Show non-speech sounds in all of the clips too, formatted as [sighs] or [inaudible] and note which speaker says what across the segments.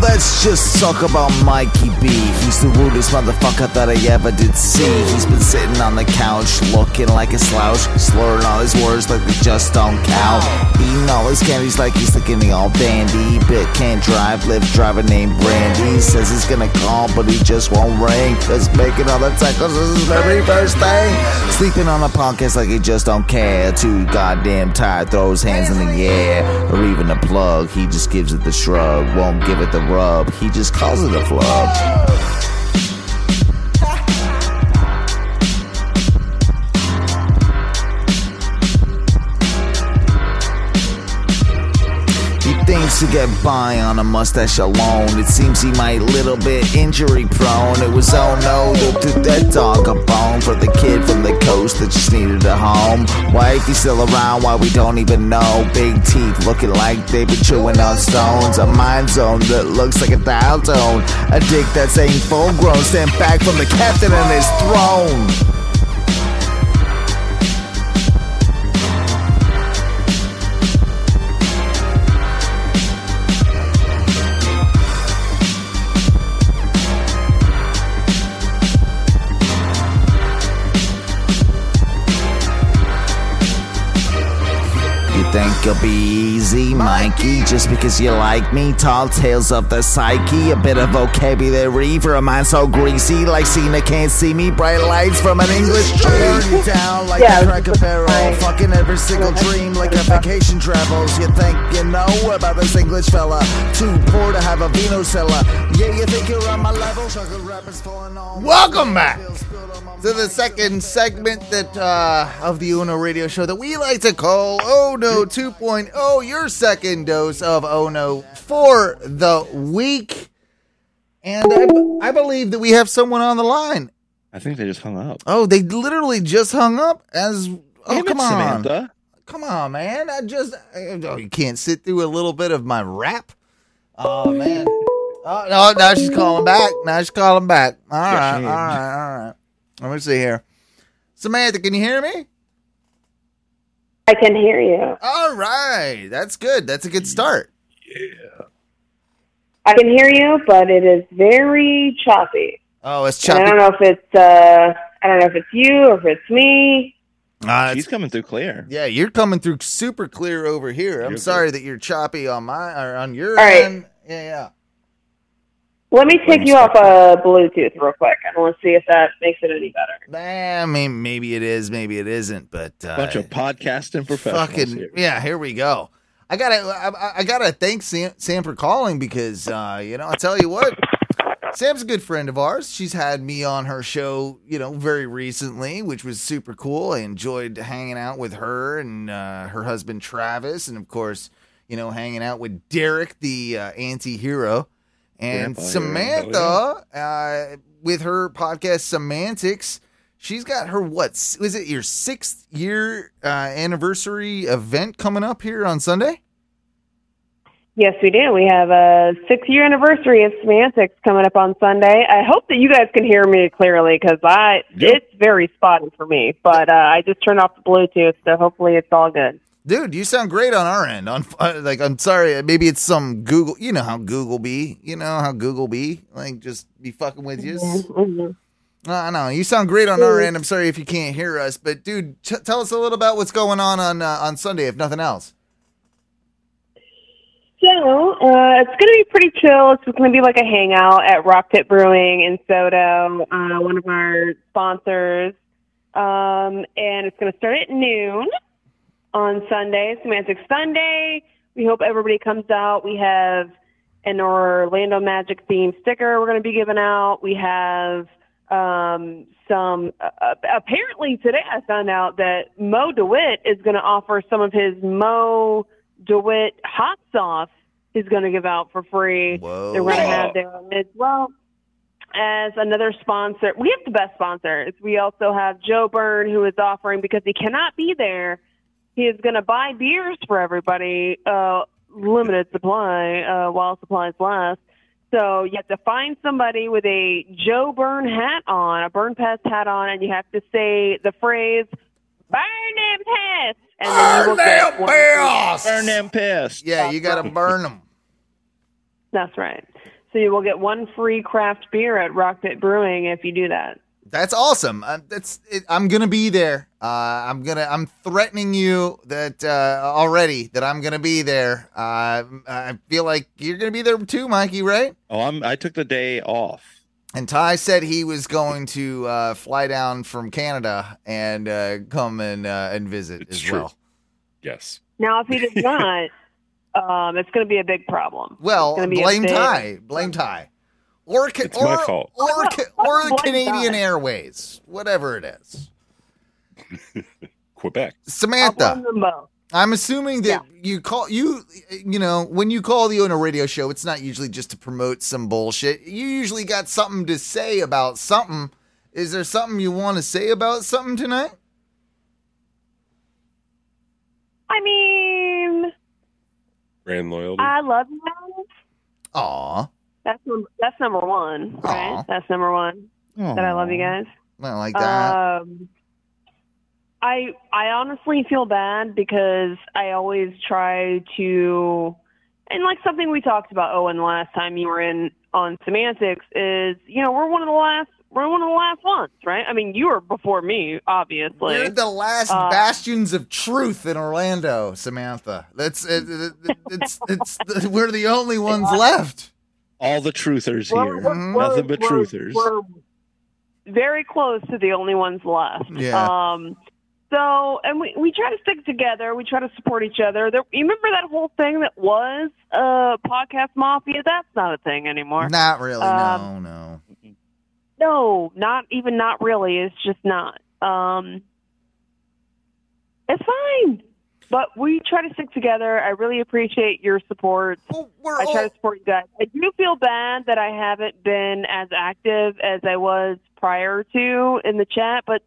Speaker 1: let's just talk about Mikey B. He's the rudest motherfucker that I ever did see. He's been sitting on the couch, looking like a slouch, slurring all his words like they just don't count. Eating all his candies like he's the guinea all dandy. Bit can't drive, live driver named Brandy. Says he's gonna call, but he just won't ring. Cause making all the tackles is his very first thing. Sleeping on a podcast like he just don't care. Too goddamn tired, throws hands in the air. Or even a plug, he just gives it the shrug. Won't give it the rub, he just calls it a flub. He thinks to get by on a mustache alone. It seems he might little bit injury prone. It was oh no, they threw that dog a bone for the kid from the coast that just needed a home. Why if he's still around? Why we don't even know. Big teeth looking like they been chewing on stones. A mind zone that looks like a dial tone. A dick that's ain't full grown. Stand back from the captain and his throne. You think you'll be easy, Mikey? Just because you like me? Tall tales of the psyche, a bit of vocabulary for a mind so greasy, like Cena can't see me. Bright lights from an English tree. Burn down like
Speaker 2: Yeah,
Speaker 1: a cracker
Speaker 2: this is
Speaker 1: barrel,
Speaker 2: my-
Speaker 1: fucking every single
Speaker 2: Yeah,
Speaker 1: dream like a
Speaker 2: that's what
Speaker 1: vacation travels. You think you know about this English fella? Too poor to have a vino cellar. Yeah, you think you're on my level? Sugar rappers falling on.
Speaker 3: Welcome back to the second segment that uh, of the Uno Radio Show that we like to call Oh No 2.0, oh, your second dose of Oh No for the week. And I, b- I believe that we have someone on the line.
Speaker 4: I think they just hung up.
Speaker 3: Oh, they literally just hung up as. Oh,
Speaker 4: Damn it,
Speaker 3: come on.
Speaker 4: Samantha.
Speaker 3: Come on, man. I just. I, oh, you can't sit through a little bit of my rap? Oh, man. Oh, no, now she's calling back. Now she's calling back. All
Speaker 4: Yeah,
Speaker 3: right,
Speaker 4: she
Speaker 3: all right, all right. Let me see here. Samantha, can you hear me?
Speaker 2: I can hear you.
Speaker 3: All right. That's good. That's a good start.
Speaker 2: I can hear you, but it is very choppy.
Speaker 3: Oh, it's
Speaker 2: And I
Speaker 3: choppy.
Speaker 2: don't know if it's uh, I don't know if it's you or if it's me.
Speaker 3: Ah, it's-
Speaker 4: He's coming through clear.
Speaker 3: yeah, you're coming through super clear over here. I'm
Speaker 4: You're
Speaker 3: sorry that you're choppy on my or on your
Speaker 2: All right.
Speaker 3: end. Yeah, yeah.
Speaker 2: Let me take you off uh, Bluetooth real quick. I want to see if that makes it any better.
Speaker 3: Nah, I mean, maybe it is, maybe it isn't, but uh,
Speaker 4: Bunch of podcasting professionals.
Speaker 3: fucking
Speaker 4: here.
Speaker 3: yeah. Here we go. I gotta, I, I- I gotta thank Sam, Sam for calling because uh, you know I tell you what, Sam's a good friend of ours. She's had me on her show, you know, very recently, which was super cool. I enjoyed hanging out with her and uh, her husband Travis, and of course, you know, hanging out with Derek, the uh, anti-hero, and
Speaker 4: Grandpa hero,
Speaker 3: Samantha uh, with her podcast Semantics. She's got her what s- was it your sixth year uh, anniversary event coming up here on Sunday?
Speaker 2: Yes, we do. We have a six-year anniversary of semantics coming up on Sunday. I hope that you guys can hear me clearly because I
Speaker 4: Yep.
Speaker 2: it's very spotty for me. But uh, I just turned off the Bluetooth, so hopefully it's all good.
Speaker 3: Dude, you sound great on our end. On uh, like, I'm sorry, maybe it's some Google. You know how Google be. You know how Google be. Like, just be fucking with you.
Speaker 2: Mhm.
Speaker 3: I know you sound great on our end. I'm sorry if you can't hear us, but dude, t- tell us a little about what's going on on uh, on Sunday, if nothing else.
Speaker 2: So uh, it's going to be pretty chill. It's going to be like a hangout at Rock Pit Brewing in Soto, uh, one of our sponsors, um, and it's going to start at noon on Sunday, Semantic Sunday. We hope everybody comes out. We have an Orlando Magic themed sticker we're going to be giving out. We have um, some. Uh, uh, apparently today, I found out that Mo Dewitt is going to offer some of his Mo DeWitt hot sauce he's going to give out for free.
Speaker 3: Whoa.
Speaker 2: They're going to
Speaker 4: Wow.
Speaker 2: have their own as well as another sponsor. We have the best sponsors. We also have Joe Byrne, who is offering because he cannot be there. He is going to buy beers for everybody, uh, limited supply uh, while supplies last. So you have to find somebody with a Joe Byrne hat on, a Burn Pest hat on, and you have to say the phrase "Burn them pests," and then you will get one free
Speaker 4: Burn them pissed.
Speaker 3: Yeah, you gotta burn them.
Speaker 2: That's right. So you will get one free craft beer at Rock Pit Brewing if you do that.
Speaker 3: That's awesome. Uh, that's it, I'm gonna be there. Uh, I'm gonna. I'm threatening you that uh, already that I'm gonna be there. Uh, I feel like you're gonna be there too, Mikey. Right?
Speaker 4: Oh, I'm. I took the day off.
Speaker 3: And Ty said he was going to uh, fly down from Canada and uh, come and uh, and visit
Speaker 5: It's
Speaker 3: as
Speaker 5: true.
Speaker 3: well.
Speaker 5: Yes.
Speaker 2: Now, if he does not, um, it's going to be a big problem.
Speaker 3: Well,
Speaker 2: gonna be a
Speaker 3: blame
Speaker 2: big-
Speaker 3: Ty. Blame Ty. Or ca-
Speaker 5: It's
Speaker 3: or,
Speaker 5: my fault.
Speaker 3: or ca- or the
Speaker 2: Blame
Speaker 3: Canadian
Speaker 2: Ty.
Speaker 3: Airways, whatever it is.
Speaker 5: Quebec.
Speaker 2: I'll
Speaker 3: Samantha.
Speaker 2: blame them both.
Speaker 3: I'm assuming that
Speaker 2: Oh, Yeah.
Speaker 3: you call you you know when you call the owner radio show, it's not usually just to promote some bullshit. You usually got something to say about something. Is there something you want to say about something tonight?
Speaker 2: I mean,
Speaker 5: Brand loyalty.
Speaker 2: I love you.
Speaker 3: Aw,
Speaker 2: That's num- that's number one, right?
Speaker 3: Aw.
Speaker 2: That's number one. That I love you guys.
Speaker 3: I like that.
Speaker 2: Um, I I honestly feel bad because I always try to, and like something we talked about, Owen, last time you were in on semantics is you know we're one of the last we're one of the last ones, right? I mean, you were before me, obviously.
Speaker 3: We're the last
Speaker 2: uh,
Speaker 3: bastions of truth in Orlando, Samantha. That's uh, it, it, it- it's it's we're the only ones left.
Speaker 4: All the truthers
Speaker 2: We're-
Speaker 4: here.
Speaker 2: we're-
Speaker 3: Mm-hmm.
Speaker 4: Nothing but
Speaker 2: we're-
Speaker 4: truthers.
Speaker 2: We're very close to the only ones left.
Speaker 3: Yeah.
Speaker 2: Um, so, and we, we try to stick together. We try to support each other. There, you remember that whole thing that was uh, podcast mafia? That's not a thing anymore.
Speaker 3: Not really.
Speaker 2: um,
Speaker 3: no, no.
Speaker 2: No, not even not really. It's just not. Um, it's fine. But we try to stick together. I really appreciate your support.
Speaker 3: Well, we're
Speaker 2: I
Speaker 3: all,
Speaker 2: try to support you guys. I do feel bad that I haven't been as active as I was prior to in the chat, but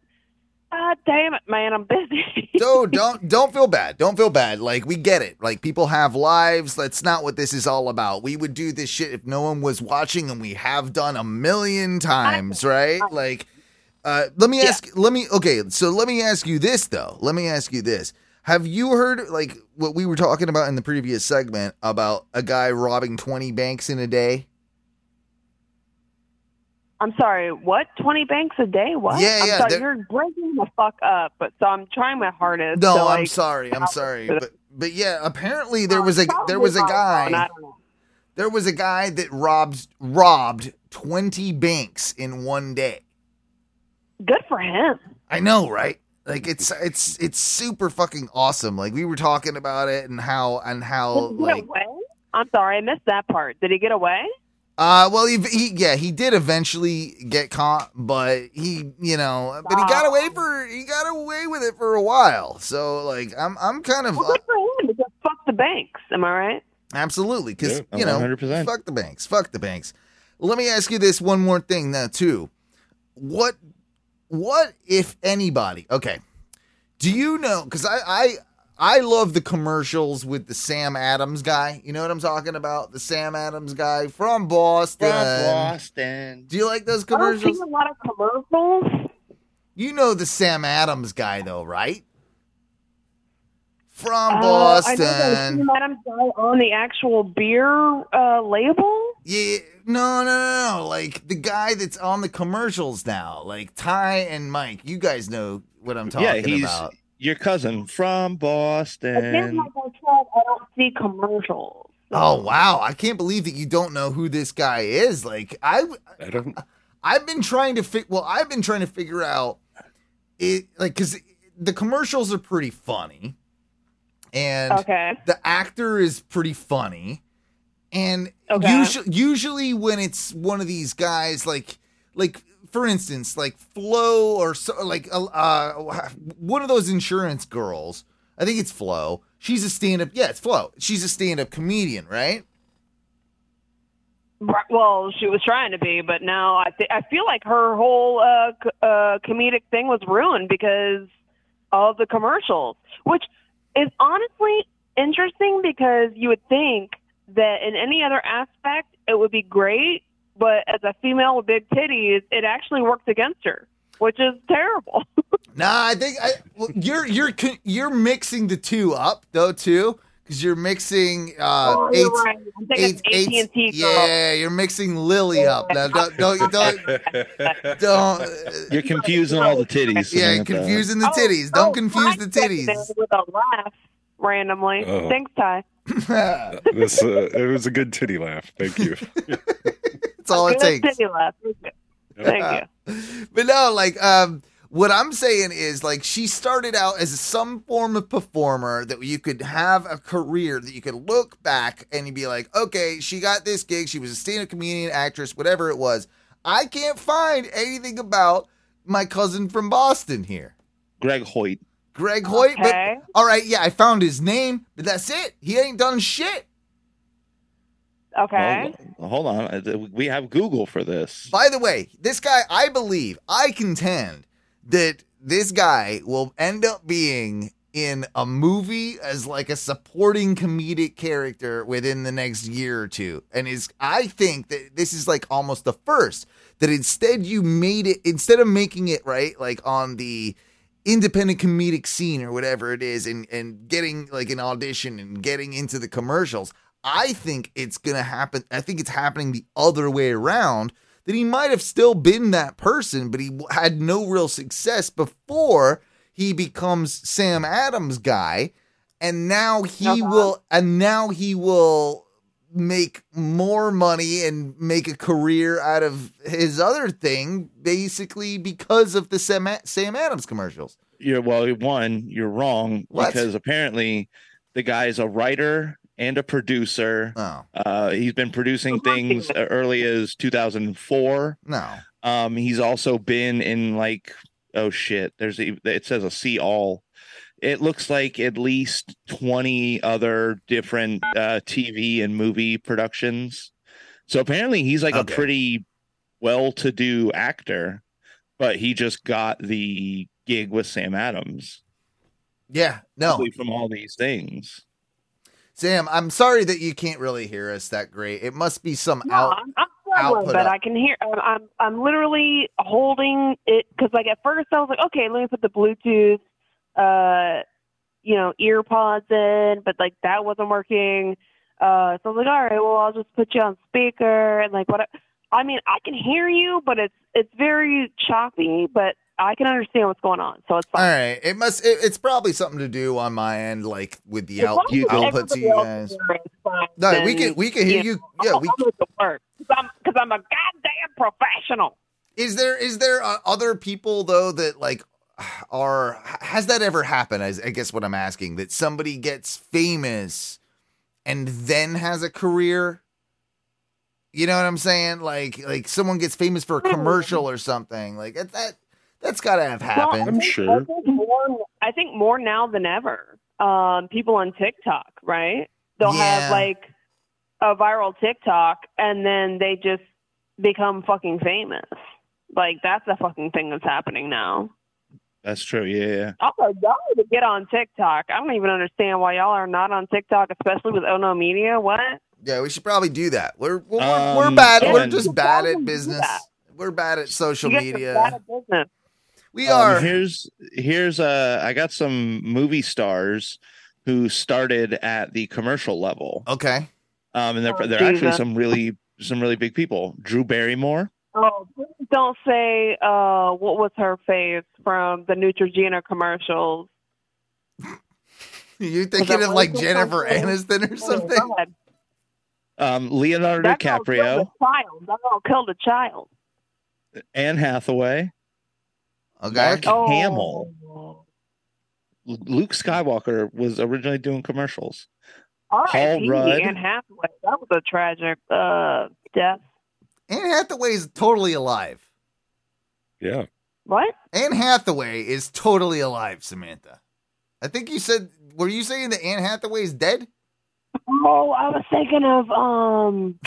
Speaker 2: God damn it, man, I'm busy.
Speaker 3: no, don't don't feel bad. Don't feel bad. Like we get it. Like people have lives. That's not what this is all about. We would do this shit if no one was watching, and we have done a million times, right? Like, uh, let me
Speaker 2: Yeah.
Speaker 3: ask. Let me. Okay, so let me ask you this though. Let me ask you this. Have you heard like what we were talking about in the previous segment about a guy robbing twenty banks in a day?
Speaker 2: [laughs] I'm sorry, what? 20 banks a day? What?
Speaker 3: Yeah,
Speaker 2: I'm
Speaker 3: yeah,
Speaker 2: sorry,
Speaker 3: they're-
Speaker 2: you're breaking the fuck up, but so I'm trying my hardest.
Speaker 3: No,
Speaker 2: so,
Speaker 3: I'm
Speaker 2: like,
Speaker 3: sorry. I'm sorry,
Speaker 2: for the-
Speaker 3: but but yeah, apparently there was a there was a
Speaker 2: probably
Speaker 3: guy.
Speaker 2: my phone, I don't know.
Speaker 3: there was a guy that robbed robbed 20 banks in one day
Speaker 2: Good for him.
Speaker 3: i know right like it's it's it's super fucking awesome like we were talking about it and how and how
Speaker 2: Did he
Speaker 3: Oh,
Speaker 2: get
Speaker 3: like
Speaker 2: away? I'm sorry, I missed that part. Did he get away?
Speaker 3: uh well he, he yeah he did eventually get caught but he you know but he got away for he got away with it for a while so like i'm i'm kind of
Speaker 2: Well, good for him because fuck the banks. Am I right?
Speaker 3: Absolutely, because
Speaker 5: Yeah,
Speaker 4: I'm
Speaker 3: you know,
Speaker 4: 100%.
Speaker 3: fuck the banks, fuck the banks. Let me ask you this one more thing now, too. What, what if anybody? Okay, do you know? Because I, I, I love the commercials with the Sam Adams guy. You know what I'm talking about? The Sam Adams guy from Boston.
Speaker 4: From Boston.
Speaker 3: Do you like those
Speaker 2: I don't
Speaker 3: commercials?
Speaker 2: see a lot of commercials.
Speaker 3: You know the Sam Adams guy though, right? From
Speaker 2: Uh,
Speaker 3: Boston.
Speaker 2: I know they Madam Guy on the actual beer uh, label.
Speaker 3: Yeah, no, no, no, no. Like the guy that's on the commercials now, like Ty and Mike. You guys know what I'm talking
Speaker 4: Yeah, he's-
Speaker 3: about.
Speaker 4: Your cousin from
Speaker 2: Again,
Speaker 4: Boston.
Speaker 2: like I said, I don't see commercials.
Speaker 3: Oh wow, I can't believe that you don't know who this guy is. Like I,
Speaker 5: I don't.
Speaker 3: I've been trying to fi- well, I've been trying to figure out it, like because the commercials are pretty funny, and
Speaker 2: Okay.
Speaker 3: the actor is pretty funny and
Speaker 2: Okay.
Speaker 3: usu- usually when it's one of these guys like like for instance like flo or so, like uh, uh, one of those insurance girls i think it's flo she's a stand-up yeah it's flo she's a stand-up comedian right
Speaker 2: Right, Well, she was trying to be, but now I th- I feel like her whole uh, c- uh, comedic thing was ruined because of the commercials, which is honestly interesting because you would think that in any other aspect it would be great, but as a female with big titties, it actually worked against her, which is terrible.
Speaker 3: Nah, I think I well, you're you're con- you're mixing the two up though too, because you're mixing
Speaker 2: oh,
Speaker 3: uh,
Speaker 2: you're
Speaker 3: eight-
Speaker 2: right. I'm thinking
Speaker 3: eight-
Speaker 2: AT and T
Speaker 3: eight- yeah, you're mixing Lily up. Now, don't, don't,
Speaker 4: [laughs]
Speaker 3: don't, [laughs]
Speaker 5: [laughs]
Speaker 3: don't. uh,
Speaker 4: You're confusing all the titties.
Speaker 3: Yeah,
Speaker 4: Samantha.
Speaker 3: confusing
Speaker 2: Oh,
Speaker 3: the titties. Don't confuse the [laughs] titties.
Speaker 2: With a laugh, randomly.
Speaker 5: Oh.
Speaker 2: Thanks, Ty.
Speaker 5: this uh, it was a good titty laugh. Thank you.
Speaker 3: That's all it
Speaker 2: Good
Speaker 3: takes.
Speaker 2: city laugh. Thank you. Thank
Speaker 3: but no, like um what I'm saying is like she started out as some form of performer that you could have a career that you could look back and you'd be like, okay, she got this gig, she was a stand-up comedian, actress, whatever it was. I can't find anything about my cousin from Boston here.
Speaker 4: [laughs] Greg Hoyt.
Speaker 3: Greg
Speaker 2: you.
Speaker 3: Hoyt, but
Speaker 2: Okay.
Speaker 3: all right, yeah, I found his name, but that's it. He ain't done shit.
Speaker 2: Okay.
Speaker 4: Hold, hold on. Uh, We have Google for this.
Speaker 3: By the way, this guy, I believe, I contend that this guy will end up being in a movie as like a supporting comedic character within the next year or two. And is I think that this is like almost the first that instead you made it instead of making it right like on the independent comedic scene or whatever it is and and getting like an audition and getting into the commercials I think it's going to happen. I think it's happening the other way around that he might have still been that person, but he w- had no real success before he becomes Sam Adams guy. And now he
Speaker 2: Okay.
Speaker 3: will, and now he will make more money and make a career out of his other thing, basically because of the Sam, A- Sam Adams commercials.
Speaker 4: You're well. One, you're wrong
Speaker 3: What?
Speaker 4: because apparently the guy is a writer and a producer.
Speaker 3: Oh,
Speaker 4: Uh, he's been producing things uh, early as 2004.
Speaker 3: no.
Speaker 4: Um, he's also been in like oh shit. There's a, it says a see all. It looks like at least 20 other different uh, TV and movie productions. So apparently he's like
Speaker 3: Okay.
Speaker 4: a pretty well-to-do actor, but he just got the gig with Sam Adams
Speaker 3: Yeah, no.
Speaker 4: probably from all these things.
Speaker 3: Sam, I'm sorry that you can't really hear us that great. It must be some
Speaker 2: No,
Speaker 3: out.
Speaker 2: I'm, I'm struggling,
Speaker 3: output
Speaker 2: but
Speaker 3: up.
Speaker 2: I can hear. I'm, I'm I'm literally holding it because, like, at first I was like, okay, let me put the Bluetooth, uh, you know, ear pods in, but like that wasn't working. Uh, so I was like, all right, well, I'll just put you on speaker and like what. I mean, I can hear you, but it's it's very choppy, but I can understand what's going on, so it's
Speaker 3: All
Speaker 2: fine.
Speaker 3: right, it must. It, it's probably something to do on my end, like with the
Speaker 2: As
Speaker 3: out,
Speaker 2: long as
Speaker 3: output to
Speaker 2: everybody
Speaker 3: you
Speaker 2: else
Speaker 3: guys.
Speaker 2: is fine,
Speaker 3: No, we
Speaker 2: then
Speaker 3: can we can hear you. Yeah,
Speaker 2: I'll-
Speaker 3: we.
Speaker 2: I'll make it work because I'm because I'm a goddamn professional.
Speaker 3: Is there is there uh, other people though that like are has that ever happened? I, I guess what I'm asking that somebody gets famous and then has a career. You know what I'm saying? Like like someone gets famous
Speaker 2: Hmm.
Speaker 3: for a commercial or something. Like that that that's got to have happened.
Speaker 5: I'm
Speaker 2: I
Speaker 5: sure.
Speaker 2: think more, I think more now than ever, um, people on TikTok, right? They'll
Speaker 3: Yeah.
Speaker 2: have like a viral TikTok and then they just become fucking famous. Like that's the fucking thing that's happening now.
Speaker 4: That's true. Yeah, yeah.
Speaker 2: Also, y'all need to get on TikTok. I don't even understand why y'all are not on TikTok, especially with Ono Media. What?
Speaker 3: Yeah, we should probably do that. We're we're, we're-
Speaker 4: Um,
Speaker 3: we're bad.
Speaker 4: yeah.
Speaker 3: We're just bad at
Speaker 2: Probably do
Speaker 3: business.
Speaker 2: that.
Speaker 3: We're bad at social
Speaker 2: you guys are bad
Speaker 3: media.
Speaker 2: at business.
Speaker 3: We
Speaker 4: Um,
Speaker 3: are.
Speaker 4: here's here's uh I got some movie stars who started at the commercial level.
Speaker 3: Okay. [laughs]
Speaker 4: Um, and they're
Speaker 2: Oh,
Speaker 4: they're actually
Speaker 2: Jesus.
Speaker 4: some really some really big people. Drew Barrymore.
Speaker 2: Oh, please don't say uh, what was her face from the Neutrogena commercials.
Speaker 3: You're thinking
Speaker 2: that
Speaker 3: of like
Speaker 2: Michael
Speaker 3: Jennifer
Speaker 2: Jackson?
Speaker 3: Aniston or
Speaker 2: Oh,
Speaker 3: something?
Speaker 2: God.
Speaker 4: Um, Leonardo
Speaker 2: That girl
Speaker 4: DiCaprio,
Speaker 2: killed a child. That girl killed a child.
Speaker 4: Anne Hathaway,
Speaker 3: Okay.
Speaker 4: Mark
Speaker 2: Oh.
Speaker 4: Hamill, L- Luke Skywalker was originally doing commercials.
Speaker 2: R.I.P.
Speaker 4: Rudd.
Speaker 2: Anne Hathaway. That was a tragic uh, death.
Speaker 3: Anne Hathaway is totally alive.
Speaker 5: Yeah.
Speaker 2: What?
Speaker 3: Anne Hathaway is totally alive, Samantha. I think you said. Were you saying that Anne Hathaway is dead? [laughs]
Speaker 2: Oh, I was thinking of um.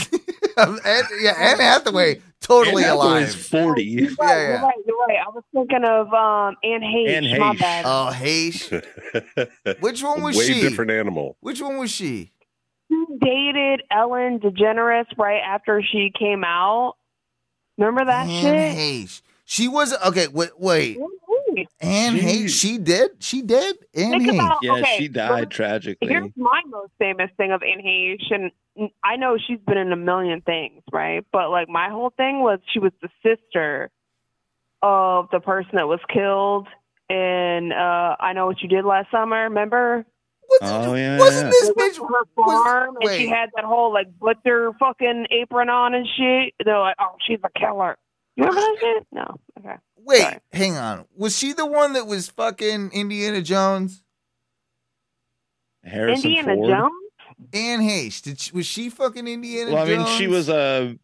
Speaker 3: Anne- yeah, Anne Hathaway totally
Speaker 4: Anne Hathaway's
Speaker 3: alive.
Speaker 2: You're
Speaker 4: Forty.
Speaker 2: right,
Speaker 3: Yeah, yeah.
Speaker 2: You're right. You're right. I was thinking of um Anne Hayes.
Speaker 4: Anne
Speaker 2: My
Speaker 4: Heche. Uh,
Speaker 2: bad.
Speaker 3: Oh, hey. sh- Which one was
Speaker 5: Way
Speaker 3: she?
Speaker 5: different animal.
Speaker 3: Which one was she?
Speaker 2: She dated Ellen DeGeneres right after she came out. Remember that
Speaker 3: Anne
Speaker 2: shit?
Speaker 3: Heche. She was okay. Wait, wait.
Speaker 2: Ooh, me.
Speaker 3: Anne Hayes. She did. She did. Anne
Speaker 2: Think
Speaker 3: Hayes.
Speaker 2: about
Speaker 4: Yeah,
Speaker 2: okay.
Speaker 4: she died tragically.
Speaker 2: Here's my most famous thing of Anne Heche, and I know she's been in a million things, right? But like my whole thing was she was the sister of the person that was killed in uh, I Know What You Did Last Summer. Remember?
Speaker 4: Oh, yeah,
Speaker 3: Wasn't
Speaker 4: yeah.
Speaker 3: this
Speaker 2: They went
Speaker 3: bitch?
Speaker 2: to her
Speaker 3: was-
Speaker 2: farm, and she
Speaker 3: wait.
Speaker 2: had that whole like butcher fucking apron on and shit. They're like, oh, she's a killer. You remember that shit? No. Okay.
Speaker 3: Wait,
Speaker 2: Sorry.
Speaker 3: hang on. Was she the one that was fucking Indiana Jones?
Speaker 4: Harrison
Speaker 2: Indiana
Speaker 4: Ford.
Speaker 2: Jones.
Speaker 3: Anne Hayes. Did she, was she fucking Indiana
Speaker 4: Well, I mean,
Speaker 3: Jones?
Speaker 4: she was a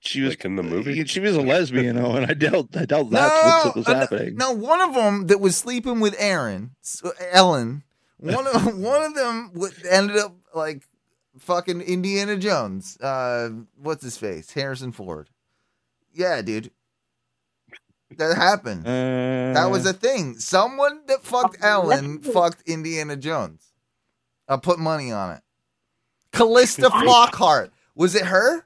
Speaker 4: she was
Speaker 5: Like in the movie?
Speaker 4: She was a lesbian, oh, and I dealt I dealt that's
Speaker 3: No,
Speaker 4: what was
Speaker 3: uh,
Speaker 4: happening.
Speaker 3: no. One of them that was sleeping with Aaron, so- Ellen.
Speaker 4: [laughs]
Speaker 3: One of one of them wa- ended up like fucking Indiana Jones. Uh, what's his face? Harrison Ford. Yeah, dude. That happened.
Speaker 4: Uh,
Speaker 3: That was a thing. Someone that fucked Ellen fucked Indiana Jones. I'll put money on it. Callista Flockhart. Was it her?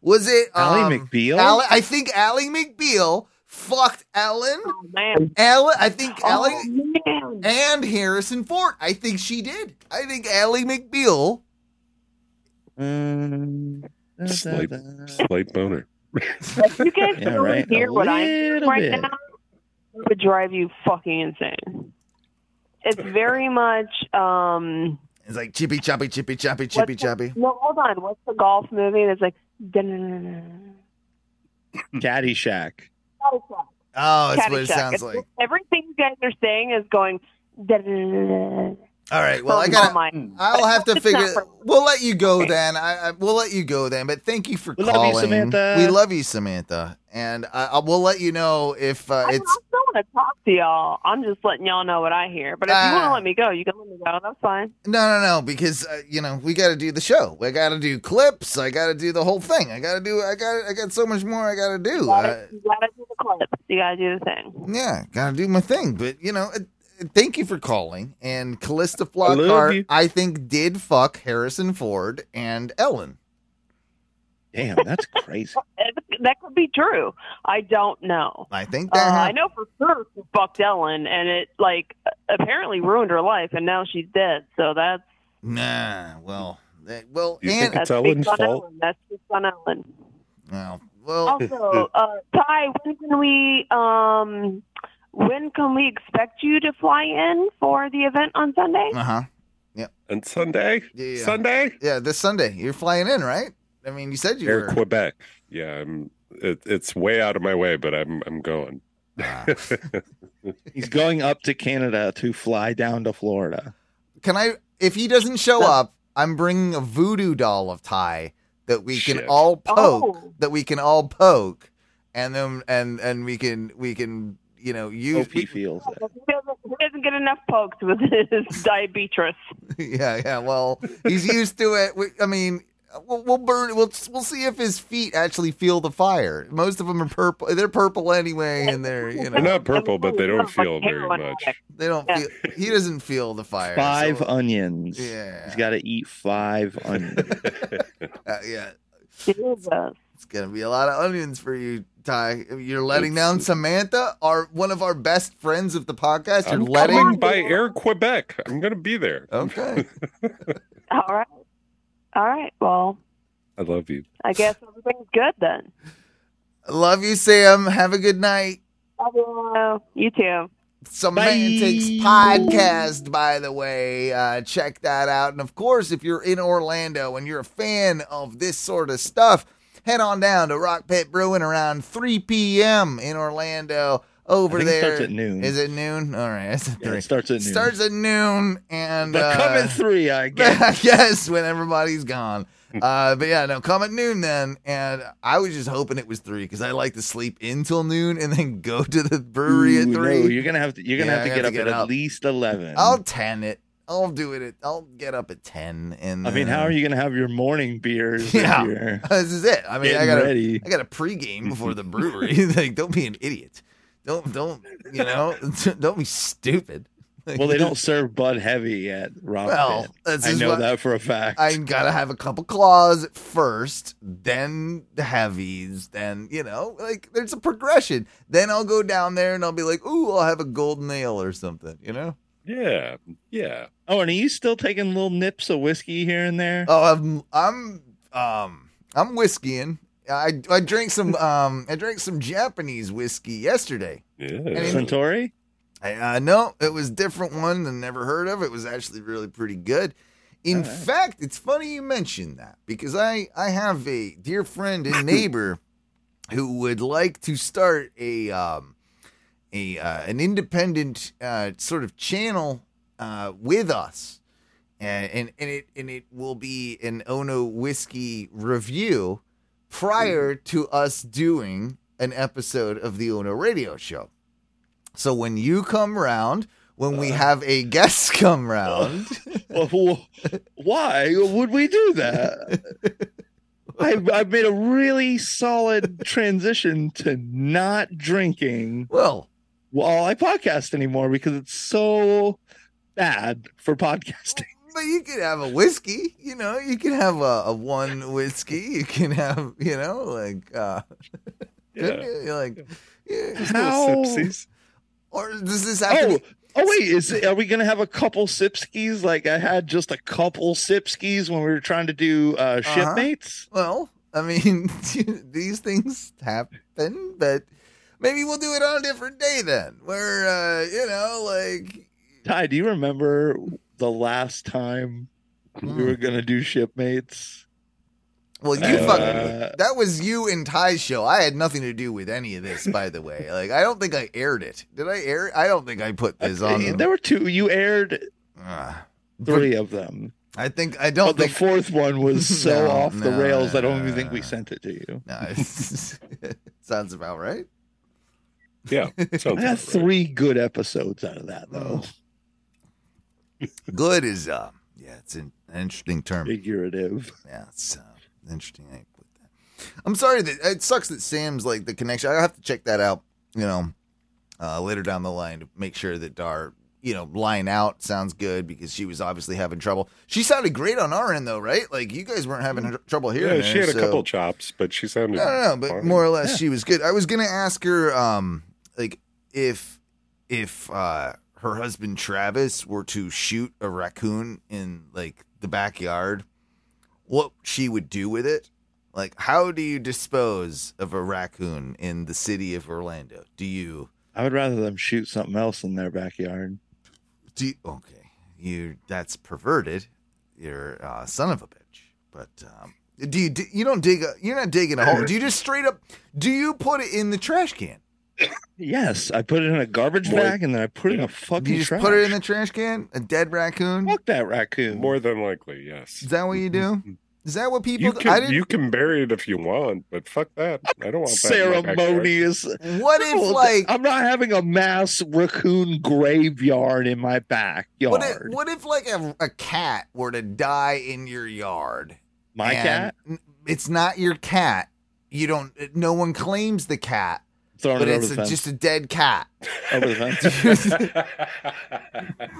Speaker 3: Was it
Speaker 4: Ally
Speaker 3: um,
Speaker 4: McBeal?
Speaker 3: Ally- I think Ally McBeal fucked Ellen.
Speaker 2: Oh man.
Speaker 3: Ellen. I think Ally
Speaker 2: Oh, man.
Speaker 3: and Harrison Ford. I think she did. I think Ally McBeal.
Speaker 4: Um, da, da,
Speaker 5: Sleep.
Speaker 4: da.
Speaker 5: Slight boner.
Speaker 2: you guys
Speaker 4: Yeah,
Speaker 2: don't
Speaker 4: right.
Speaker 2: hear
Speaker 4: A
Speaker 2: what I'm doing
Speaker 4: little
Speaker 2: right
Speaker 4: bit.
Speaker 2: now, it would drive you fucking insane. It's very much um
Speaker 3: It's like chippy choppy, chippy choppy, chippy
Speaker 2: what's the-
Speaker 3: choppy.
Speaker 2: no, hold on. What's the golf movie that's like dun-dun-dun-dun-dun?
Speaker 4: Hmm. Caddyshack.
Speaker 2: Caddyshack.
Speaker 3: Oh, that's what it
Speaker 2: Caddyshack.
Speaker 3: sounds
Speaker 2: It's-
Speaker 3: like.
Speaker 2: Everything you guys are saying is going dun-dun-dun-dun-dun
Speaker 3: All right. Well, I
Speaker 2: from
Speaker 3: gotta.
Speaker 2: my mind.
Speaker 3: I'll have to
Speaker 2: It's
Speaker 3: figure.
Speaker 2: not for-
Speaker 3: We'll let you go then. I, I we'll let you go then. But thank you for
Speaker 4: We love you,
Speaker 3: calling.
Speaker 4: Samantha.
Speaker 3: We love you, Samantha. And I, I will let you know if uh,
Speaker 2: I, I
Speaker 3: it's.
Speaker 2: still want to talk to y'all. I'm just letting y'all know what I hear. But if you want
Speaker 3: Ah.
Speaker 2: to let me go, you can let me go. That's fine.
Speaker 3: No, no, no. Because uh, you know we got to do the show. I got to do clips. I got to do the whole thing. I got to do. I got. I got so much more. I got to
Speaker 2: You
Speaker 3: do.
Speaker 2: gotta,
Speaker 3: Uh,
Speaker 2: you gotta do the clips. You gotta do the thing.
Speaker 3: yeah, got to do my thing. But you know, uh, uh, thank you for calling. And Callista
Speaker 5: love
Speaker 3: Flockhart,
Speaker 5: you.
Speaker 3: I think, did fuck Harrison Ford and Ellen.
Speaker 4: Damn, that's crazy.
Speaker 2: It- That could be true. I don't know.
Speaker 3: I think
Speaker 2: Uh,
Speaker 3: that.
Speaker 2: I
Speaker 3: happened.
Speaker 2: know for sure she fucked Ellen, and it like apparently ruined her life, and now she's dead. So that's
Speaker 3: Nah. Well. That, well,
Speaker 5: You
Speaker 3: and
Speaker 5: think-
Speaker 2: that's
Speaker 5: It's Ellen's
Speaker 2: based on
Speaker 5: fault.
Speaker 2: Ellen. That's just on Ellen.
Speaker 3: well, well,
Speaker 5: [laughs]
Speaker 2: Also, uh, Ty, when can we um, when can we expect you to fly in for the event on Sunday?
Speaker 3: Uh huh.
Speaker 5: And Sunday?
Speaker 3: Yeah.
Speaker 5: Sunday?
Speaker 3: Yeah, this Sunday you're flying in, right? I mean, you said you
Speaker 5: Air
Speaker 3: were.
Speaker 5: Quebec. Yeah, I'm it, it's way out of my way, but I'm I'm going.
Speaker 3: Ah.
Speaker 4: He's going up to Canada to fly down to Florida.
Speaker 3: [laughs] Can I? If he doesn't show up, I'm bringing a voodoo doll of Ty that we can
Speaker 5: Shit.
Speaker 3: all poke.
Speaker 2: Oh.
Speaker 3: That we can all poke, and then and and we can we can you know use.
Speaker 5: Oh,
Speaker 4: Hope he feels it.
Speaker 2: He doesn't, he doesn't get enough pokes with [laughs] his diabetes.
Speaker 3: [laughs] yeah, yeah. Well, he's used to it. We, I mean. We'll, we'll burn. We'll we'll see if his feet actually feel the fire. Most of them are purple. They're purple anyway, and they're you
Speaker 5: They're
Speaker 3: know
Speaker 5: not purple, but they
Speaker 2: Oh,
Speaker 5: don't feel very
Speaker 2: Heroin
Speaker 5: much.
Speaker 2: addict.
Speaker 3: they don't
Speaker 2: Yeah.
Speaker 3: feel. He doesn't feel the fire. so-
Speaker 4: Five onions.
Speaker 3: Yeah.
Speaker 4: He's got to eat five
Speaker 3: [laughs]
Speaker 4: onions.
Speaker 3: Uh, yeah.
Speaker 2: Jesus.
Speaker 3: It's gonna be a lot of onions for you, Ty. You're letting down Samantha, our one of our best friends of the podcast. You're
Speaker 5: I'm
Speaker 3: letting. Oh.
Speaker 5: coming by Air Quebec. I'm gonna be there.
Speaker 3: Okay.
Speaker 2: All right. All right. Well,
Speaker 5: I love you.
Speaker 2: I guess everything's good then.
Speaker 3: Love you, Sam. Have a good night.
Speaker 2: Hello. You too.
Speaker 3: Semantics
Speaker 4: Bye.
Speaker 3: podcast, by the way. Uh, check that out. And of course, if you're in Orlando and you're a fan of this sort of stuff, head on down to Rock Pit Brewing around 3 p.m. in Orlando. Over
Speaker 4: I think it
Speaker 3: there,
Speaker 4: starts at noon.
Speaker 3: Is it noon? All right, it's at
Speaker 4: Yeah,
Speaker 3: three.
Speaker 4: it starts at noon.
Speaker 3: Starts at noon, and
Speaker 4: They're
Speaker 3: uh, [laughs]
Speaker 4: coming three, I guess.
Speaker 3: I guess when everybody's gone.
Speaker 4: Mm.
Speaker 3: Uh, but yeah, no, come at noon then. And I was just hoping it was three because I like to sleep until noon and then go to the brewery
Speaker 4: Ooh,
Speaker 3: at
Speaker 4: no,
Speaker 3: three.
Speaker 4: you're gonna have to. You're gonna
Speaker 3: Yeah,
Speaker 4: have
Speaker 3: I
Speaker 4: to
Speaker 3: have
Speaker 4: get
Speaker 3: to
Speaker 4: up
Speaker 3: get
Speaker 4: at
Speaker 3: up.
Speaker 4: at least eleven.
Speaker 3: I'll ten it. I'll do it. At, I'll get up at ten. And
Speaker 4: I mean, how are you gonna have your morning beers?
Speaker 3: Mm. Yeah.
Speaker 4: If you're
Speaker 3: [laughs] This is it. I mean, I
Speaker 4: getting
Speaker 3: gotta.
Speaker 4: ready.
Speaker 3: I got a pregame before the [laughs]
Speaker 4: [laughs]
Speaker 3: brewery. like, don't be an idiot. Don't don't you know? Don't be stupid. [laughs]
Speaker 4: Well, they don't serve Bud Heavy at Rock
Speaker 3: Well,
Speaker 4: Pit.
Speaker 3: this
Speaker 4: I
Speaker 3: is
Speaker 4: know
Speaker 3: what-
Speaker 4: that for a fact.
Speaker 3: I gotta have a couple claws first, then the heavies, then you know, like there's a progression. Then I'll go down there and I'll be like, ooh, I'll have a gold nail or something, you know?
Speaker 5: Yeah, yeah.
Speaker 4: oh, and are you still taking little nips of whiskey here and there?
Speaker 3: Oh, I'm I'm um I'm whiskeying. I I drank some um I drank some Japanese whiskey yesterday.
Speaker 5: Yeah.
Speaker 4: Centauri?
Speaker 3: I uh, no, it was a different one than never heard of. It was actually really pretty good. In
Speaker 4: Alright.
Speaker 3: fact, it's funny you mentioned that because I I have a dear friend and neighbor who would like to start a um a uh, an independent uh, sort of channel uh, with us, and, and and it and it will be an Ono whiskey review prior to us doing an episode of the Ono Radio Show. So when you come round, when we have a guest [laughs] come round,
Speaker 4: [laughs] Well, wh- why would we do that?
Speaker 3: [laughs]
Speaker 4: I've, I've made a really solid transition to not drinking
Speaker 3: well,
Speaker 4: while I podcast anymore because it's so bad for podcasting.
Speaker 3: but you could have a whiskey. You know, you can have a, a one whiskey. You can have, you know, like. Uh, Couldn't
Speaker 5: yeah.
Speaker 3: you? You're like, yeah.
Speaker 4: How?
Speaker 5: Sipsies.
Speaker 3: Or does this have
Speaker 4: Oh,
Speaker 3: to?
Speaker 4: oh wait, is are we gonna have a couple sipskis? Like I had just a couple sipskis when we were trying to do uh,
Speaker 3: Uh-huh.
Speaker 4: shipmates.
Speaker 3: Well, I mean, [laughs] these things happen, but maybe we'll do it on a different day then, where uh, you know, like,
Speaker 4: Ty, do you remember the last time
Speaker 3: Hmm.
Speaker 4: we were gonna do shipmates?
Speaker 3: well, you
Speaker 5: Uh,
Speaker 3: fucking. That was you and Ty's show. I had nothing to do with any of this, by the way. Like, I don't think I aired it. Did I air? it? I don't think I put this on. the-
Speaker 4: There were two. You aired
Speaker 3: Ah.
Speaker 4: three of them,
Speaker 3: I think I
Speaker 4: but
Speaker 3: don't [laughs]
Speaker 4: the
Speaker 3: think.
Speaker 4: fourth one was so
Speaker 3: No,
Speaker 4: off the
Speaker 3: no,
Speaker 4: rails. I don't
Speaker 3: no,
Speaker 4: even think we
Speaker 3: no.
Speaker 4: sent it to you.
Speaker 3: No, it's- [laughs] sounds about right.
Speaker 5: Yeah. Sounds
Speaker 4: I
Speaker 5: about
Speaker 4: got
Speaker 5: right.
Speaker 4: three good episodes out of that though,
Speaker 3: Oh. Good is uh, yeah, it's an interesting term.
Speaker 4: figurative.
Speaker 3: yeah, it's uh, interesting. I put that. I'm sorry that it sucks that Sam's like the connection. I have to check that out. You know, uh, later down the line to make sure that our you know line out sounds good because she was obviously having trouble. She sounded great on our end though, right? Like you guys weren't having tr- trouble here.
Speaker 5: Mm. Yeah, she had a couple chops, but she sounded.
Speaker 3: No, no, no. But
Speaker 5: fine.
Speaker 3: more or less, she was good. I was gonna ask her, um, like if if uh her husband Travis were to shoot a raccoon in like the backyard, what she would do with it. Like, how do you dispose of a raccoon in the city of Orlando? Do you?
Speaker 4: I would rather them shoot something else in their backyard.
Speaker 3: Do you, okay, you. That's perverted. You're uh, son of a bitch. But um, do you? You don't dig. A, you're not digging a hole. Do you just straight up? Do you put it in the trash can?
Speaker 4: Yes, I put it in a garbage
Speaker 5: More-
Speaker 4: bag and then I put it in a fucking
Speaker 3: You just
Speaker 4: trash.
Speaker 3: put it in the trash can? A dead raccoon?
Speaker 4: Fuck that raccoon.
Speaker 5: More than likely, yes. Mm-hmm.
Speaker 3: Is that what you do? Is that what people
Speaker 5: you
Speaker 3: do?
Speaker 5: can
Speaker 3: I didn't
Speaker 5: you can bury it if you want, but fuck that. I don't want That in
Speaker 4: [laughs]
Speaker 5: my backyard. [laughs]
Speaker 4: ceremonious.
Speaker 3: What if
Speaker 4: No,
Speaker 3: like
Speaker 4: I'm not having a mass raccoon graveyard in my backyard.
Speaker 3: what if, what if like a, a cat were to die in your yard?
Speaker 4: my
Speaker 3: and
Speaker 4: cat
Speaker 3: n- It's not your cat. You don't no one claims the cat,
Speaker 4: throwing
Speaker 3: but
Speaker 4: it over
Speaker 3: it's
Speaker 4: the
Speaker 3: a,
Speaker 4: fence.
Speaker 3: just a dead cat.
Speaker 4: over the
Speaker 3: [laughs]
Speaker 4: fence.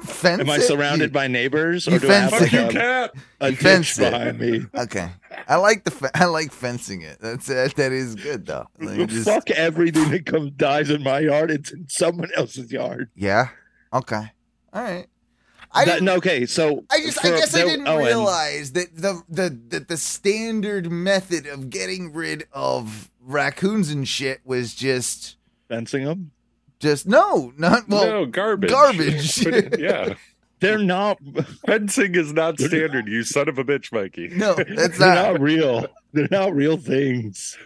Speaker 3: Fence
Speaker 4: Am I
Speaker 3: it?
Speaker 4: surrounded by neighbors
Speaker 3: you
Speaker 4: or do I have
Speaker 3: fence
Speaker 5: fuck
Speaker 3: it.
Speaker 4: like,
Speaker 5: you,
Speaker 4: a,
Speaker 5: cat.
Speaker 4: a
Speaker 3: You fence
Speaker 4: ditch
Speaker 3: it.
Speaker 4: behind me?
Speaker 3: by Okay. I like the fe- I like fencing it. That's that, that is good though. [laughs] Like, just-
Speaker 4: Fuck everything that comes dies in my yard. It's in someone else's yard.
Speaker 3: yeah. Okay. All right. I
Speaker 4: That-
Speaker 3: didn't
Speaker 4: no, okay, so
Speaker 3: I just,
Speaker 4: for-
Speaker 3: I guess I
Speaker 4: there-
Speaker 3: didn't
Speaker 4: oh, and-
Speaker 3: realize that the, the the the standard method of getting rid of raccoons and shit was just
Speaker 4: fencing them.
Speaker 3: just no, not well.
Speaker 5: no garbage.
Speaker 3: garbage.
Speaker 5: Put
Speaker 3: [laughs]
Speaker 5: it- yeah,
Speaker 4: They're not.
Speaker 5: fencing is not standard. You son of a bitch, Mikey.
Speaker 3: [laughs] No, that's
Speaker 4: They're
Speaker 3: not.
Speaker 4: not real. They're not real things.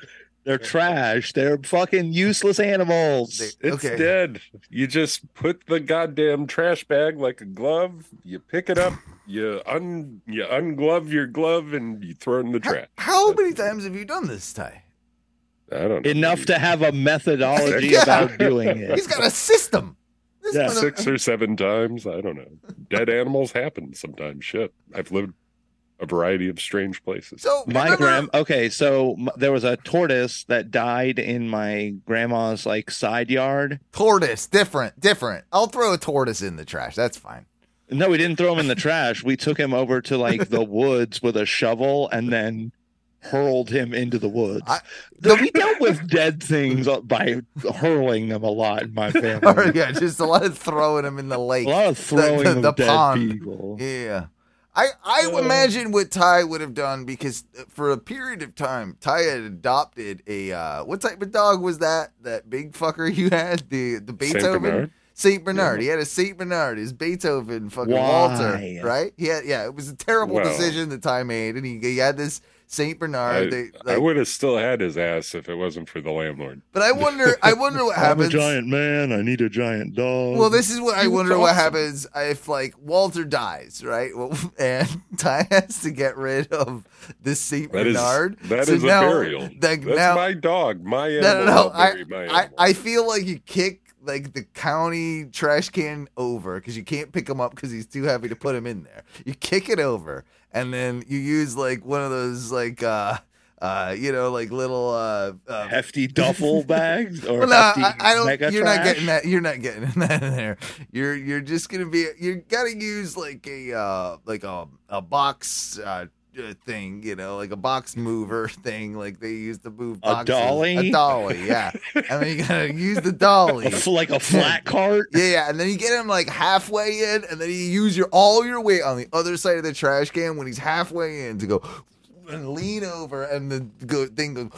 Speaker 4: They're trash. They're fucking useless animals.
Speaker 5: It's
Speaker 3: okay.
Speaker 5: dead. You just put the goddamn trash bag like a glove. You pick it up. You un you unglove your glove and you throw it in the trash.
Speaker 3: How many times have you done this, [laughs] Ty?
Speaker 5: I don't know.
Speaker 4: Enough to have a methodology
Speaker 3: [laughs] Yeah.
Speaker 4: about doing
Speaker 3: He's
Speaker 4: it.
Speaker 3: got a system. This
Speaker 4: Yeah,
Speaker 3: mother- [laughs]
Speaker 5: six or seven times. I don't know. Dead animals happen sometimes. Shit, I've lived a variety of strange places.
Speaker 3: So
Speaker 4: [laughs] my
Speaker 3: remember-
Speaker 4: grand okay so m- there was a tortoise that died in my grandma's like side yard
Speaker 3: tortoise, different, different. I'll throw a tortoise in the trash. That's [laughs] fine.
Speaker 4: no we didn't throw him in the trash we took him over to
Speaker 3: [laughs]
Speaker 4: like the woods with a shovel and then hurled him into the woods
Speaker 3: I-
Speaker 4: Th- we dealt with dead things uh, by hurling them a lot in my
Speaker 3: [laughs]
Speaker 4: family
Speaker 3: Or, yeah, just a lot of throwing them in the lake.
Speaker 4: a lot of throwing
Speaker 3: the-
Speaker 4: of
Speaker 3: the
Speaker 4: dead
Speaker 3: pond.
Speaker 4: people
Speaker 3: Yeah. I, I imagine what Ty would have done because for a period of time, Ty had adopted a uh, what type of dog was that? That big fucker you had the the Beethoven
Speaker 5: Bernard?
Speaker 3: Saint Bernard. He had a Saint Bernard. His Beethoven fucking
Speaker 4: Why?
Speaker 3: Walter, right? Yeah, yeah. It was a terrible
Speaker 5: Well.
Speaker 3: decision that Ty made, and he, he had this Saint Bernard.
Speaker 5: I,
Speaker 3: they,
Speaker 5: I
Speaker 3: like-
Speaker 5: would have still had his ass if it wasn't for the landlord.
Speaker 3: but I wonder, I wonder
Speaker 5: [laughs]
Speaker 3: what
Speaker 4: i'm a
Speaker 3: happens.
Speaker 4: giant man i need a giant dog
Speaker 3: Well, this is what I
Speaker 5: He was
Speaker 3: wonder what
Speaker 5: awesome.
Speaker 3: happens uh, if like Walter dies, right? Well, [laughs] and Ty has to get rid of this Saint
Speaker 5: That is
Speaker 3: Bernard.
Speaker 5: that
Speaker 3: So
Speaker 5: is
Speaker 3: now-
Speaker 5: a burial.
Speaker 3: Like
Speaker 5: That's
Speaker 3: now,
Speaker 5: my dog. My
Speaker 3: no,
Speaker 5: animal.
Speaker 3: no,
Speaker 5: I'll bury my
Speaker 3: I,
Speaker 5: animal.
Speaker 3: I feel like you kick like the county trash can over because you can't pick him up because he's too heavy to put him in there. You kick it over, and then you use like one of those like uh uh you know like little uh, uh [laughs]
Speaker 4: hefty duffel bags or
Speaker 3: well, no,
Speaker 4: hefty
Speaker 3: I, I don't.
Speaker 4: mega
Speaker 3: You're not
Speaker 4: trash?
Speaker 3: getting that. You're not getting [laughs] that in there. You're you're just gonna be. You gotta use like a uh, like a a box uh, uh, thing. You know, like a box mover [laughs] thing. Like they use to move
Speaker 4: A
Speaker 3: boxes.
Speaker 4: dolly?
Speaker 3: A dolly. Yeah. I mean, you gotta use the dolly.
Speaker 4: A [laughs] f- like a
Speaker 3: [laughs]
Speaker 4: flat cart
Speaker 3: Yeah, yeah, and then you get him like halfway in, and then you use your all your weight on the other side of the trash can when he's halfway in to go and lean over, and the go, thing goes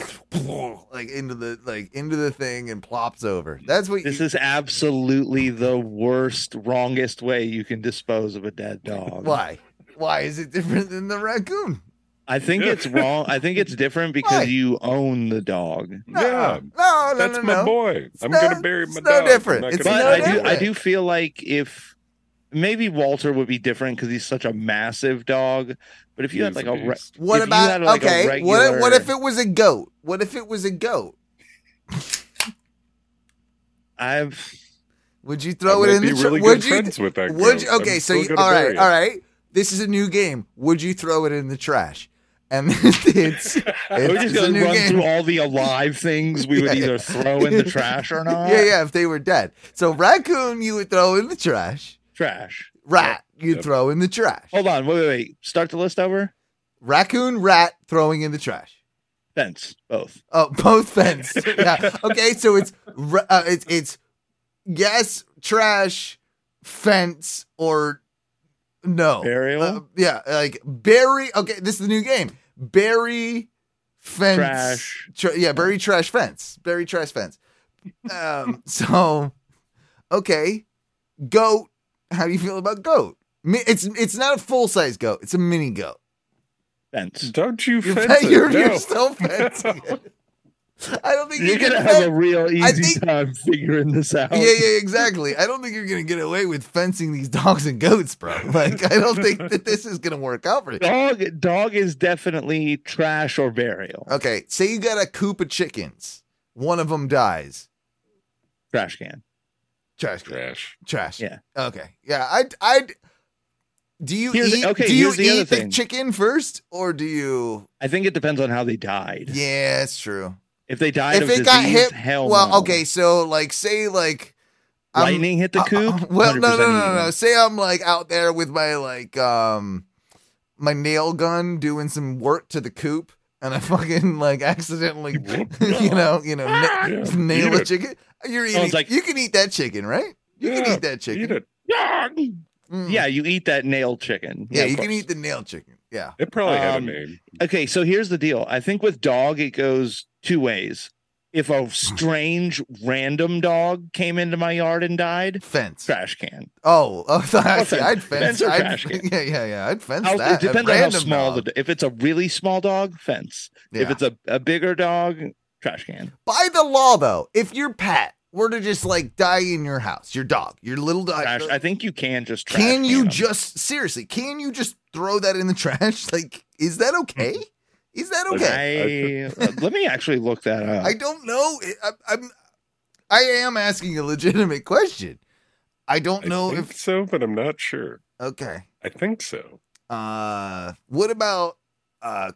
Speaker 3: like into the like into the thing and plops over. That's what
Speaker 4: This
Speaker 3: you.
Speaker 4: is absolutely the worst, wrongest way you can dispose of a dead dog.
Speaker 3: why? Why is it different than the raccoon?
Speaker 4: I
Speaker 3: [laughs]
Speaker 4: think it's wrong. I think it's different because
Speaker 3: Why?
Speaker 4: you own the dog.
Speaker 3: No,
Speaker 5: yeah,
Speaker 3: no, no,
Speaker 5: that's
Speaker 3: no,
Speaker 5: my
Speaker 3: no.
Speaker 5: boy. I'm
Speaker 3: no-
Speaker 5: gonna bury my
Speaker 3: it's no
Speaker 5: dog. I'm
Speaker 3: different.
Speaker 5: not
Speaker 3: It's
Speaker 4: But
Speaker 5: gonna
Speaker 3: no
Speaker 5: bury
Speaker 4: I
Speaker 5: my
Speaker 4: do,
Speaker 3: different.
Speaker 4: I do feel like if maybe Walter would be different because he's such a massive dog. But if you had
Speaker 5: He's
Speaker 4: like
Speaker 5: a
Speaker 4: a, re-
Speaker 5: beast.
Speaker 3: What
Speaker 4: If you
Speaker 3: about
Speaker 4: had, like, a
Speaker 3: okay? What what
Speaker 4: regular-
Speaker 3: if it was a goat? What if it was a goat?
Speaker 4: I've
Speaker 3: Would you
Speaker 5: I
Speaker 3: throw
Speaker 5: might
Speaker 3: it in
Speaker 5: be
Speaker 3: the? Tra-
Speaker 5: really good
Speaker 3: would you?
Speaker 5: friends with that
Speaker 3: Would you,
Speaker 5: goat. I'm
Speaker 3: okay, so
Speaker 5: still
Speaker 3: you,
Speaker 5: gonna
Speaker 3: all
Speaker 5: bury
Speaker 3: right,
Speaker 5: it.
Speaker 3: all right. This is a new game. Would you throw it in the trash? And [laughs] it's, it's,
Speaker 5: [laughs]
Speaker 4: we're
Speaker 3: it's
Speaker 4: just
Speaker 3: a
Speaker 4: gonna
Speaker 3: new
Speaker 4: run
Speaker 3: game.
Speaker 4: through all the alive things we would
Speaker 3: [laughs] Yeah, yeah.
Speaker 4: either throw in the trash
Speaker 3: [laughs]
Speaker 4: or not.
Speaker 3: yeah, yeah. If they were dead, so raccoon you would throw in the trash.
Speaker 4: Trash.
Speaker 3: Rat you'd
Speaker 5: Yep.
Speaker 3: throw in the trash.
Speaker 4: Hold on, wait, wait, wait. Start the list over.
Speaker 3: Raccoon, rat throwing in the trash.
Speaker 4: Fence. Both.
Speaker 3: Oh, [laughs] both
Speaker 5: [laughs]
Speaker 3: fence. yeah. Okay, so it's ra- uh, it's it's yes, trash, fence, or no
Speaker 4: Burial.
Speaker 3: Uh, yeah, like bury. Okay, this is the new game. Bury fence.
Speaker 4: Trash.
Speaker 3: tra- yeah, bury trash fence. Bury trash fence. Um.
Speaker 4: [laughs]
Speaker 3: so, okay, goat. How do you feel about goat? Mi- It's it's not a full size goat. It's a mini
Speaker 4: [laughs]
Speaker 3: goat.
Speaker 4: fence.
Speaker 5: [laughs] Don't you
Speaker 3: You're,
Speaker 5: fence it?
Speaker 3: you're,
Speaker 5: no.
Speaker 3: you're still
Speaker 4: [laughs]
Speaker 3: fencing it. I don't think you
Speaker 4: You're
Speaker 3: can
Speaker 4: gonna have
Speaker 3: fen-
Speaker 4: a real
Speaker 3: I
Speaker 4: easy
Speaker 3: think-
Speaker 4: time figuring this out.
Speaker 3: yeah, yeah, exactly. I don't think you're gonna get away with fencing these [laughs] dogs and goats, bro. Like, I don't think that this is gonna work out for you.
Speaker 4: Dog, dog is definitely trash or burial.
Speaker 3: Okay, say you got a coop of chickens. One of them dies.
Speaker 4: Trash can.
Speaker 3: Trash. can.
Speaker 5: Trash.
Speaker 3: Trash.
Speaker 4: Yeah.
Speaker 3: Okay. Yeah. I. I. Do you
Speaker 4: Here's-
Speaker 3: eat?
Speaker 4: okay,
Speaker 3: do you
Speaker 4: here's the
Speaker 3: eat
Speaker 4: other
Speaker 3: the
Speaker 4: thing.
Speaker 3: chicken first, or do you?
Speaker 4: I think it depends on how they died.
Speaker 3: Yeah, it's true.
Speaker 4: If they died
Speaker 3: if
Speaker 4: of
Speaker 3: it
Speaker 4: disease,
Speaker 3: got hit,
Speaker 4: hell.
Speaker 3: well,
Speaker 4: Oh, no.
Speaker 3: okay. So, like, say, like, I'm-
Speaker 4: lightning hit the
Speaker 3: Uh,
Speaker 4: coop.
Speaker 3: uh, [laughs] well, no, no,
Speaker 4: 100%
Speaker 3: no, no.
Speaker 4: eating.
Speaker 3: Say I'm like out there with my like um my nail gun doing some work to the coop, and I [laughs] fucking like accidentally, [laughs] you know, you know,
Speaker 4: [laughs]
Speaker 3: na-
Speaker 5: Yeah.
Speaker 3: [laughs] nail
Speaker 5: Eat
Speaker 3: a
Speaker 5: it.
Speaker 3: chicken. You're eating.
Speaker 4: Sounds like-
Speaker 3: you can eat that chicken, right? You can
Speaker 5: Yeah,
Speaker 3: eat that chicken.
Speaker 5: Eat it.
Speaker 3: Mm.
Speaker 4: Yeah, you eat that nailed chicken.
Speaker 3: yeah.
Speaker 4: of
Speaker 3: You can
Speaker 4: course.
Speaker 3: eat the nail chicken. Yeah.
Speaker 5: It probably had
Speaker 4: Um,
Speaker 5: a name.
Speaker 4: Okay, so here's the deal. I think with dog, it goes two ways. If a strange random dog came into my yard and died,
Speaker 3: Fence.
Speaker 4: trash can.
Speaker 3: Oh, [laughs] oh I'd,
Speaker 4: fence.
Speaker 3: I'd fence.
Speaker 4: Fence or
Speaker 3: I'd-
Speaker 4: trash can?
Speaker 3: [laughs] Yeah, yeah, yeah. I'd fence
Speaker 4: How-
Speaker 3: that.
Speaker 4: it depends on how small
Speaker 3: the.
Speaker 4: the. If it's a really small dog, fence. If it's a, a bigger dog, trash can.
Speaker 3: By the law, though, if your pet were to just like die in your house, your dog, your little dog,
Speaker 4: Trash. I think you can just. Trash
Speaker 3: can you
Speaker 4: them.
Speaker 3: just seriously? Can you just throw that in the trash? [laughs] Like, is that okay?
Speaker 4: Mm-hmm.
Speaker 3: Is that okay?
Speaker 4: I, uh, let me actually look that
Speaker 3: [laughs]
Speaker 4: up.
Speaker 3: I, don't know. I, I'm, I am asking a legitimate question. I don't
Speaker 5: I
Speaker 3: know
Speaker 5: think
Speaker 3: if
Speaker 5: so, but I'm not sure.
Speaker 3: okay.
Speaker 5: I think so.
Speaker 3: Uh, what about uh?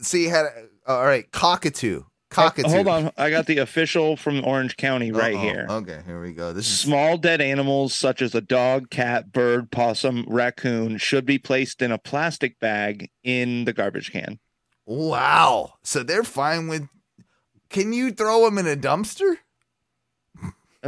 Speaker 3: See, had uh, all right, cockatoo, cockatoo.
Speaker 4: Hold on, I got the official from Orange County right
Speaker 3: Uh-oh.
Speaker 4: here.
Speaker 3: Okay, here we go. This is
Speaker 4: Small dead animals such as a dog, cat, bird, possum, raccoon should be placed in a plastic bag in the garbage can.
Speaker 3: wow. So they're fine with. Can you throw them in a dumpster?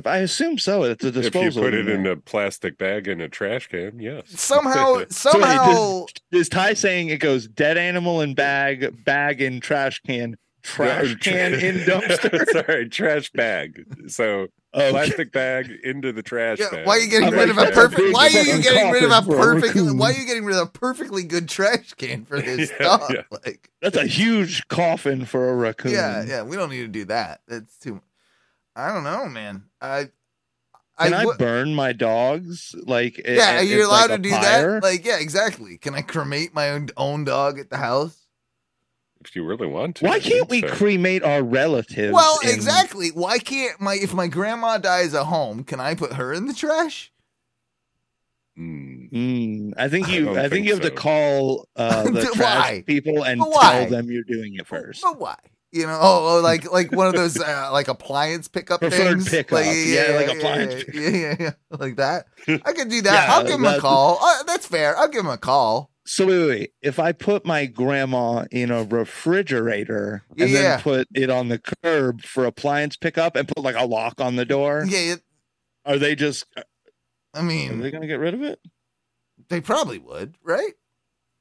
Speaker 4: I assume so. It's a
Speaker 5: If
Speaker 4: disposal.
Speaker 5: you put it
Speaker 4: unit.
Speaker 5: in a plastic bag in a trash can, yes.
Speaker 3: Somehow,
Speaker 4: [laughs] So he
Speaker 3: somehow.
Speaker 4: just- is Ty saying it goes dead animal in bag, bag in trash can, trash
Speaker 5: Tra- [laughs]
Speaker 4: can in dumpster? [laughs] Oh,
Speaker 5: Sorry, trash bag. So
Speaker 4: Okay.
Speaker 5: plastic bag into the trash
Speaker 3: Yeah,
Speaker 5: bag.
Speaker 3: why are you getting
Speaker 4: I'm
Speaker 3: rid of
Speaker 4: like
Speaker 3: a
Speaker 4: that.
Speaker 3: perfect? Why are you
Speaker 4: Fucking
Speaker 3: getting rid of a
Speaker 4: cockers for a
Speaker 3: perfect?
Speaker 4: [laughs] raccoon.
Speaker 3: Why are you getting rid of a perfectly good trash can
Speaker 4: [laughs]
Speaker 3: for this
Speaker 5: Yeah,
Speaker 3: stuff?
Speaker 5: yeah.
Speaker 3: Like,
Speaker 4: That's a huge coffin for a raccoon.
Speaker 3: yeah, yeah, we don't need to do that. That's too. I don't know, man. I,
Speaker 4: Can I,
Speaker 3: would-
Speaker 4: burn my dogs? Like, it-
Speaker 3: yeah,
Speaker 4: it-
Speaker 3: you're
Speaker 4: it's
Speaker 3: allowed
Speaker 4: like
Speaker 3: to
Speaker 4: a
Speaker 3: do
Speaker 4: fire?
Speaker 3: that. Like, yeah, exactly. Can I cremate my own, own dog at the house?
Speaker 5: If you really want to.
Speaker 4: Why can't we
Speaker 5: So-
Speaker 4: cremate our relatives?
Speaker 3: Well,
Speaker 4: in-
Speaker 3: exactly. Why can't my if my grandma dies at home? Can I put her in the trash?
Speaker 5: Mm.
Speaker 4: Mm, I think
Speaker 5: I
Speaker 4: you.
Speaker 5: don't
Speaker 4: I, think,
Speaker 5: think
Speaker 4: you have
Speaker 5: so.
Speaker 4: to call
Speaker 3: [laughs]
Speaker 4: uh, the
Speaker 3: Why?
Speaker 4: trash people and
Speaker 3: But why?
Speaker 4: tell them you're doing it first.
Speaker 3: But why? You know, oh, oh, like like one of those uh, like appliance pickup
Speaker 4: Preferred
Speaker 3: things,
Speaker 4: pickup. Yeah, like appliance
Speaker 3: yeah, yeah, yeah, yeah, like that. I could
Speaker 4: [laughs]
Speaker 3: do that.
Speaker 4: Yeah,
Speaker 3: I'll give him a
Speaker 4: that's-
Speaker 3: call. Uh, that's fair. I'll give him a call.
Speaker 4: So wait, wait, wait. If I put my grandma in a refrigerator and
Speaker 3: Yeah.
Speaker 4: then put it on the curb for appliance pickup and put like a lock on the door,
Speaker 3: Yeah, Mm. it-
Speaker 4: are they just
Speaker 3: I
Speaker 4: are
Speaker 3: mean,
Speaker 4: they gonna get rid of it?
Speaker 3: they probably would, right?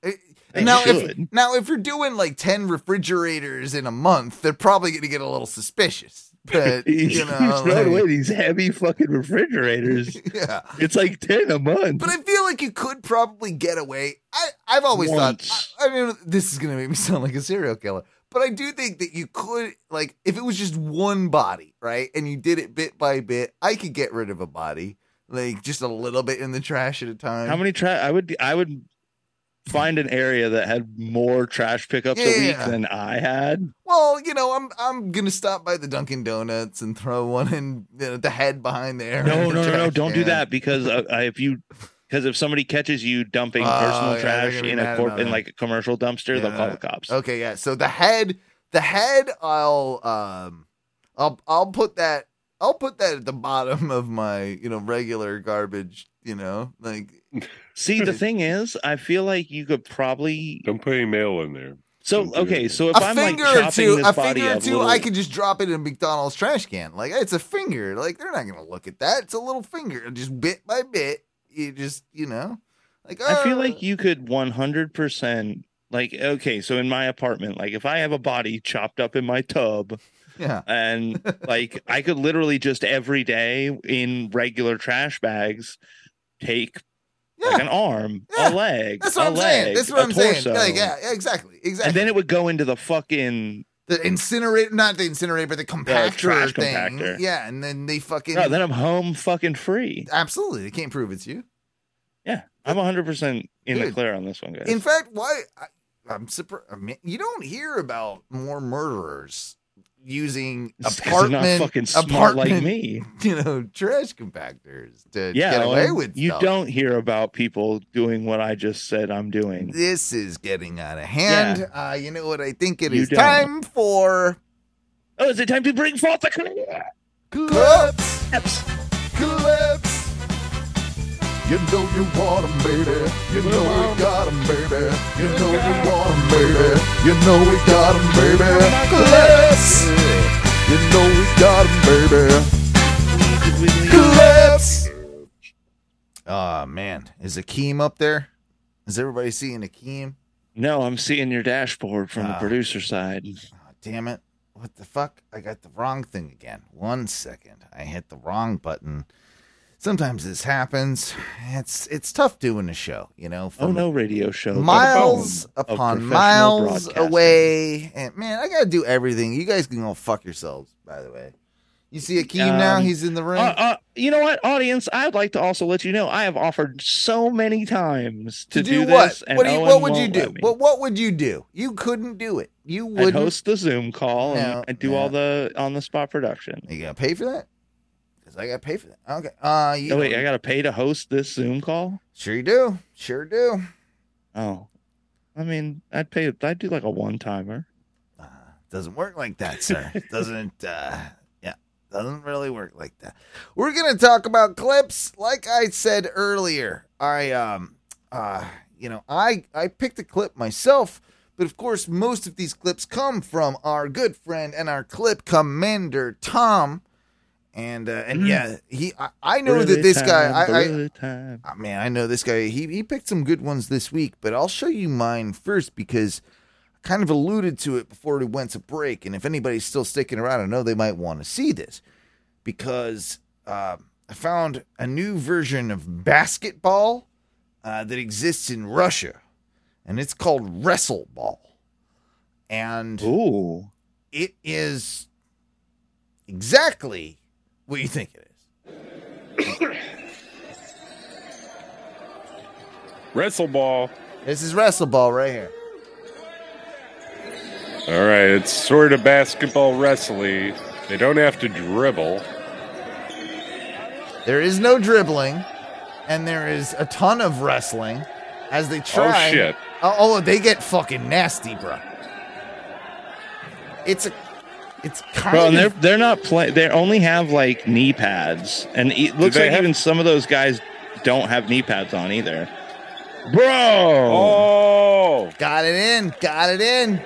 Speaker 3: It-
Speaker 4: They
Speaker 3: now, if
Speaker 4: should.
Speaker 3: now if you're doing like ten refrigerators in a month, they're probably going to get a little
Speaker 4: [laughs]
Speaker 3: suspicious. But [laughs] you know,
Speaker 4: He's [laughs] throwing
Speaker 3: like-
Speaker 4: away these heavy fucking refrigerators.
Speaker 3: [laughs] yeah.
Speaker 4: it's like ten a month.
Speaker 3: But I feel like you could probably get away. I, I've always
Speaker 4: Once.
Speaker 3: thought. I, I mean, this is gonna make me [laughs] sound like a serial killer, but I do think that you could, like, if it was just one body, right, and you did it bit by bit, I could get rid of a body, like just a little bit in the trash at a time.
Speaker 4: How many trash? I would I would find an area that had more trash pickups a week
Speaker 3: Yeah.
Speaker 4: than I had.
Speaker 3: Well, you know, I'm I'm gonna stop by the Dunkin' Donuts and throw one in you know, the head behind there.
Speaker 4: No, no, no, no! Don't do that because uh, I- if you because if somebody catches you dumping
Speaker 3: Oh,
Speaker 4: personal
Speaker 3: yeah, they're
Speaker 4: trash
Speaker 3: gonna be
Speaker 4: in
Speaker 3: mad
Speaker 4: a corp
Speaker 3: about
Speaker 4: in
Speaker 3: that.
Speaker 4: like a commercial dumpster, they'll
Speaker 3: Yeah.
Speaker 4: call
Speaker 3: Oh.
Speaker 4: the cops.
Speaker 3: Okay, yeah. So the head, the head, I'll um, I'll I'll put that I'll put that at the bottom of my you know regular garbage. You know, like
Speaker 4: See, the thing is, I feel like you could probably
Speaker 5: Don't put any mail in there.
Speaker 4: so
Speaker 5: don't do
Speaker 4: okay.
Speaker 5: it.
Speaker 4: So if
Speaker 3: a
Speaker 4: i I'm like
Speaker 3: finger
Speaker 4: chopping
Speaker 3: or two,
Speaker 4: this
Speaker 3: a
Speaker 4: body
Speaker 3: finger or
Speaker 4: up
Speaker 3: two,
Speaker 4: little-
Speaker 3: I could just drop it in McDonald's trash can. Like it's a finger. Like they're not gonna look at that. It's a little finger. Just bit by bit, you just you know, like
Speaker 4: I feel
Speaker 3: uh,
Speaker 4: like you could 100 percent like okay. So in my apartment, like if I have a body chopped up in my tub,
Speaker 3: yeah.
Speaker 4: and like I could literally just every day in regular trash bags take
Speaker 3: Yeah,
Speaker 4: like an arm,
Speaker 3: Yeah.
Speaker 4: a leg,
Speaker 3: that's what
Speaker 4: a
Speaker 3: I'm
Speaker 4: leg,
Speaker 3: saying. That's what
Speaker 4: a
Speaker 3: I'm
Speaker 4: torso,
Speaker 3: saying. Like, yeah, yeah, exactly, exactly.
Speaker 4: and then it would go into the fucking.
Speaker 3: the incinerator, not the incinerator, but the compactor
Speaker 4: trash
Speaker 3: thing.
Speaker 4: compactor.
Speaker 3: Yeah, and then they fucking
Speaker 4: Oh, then I'm home fucking free.
Speaker 3: absolutely they can't prove it's you.
Speaker 4: Yeah, I'm 100 percent in the
Speaker 3: Dude.
Speaker 4: clear on this one, guys.
Speaker 3: In fact, why I, I'm surprised I mean, you don't hear about more murderers using
Speaker 4: It's 'cause they're
Speaker 3: apartment
Speaker 4: not fucking smart like
Speaker 3: apartment,
Speaker 4: me.
Speaker 3: [laughs] you know, trash compactors to
Speaker 4: Yeah,
Speaker 3: get away
Speaker 4: and
Speaker 3: with.
Speaker 4: you
Speaker 3: stuff.
Speaker 4: don't hear about people doing what I just said I'm doing.
Speaker 3: This is getting out of hand. Uh, you know what I think it is
Speaker 4: You don't.
Speaker 3: time for
Speaker 4: Oh, is it time to bring forth the collapse?
Speaker 3: clips. Clips. You know you want 'em, baby. You know we got 'em, baby. You know you want 'em, baby. You know we got 'em, baby. Clips. You know we got 'em, baby. Clips. Oh, man. Is Akeem up there? Is everybody seeing Akeem?
Speaker 4: No, I'm seeing your dashboard from the
Speaker 3: Ah.
Speaker 4: producer side.
Speaker 3: Oh, damn it. What the fuck? I got the wrong thing again. One second. I hit the wrong button. Sometimes this happens. It's it's tough doing a show, you know.
Speaker 4: Oh
Speaker 3: from
Speaker 4: no, radio show.
Speaker 3: Miles
Speaker 4: The phone of
Speaker 3: upon
Speaker 4: professional
Speaker 3: miles
Speaker 4: broadcasting.
Speaker 3: away. And man, I gotta do everything. You guys can go fuck yourselves, by the way. You see Akeem now,
Speaker 4: Um,
Speaker 3: he's in the
Speaker 4: Uh,
Speaker 3: ring.
Speaker 4: uh, you know what, audience? I'd like to also let you know I have offered so many times to, do,
Speaker 3: what?
Speaker 4: this, and
Speaker 3: what, do you,
Speaker 4: Owen
Speaker 3: what would you
Speaker 4: won't
Speaker 3: do?
Speaker 4: let me.
Speaker 3: What what would you do? You couldn't do it. You
Speaker 4: I'd
Speaker 3: wouldn't
Speaker 4: host the Zoom call
Speaker 3: No,
Speaker 4: and I'd do
Speaker 3: no.
Speaker 4: all the on the spot production.
Speaker 3: You gotta pay for that? Because I gotta pay for that. Okay. Uh you
Speaker 4: Oh wait, I gotta pay to host this Zoom call.
Speaker 3: Sure you do. Sure do.
Speaker 4: Oh, I mean, I'd pay. I'd do like a one timer.
Speaker 1: Uh, doesn't work like that, sir. doesn't uh yeah, doesn't really work like that.
Speaker 3: We're gonna talk about clips, like I said earlier. I um uh you know I I picked a clip myself, but of course most of these clips come from our good friend and our clip commander Tom, and uh, and yeah he I, I know
Speaker 4: Bullet
Speaker 3: that this
Speaker 4: time,
Speaker 3: guy I, I
Speaker 4: bullet time.
Speaker 3: I mean, Ah, I know this guy. He he picked some good ones this week, but I'll show you mine first because I kind of alluded to it before we went to break. And if anybody's still sticking around, I know they might want to see this because uh, I found a new version of basketball uh, that exists in Russia, and it's called wrestle ball, and
Speaker 4: Ooh,
Speaker 3: it is exactly what you think it is.
Speaker 5: Wrestle ball.
Speaker 3: This is wrestle ball right here.
Speaker 5: All right, it's sort of basketball wrestling. They don't have to dribble. Oh,
Speaker 3: There is no dribbling, and there is a ton of wrestling as they try.
Speaker 5: Oh shit!
Speaker 3: Oh, oh, they get fucking nasty, bro. It's a, it's kind
Speaker 4: bro, and they're
Speaker 3: of.
Speaker 4: they're not play. They only have like knee pads, and it looks
Speaker 5: they
Speaker 4: like
Speaker 5: have-
Speaker 4: even some of those guys don't have knee pads on either. Bro,
Speaker 5: Oh,
Speaker 3: Got it in, got it in.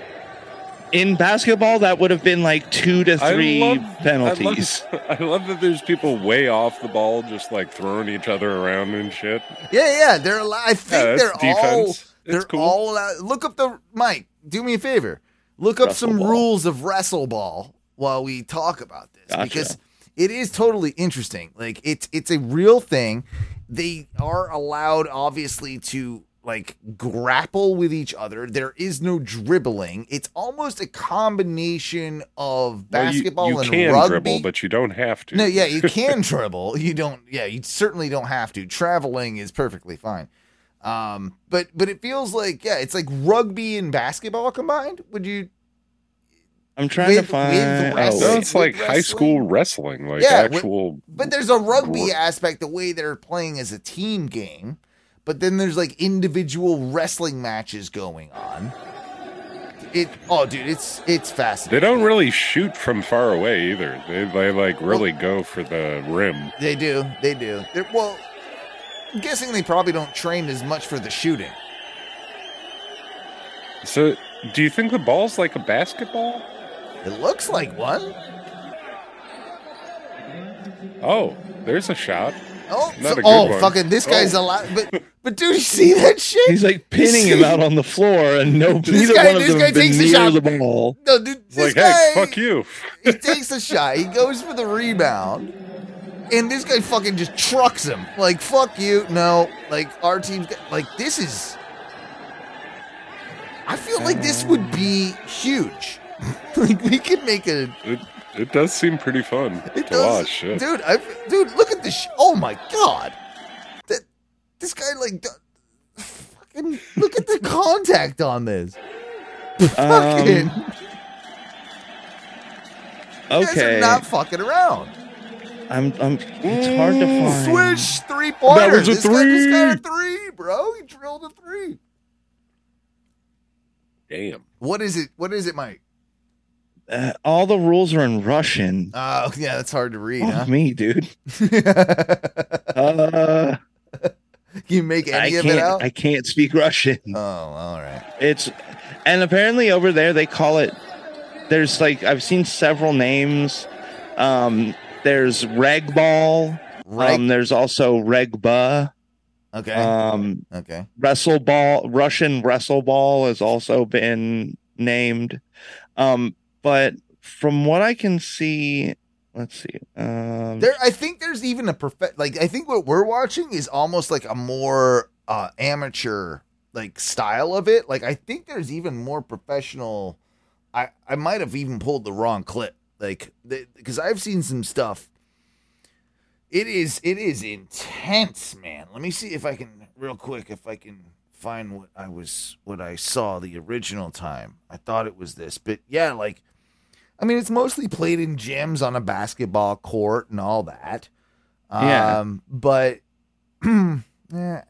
Speaker 4: in basketball, that would have been like two to three
Speaker 5: I love,
Speaker 4: penalties.
Speaker 5: I love, [laughs] I love that there's people way off the ball, just like throwing each other around and shit.
Speaker 3: Yeah, yeah. They're. al- I think
Speaker 5: that's
Speaker 3: they're all.
Speaker 5: defense. It's
Speaker 3: They're
Speaker 5: cool.
Speaker 3: all. Allowed. Look up the Mike. Do me a favor. Look up
Speaker 4: Wrestle
Speaker 3: some
Speaker 4: ball.
Speaker 3: rules of wrestle ball while we talk about this
Speaker 4: Gotcha.
Speaker 3: because it is totally interesting. Like it's it's a real thing. They are allowed, obviously, to like grapple with each other. There is no dribbling. It's almost a combination of
Speaker 5: Well, you-
Speaker 3: basketball
Speaker 5: you,
Speaker 3: and
Speaker 5: can
Speaker 3: rugby.
Speaker 5: dribble, but you don't have to.
Speaker 3: No, yeah, you can [laughs] dribble. You don't. Yeah, you certainly don't have to. Traveling is perfectly fine. Um, but but it feels like yeah, it's like rugby and basketball combined. Would you?
Speaker 4: I'm trying
Speaker 3: With-
Speaker 4: to
Speaker 3: with
Speaker 4: find. Oh,
Speaker 5: No,
Speaker 3: wrestling.
Speaker 4: wait.
Speaker 5: it's like
Speaker 3: Wrestling?
Speaker 5: high school wrestling, like
Speaker 3: Yeah, with-
Speaker 5: actual.
Speaker 3: But there's a rugby
Speaker 5: Ru-
Speaker 3: aspect the way they're playing as a team game. But then there's like individual wrestling matches going on. It oh dude, it's it's
Speaker 5: They
Speaker 3: fascinating.
Speaker 5: don't really shoot from far away either. They, they like really go for the rim.
Speaker 3: They do, they do. They're, well, I'm guessing they probably don't train as much for the shooting.
Speaker 5: So, do you think the ball's like a basketball?
Speaker 3: It looks like one.
Speaker 5: Oh, there's a shot.
Speaker 3: Oh, so-
Speaker 5: Not a good
Speaker 3: oh,
Speaker 5: one.
Speaker 3: fucking this guy's
Speaker 5: Oh.
Speaker 3: alive. But but dude, you see that shit?
Speaker 4: He's like pinning him out on the floor, and no, neither
Speaker 3: guy-
Speaker 4: one of
Speaker 3: this
Speaker 4: them
Speaker 3: guy
Speaker 4: have been
Speaker 3: takes a
Speaker 4: near
Speaker 3: shot.
Speaker 4: the ball.
Speaker 3: no, dude,
Speaker 5: It's
Speaker 3: this
Speaker 5: like, hey,
Speaker 3: guy
Speaker 5: fuck you.
Speaker 3: he takes a shot. He goes for the rebound, and this guy fucking just trucks him. Like fuck you, no. Like our team, like this is. I feel like this would be huge. [laughs] like we could make a.
Speaker 5: It, it does seem pretty fun
Speaker 3: It
Speaker 5: to
Speaker 3: does,
Speaker 5: watch. Shit.
Speaker 3: dude. I dude, look at this. Sh- oh my god, that this guy like. d- Fucking look at
Speaker 5: [laughs]
Speaker 3: the contact on this. Fucking.
Speaker 4: Um, okay,
Speaker 3: You [laughs] guys are not fucking around.
Speaker 4: I'm. I'm. It's hard to find.
Speaker 3: Switch three pointer.
Speaker 5: was a
Speaker 3: This guy just got a three, bro. He drilled a three.
Speaker 5: Damn.
Speaker 3: What is it? What is it, Mike?
Speaker 4: Uh, all the rules are in Russian.
Speaker 3: Oh, yeah, that's hard to read,
Speaker 4: Fuck me, dude.
Speaker 3: [laughs] huh?
Speaker 4: Uh,
Speaker 3: you make
Speaker 4: I
Speaker 3: any of it out?
Speaker 4: can't. I can't speak Russian.
Speaker 3: Oh, all right.
Speaker 4: It's and apparently over there they call it. There's like I've seen several names. Um, there's reg ball.
Speaker 3: Right.
Speaker 4: Um, there's also regba.
Speaker 3: okay.
Speaker 4: Um,
Speaker 3: okay.
Speaker 4: wrestle ball. Russian wrestle ball has also been named. Um, but from what I can see, let's see. Um,
Speaker 3: There, I think there's even a perfect. Like, I think what we're watching is almost like a more uh, amateur like style of it. Like, I think there's even more professional. I I might have even pulled the wrong clip. Like, because I've seen some stuff. It is it is intense, man. Let me see if I can real quick if I can find what I was what I saw the original time. I thought it was this, but yeah, like I mean, it's mostly played in gyms on a basketball court and all that. Um, [clears throat]
Speaker 4: Yeah.
Speaker 3: But yeah,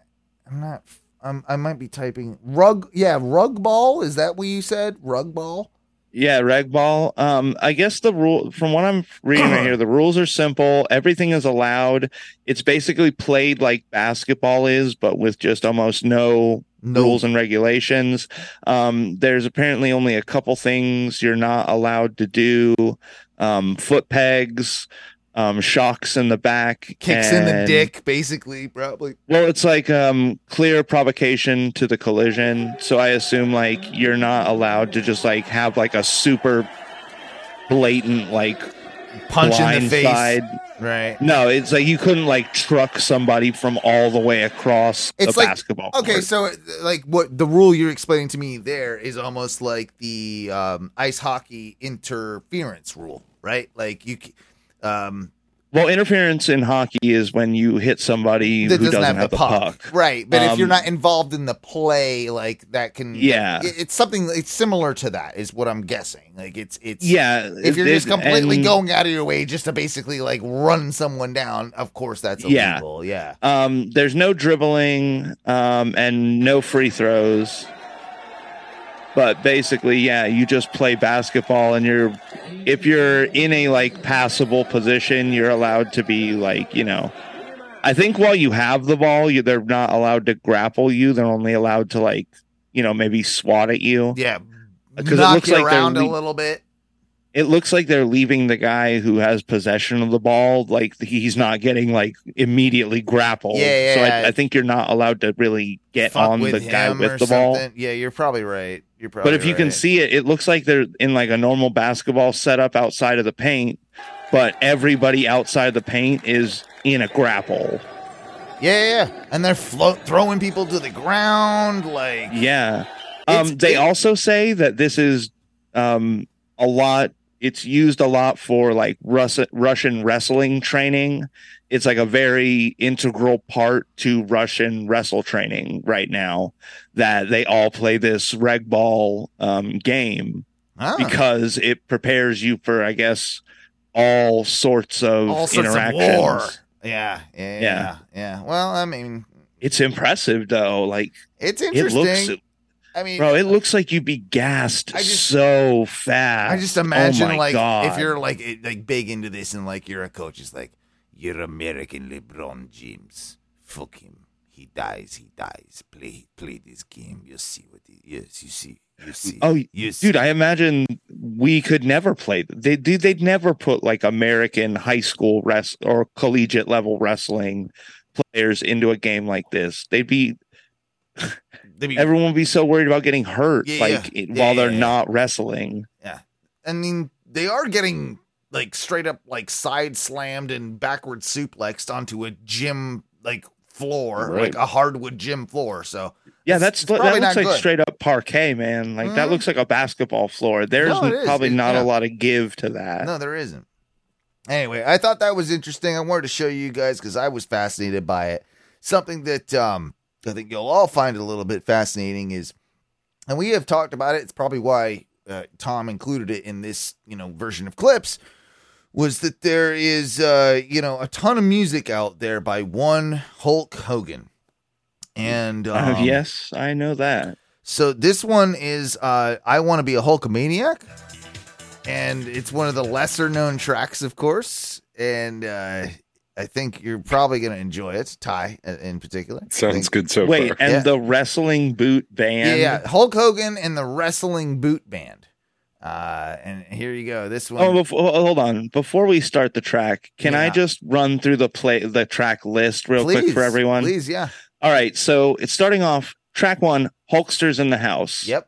Speaker 3: I'm not. I I'm, I might be typing rug. Yeah, rug ball. Is that what you said? Rug ball.
Speaker 4: Yeah, ragball. Um, I guess the rule, from what I'm reading right here, the rules are simple. Everything is allowed. It's basically played like basketball is, but with just almost no
Speaker 3: No.
Speaker 4: rules and regulations. Um, there's apparently only a couple things you're not allowed to do: um, foot pegs, um, shocks in the back,
Speaker 3: Kicks in the
Speaker 4: and-
Speaker 3: dick, basically, probably.
Speaker 4: Well, it's like um, clear provocation to the collision. So I assume like you're not allowed to just like have like a super blatant like
Speaker 3: Punch in the
Speaker 4: blind
Speaker 3: face.
Speaker 4: side.
Speaker 3: Right.
Speaker 4: No, it's like you couldn't like truck somebody from all the way across
Speaker 3: It's
Speaker 4: the
Speaker 3: like-
Speaker 4: basketball.
Speaker 3: Okay,
Speaker 4: court.
Speaker 3: so uh, like what the rule you're explaining to me there is almost like the um, ice hockey interference rule, right? Like you, c- um,
Speaker 4: well, interference in hockey is when you hit somebody
Speaker 3: that
Speaker 4: who doesn't have, the puck.
Speaker 3: right? But if you're
Speaker 4: Um,
Speaker 3: not involved in the play, like that can,
Speaker 4: Yeah.
Speaker 3: it- it's something. It's similar to that, is what I'm guessing. Like it's it's
Speaker 4: Yeah,
Speaker 3: If you're
Speaker 4: it-
Speaker 3: just completely
Speaker 4: and-
Speaker 3: going out of your way just to basically like run someone down, of course that's
Speaker 4: Yeah.
Speaker 3: illegal. Yeah.
Speaker 4: Um, there's no dribbling um, and no free throws. But basically, yeah, you just play basketball and you're if you're in a like passable position, you're allowed to be like, you know, I think while you have the ball, you, they're not allowed to grapple you. They're only allowed to like, you know, maybe swat at you.
Speaker 3: Yeah.
Speaker 4: 'Cause it
Speaker 3: Knock
Speaker 4: looks
Speaker 3: you
Speaker 4: like they're
Speaker 3: around a
Speaker 4: le-
Speaker 3: little bit.
Speaker 4: It looks like they're leaving the guy who has possession of the ball like he's not getting like immediately grappled.
Speaker 3: Yeah, yeah,
Speaker 4: so
Speaker 3: yeah.
Speaker 4: I, I think you're not allowed to really get
Speaker 3: Fuck
Speaker 4: on the guy
Speaker 3: him
Speaker 4: with
Speaker 3: or
Speaker 4: the ball.
Speaker 3: something. Yeah, you're probably right. You're probably
Speaker 4: but if you can
Speaker 3: right.
Speaker 4: see it, it looks like they're in like a normal basketball setup outside of the paint, but everybody outside the paint is in a grapple.
Speaker 3: Yeah, yeah, yeah. And they're flo- throwing people to the ground like
Speaker 4: Yeah.
Speaker 3: It's-
Speaker 4: Um, they
Speaker 3: it-
Speaker 4: also say that this is um, a lot. It's used a lot for like Russ- Russian wrestling training. It's like a very integral part to Russian wrestle training right now that they all play this reg ball um, game
Speaker 3: huh,
Speaker 4: because it prepares you for, I guess, all sorts of
Speaker 3: all sorts of
Speaker 4: interactions.
Speaker 3: war. Yeah, yeah, yeah,
Speaker 4: Yeah.
Speaker 3: yeah. Well, I mean,
Speaker 4: It's impressive though. Like
Speaker 3: it's
Speaker 4: it
Speaker 3: interesting.
Speaker 4: looks
Speaker 3: I mean,
Speaker 4: Bro, it looks like you'd be gassed
Speaker 3: I just-
Speaker 4: so fast.
Speaker 3: I just imagine
Speaker 4: Oh my
Speaker 3: like
Speaker 4: God.
Speaker 3: if you're like it- like big into this and like you're a coach, it's like you're American LeBron James. Fuck him. He dies. He dies. Play play this game. You see what? He, yes, you see. You see.
Speaker 4: Oh,
Speaker 3: you see.
Speaker 4: dude, I imagine we could never play. They do. They'd never put like American high school rest or collegiate level wrestling players into a game like this. They'd be
Speaker 3: They be-
Speaker 4: everyone would be so worried about getting hurt,
Speaker 3: Yeah,
Speaker 4: like
Speaker 3: yeah.
Speaker 4: it-
Speaker 3: Yeah,
Speaker 4: while they're
Speaker 3: yeah, yeah.
Speaker 4: not wrestling.
Speaker 3: I mean, they are getting like straight up like side slammed and backward suplexed onto a gym like floor,
Speaker 4: Right.
Speaker 3: like a hardwood gym floor. So
Speaker 4: Yeah,
Speaker 3: It's-
Speaker 4: that's
Speaker 3: it's
Speaker 4: that
Speaker 3: probably
Speaker 4: looks
Speaker 3: not
Speaker 4: like
Speaker 3: good.
Speaker 4: straight up parquet, man. Like
Speaker 3: Mhm.
Speaker 4: that looks like a basketball floor. There's
Speaker 3: No, it is.
Speaker 4: probably
Speaker 3: It-
Speaker 4: not
Speaker 3: yeah.
Speaker 4: a lot of give to that.
Speaker 3: No, there isn't. Anyway, I thought that was interesting. I wanted to show you guys because I was fascinated by it. Something that um, I think you'll all find a little bit fascinating is, and we have talked about it. It's probably why uh, Tom included it in this you know version of clips. Was that there is uh, you know a ton of music out there by one Hulk Hogan, and
Speaker 4: Uh,
Speaker 3: um,
Speaker 4: yes, I know that.
Speaker 3: so this one is uh, I Want to Be a Hulkamaniac. And it's one of the lesser known tracks, of course. And uh, I think you're probably going to enjoy it, Ty uh, in particular.
Speaker 5: Sounds good so
Speaker 4: Wait,
Speaker 5: far.
Speaker 4: and
Speaker 3: Yeah.
Speaker 4: the wrestling boot
Speaker 3: Yeah,
Speaker 4: band.
Speaker 3: yeah. Hulk Hogan and the Wrestling Boot Band. Uh, and here you go. This one.
Speaker 4: Oh, before, hold on. Before we start the track, can I
Speaker 3: Yeah.
Speaker 4: just run through the play the track list real quick for
Speaker 3: Please,
Speaker 4: everyone?
Speaker 3: Please, yeah.
Speaker 4: All right. So it's starting off track one, Hulksters in the House.
Speaker 3: Yep.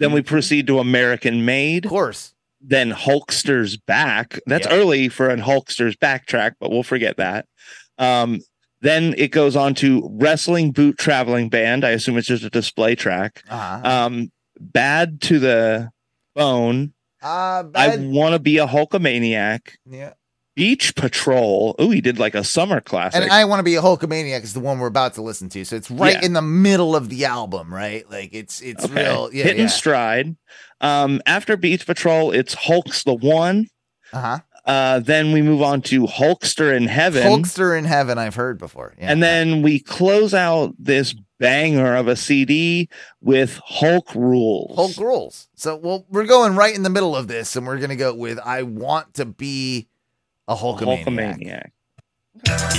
Speaker 4: Then we proceed to American Made.
Speaker 3: Of course.
Speaker 4: Then Hulksters Back. That's
Speaker 3: Yep.
Speaker 4: early for an Hulksters Back track, but we'll forget that. Um, then it goes on to Wrestling Boot Traveling Band. I assume it's just a display track.
Speaker 3: Uh-huh.
Speaker 4: Um, Bad to the Bone.
Speaker 3: Uh,
Speaker 4: I
Speaker 3: bad-
Speaker 4: want to be a Hulkamaniac.
Speaker 3: yeah.
Speaker 4: Beach Patrol. Oh, he did like a summer classic.
Speaker 3: And I want to be a Hulkamaniac is the one we're about to listen to. So it's right
Speaker 4: Yeah.
Speaker 3: in the middle of the album, right? Like it's it's
Speaker 4: Okay.
Speaker 3: real. Yeah.
Speaker 4: Hitting
Speaker 3: yeah.
Speaker 4: stride. Um, after Beach Patrol, it's Hulk's the one.
Speaker 3: Uh huh.
Speaker 4: Uh, then we move on to Hulkster in Heaven.
Speaker 3: Hulkster in Heaven, I've heard before. Yeah.
Speaker 4: And then we close out this banger of a CD with Hulk Rules.
Speaker 3: Hulk rules. So, well, we're going right in the middle of this, and we're gonna go with "I Want to Be a Hulkamaniac."
Speaker 4: Hulkamaniac.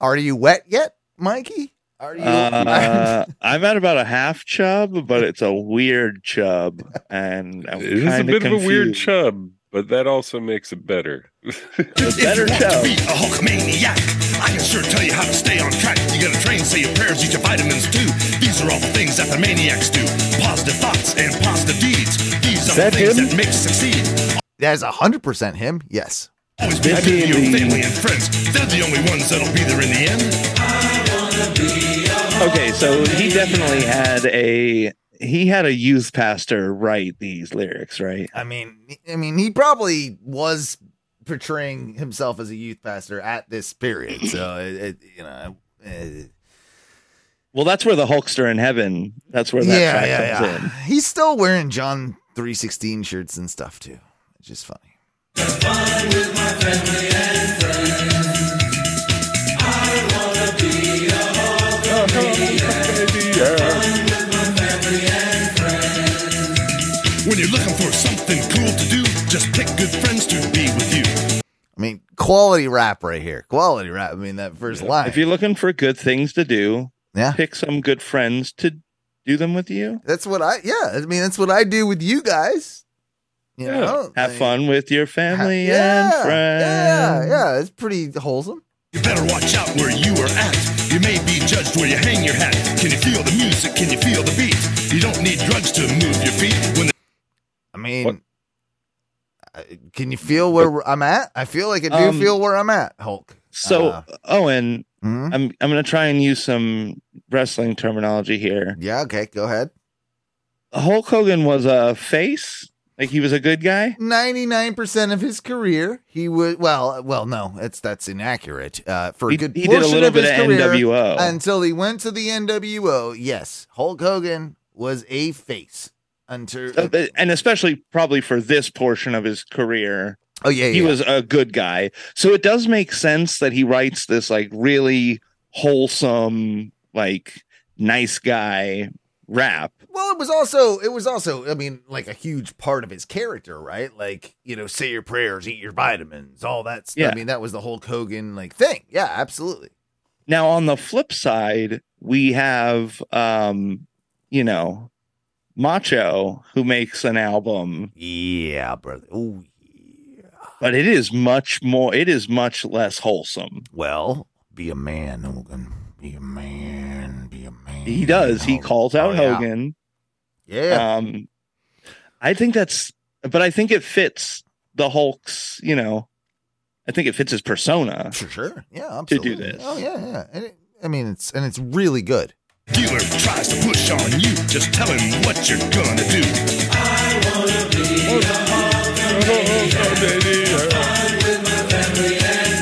Speaker 3: Are you wet yet, Mikey? Are you? [laughs]
Speaker 4: Uh, I'm at about a half chub, but it's a weird chub, and I'm
Speaker 5: [laughs] it is a
Speaker 4: kinda
Speaker 5: bit of a weird
Speaker 4: confused.
Speaker 5: chub, but that also makes it better. [laughs]
Speaker 4: A better
Speaker 6: if you want to
Speaker 4: chub.
Speaker 6: be a Hulkamaniac, I can sure tell you how to stay on track. You gotta train, say your prayers, eat your vitamins too. These are all the things that the maniacs do. Positive thoughts and positive deeds. These are
Speaker 4: that
Speaker 6: the things
Speaker 4: him?
Speaker 6: that make you succeed.
Speaker 3: That's hundred percent him. Yes.
Speaker 6: Always be
Speaker 4: That
Speaker 6: good to
Speaker 4: being
Speaker 6: your
Speaker 4: the-
Speaker 6: family and friends. They're the only ones that'll be there in the end.
Speaker 4: Okay, so he definitely had a he had a youth pastor write these lyrics, right?
Speaker 3: I mean, I mean, he probably was portraying himself as a youth pastor at this period.
Speaker 4: [clears throat]
Speaker 3: So, it, it, you know, it,
Speaker 4: Well, that's where the Hulkster in Heaven. That's where that
Speaker 3: yeah,
Speaker 4: track
Speaker 3: yeah,
Speaker 4: comes
Speaker 3: yeah.
Speaker 4: in.
Speaker 3: He's still wearing John three sixteen shirts and stuff too. It's just funny.
Speaker 6: When you're looking for something cool to do, just pick good friends to be with you.
Speaker 3: I mean, quality rap right here. Quality rap. I mean, that first line.
Speaker 4: If you're looking for good things to do,
Speaker 3: yeah.
Speaker 4: pick some good friends to do them with you.
Speaker 3: That's what I yeah, I mean that's what I do with you guys. You
Speaker 5: Yeah.
Speaker 3: know?
Speaker 4: Have
Speaker 3: like,
Speaker 4: fun with your
Speaker 3: ha-
Speaker 4: family
Speaker 3: yeah,
Speaker 4: and friends.
Speaker 3: Yeah, yeah, it's pretty wholesome.
Speaker 6: You better watch out where you are at. You may be judged where you hang your hat. Can you feel the music? Can you feel the beat? You don't need drugs to move your feet. When the
Speaker 3: I mean
Speaker 5: What-
Speaker 3: I- can you feel where I'm at? I feel like I do
Speaker 4: Um,
Speaker 3: feel where I'm at, Hulk.
Speaker 4: So,
Speaker 3: Uh,
Speaker 4: Owen,
Speaker 3: Mhm.
Speaker 4: I'm I'm gonna try and use some wrestling terminology here.
Speaker 3: Yeah, okay, go ahead.
Speaker 4: Hulk Hogan was a face, like he was a good guy.
Speaker 3: 99% of his career, he would well, well no, it's that's inaccurate. Uh for a
Speaker 4: He,
Speaker 3: good
Speaker 4: he
Speaker 3: portion
Speaker 4: did a little
Speaker 3: of
Speaker 4: bit
Speaker 3: his
Speaker 4: of
Speaker 3: career,
Speaker 4: NWO.
Speaker 3: until he went to the NWO. Yes, Hulk Hogan was a face until
Speaker 4: Uh, but- and especially probably for this portion of his career,
Speaker 3: oh yeah, yeah,
Speaker 4: he was a good guy. So it does make sense that he writes this like really wholesome, like nice guy rap.
Speaker 3: Well, it was also it was also I mean like a huge part of his character, right? Like you know, say your prayers, eat your vitamins, all that stuff.
Speaker 4: Yeah.
Speaker 3: I mean, that was the Hulk Hogan like thing. Yeah, absolutely.
Speaker 4: Now on the flip side, we have um, you know, Macho who makes an album,
Speaker 3: Yeah, brother. Oh yeah.
Speaker 4: but it is much more it is much less wholesome.
Speaker 3: Well, be a man, Hogan. Be a man. Be a man.
Speaker 4: He does. He
Speaker 3: Hogan.
Speaker 4: calls out
Speaker 3: Oh, yeah.
Speaker 4: Hogan.
Speaker 3: Yeah.
Speaker 4: Um I think that's but I think it fits the Hulk's, you know, I think it fits his persona.
Speaker 3: Uh, For sure. Yeah,
Speaker 4: To do
Speaker 3: absolutely.
Speaker 4: this.
Speaker 3: Oh yeah, yeah. And it, I mean, it's and it's really good.
Speaker 6: dealer tries to push on you, just tell him what you're gonna do.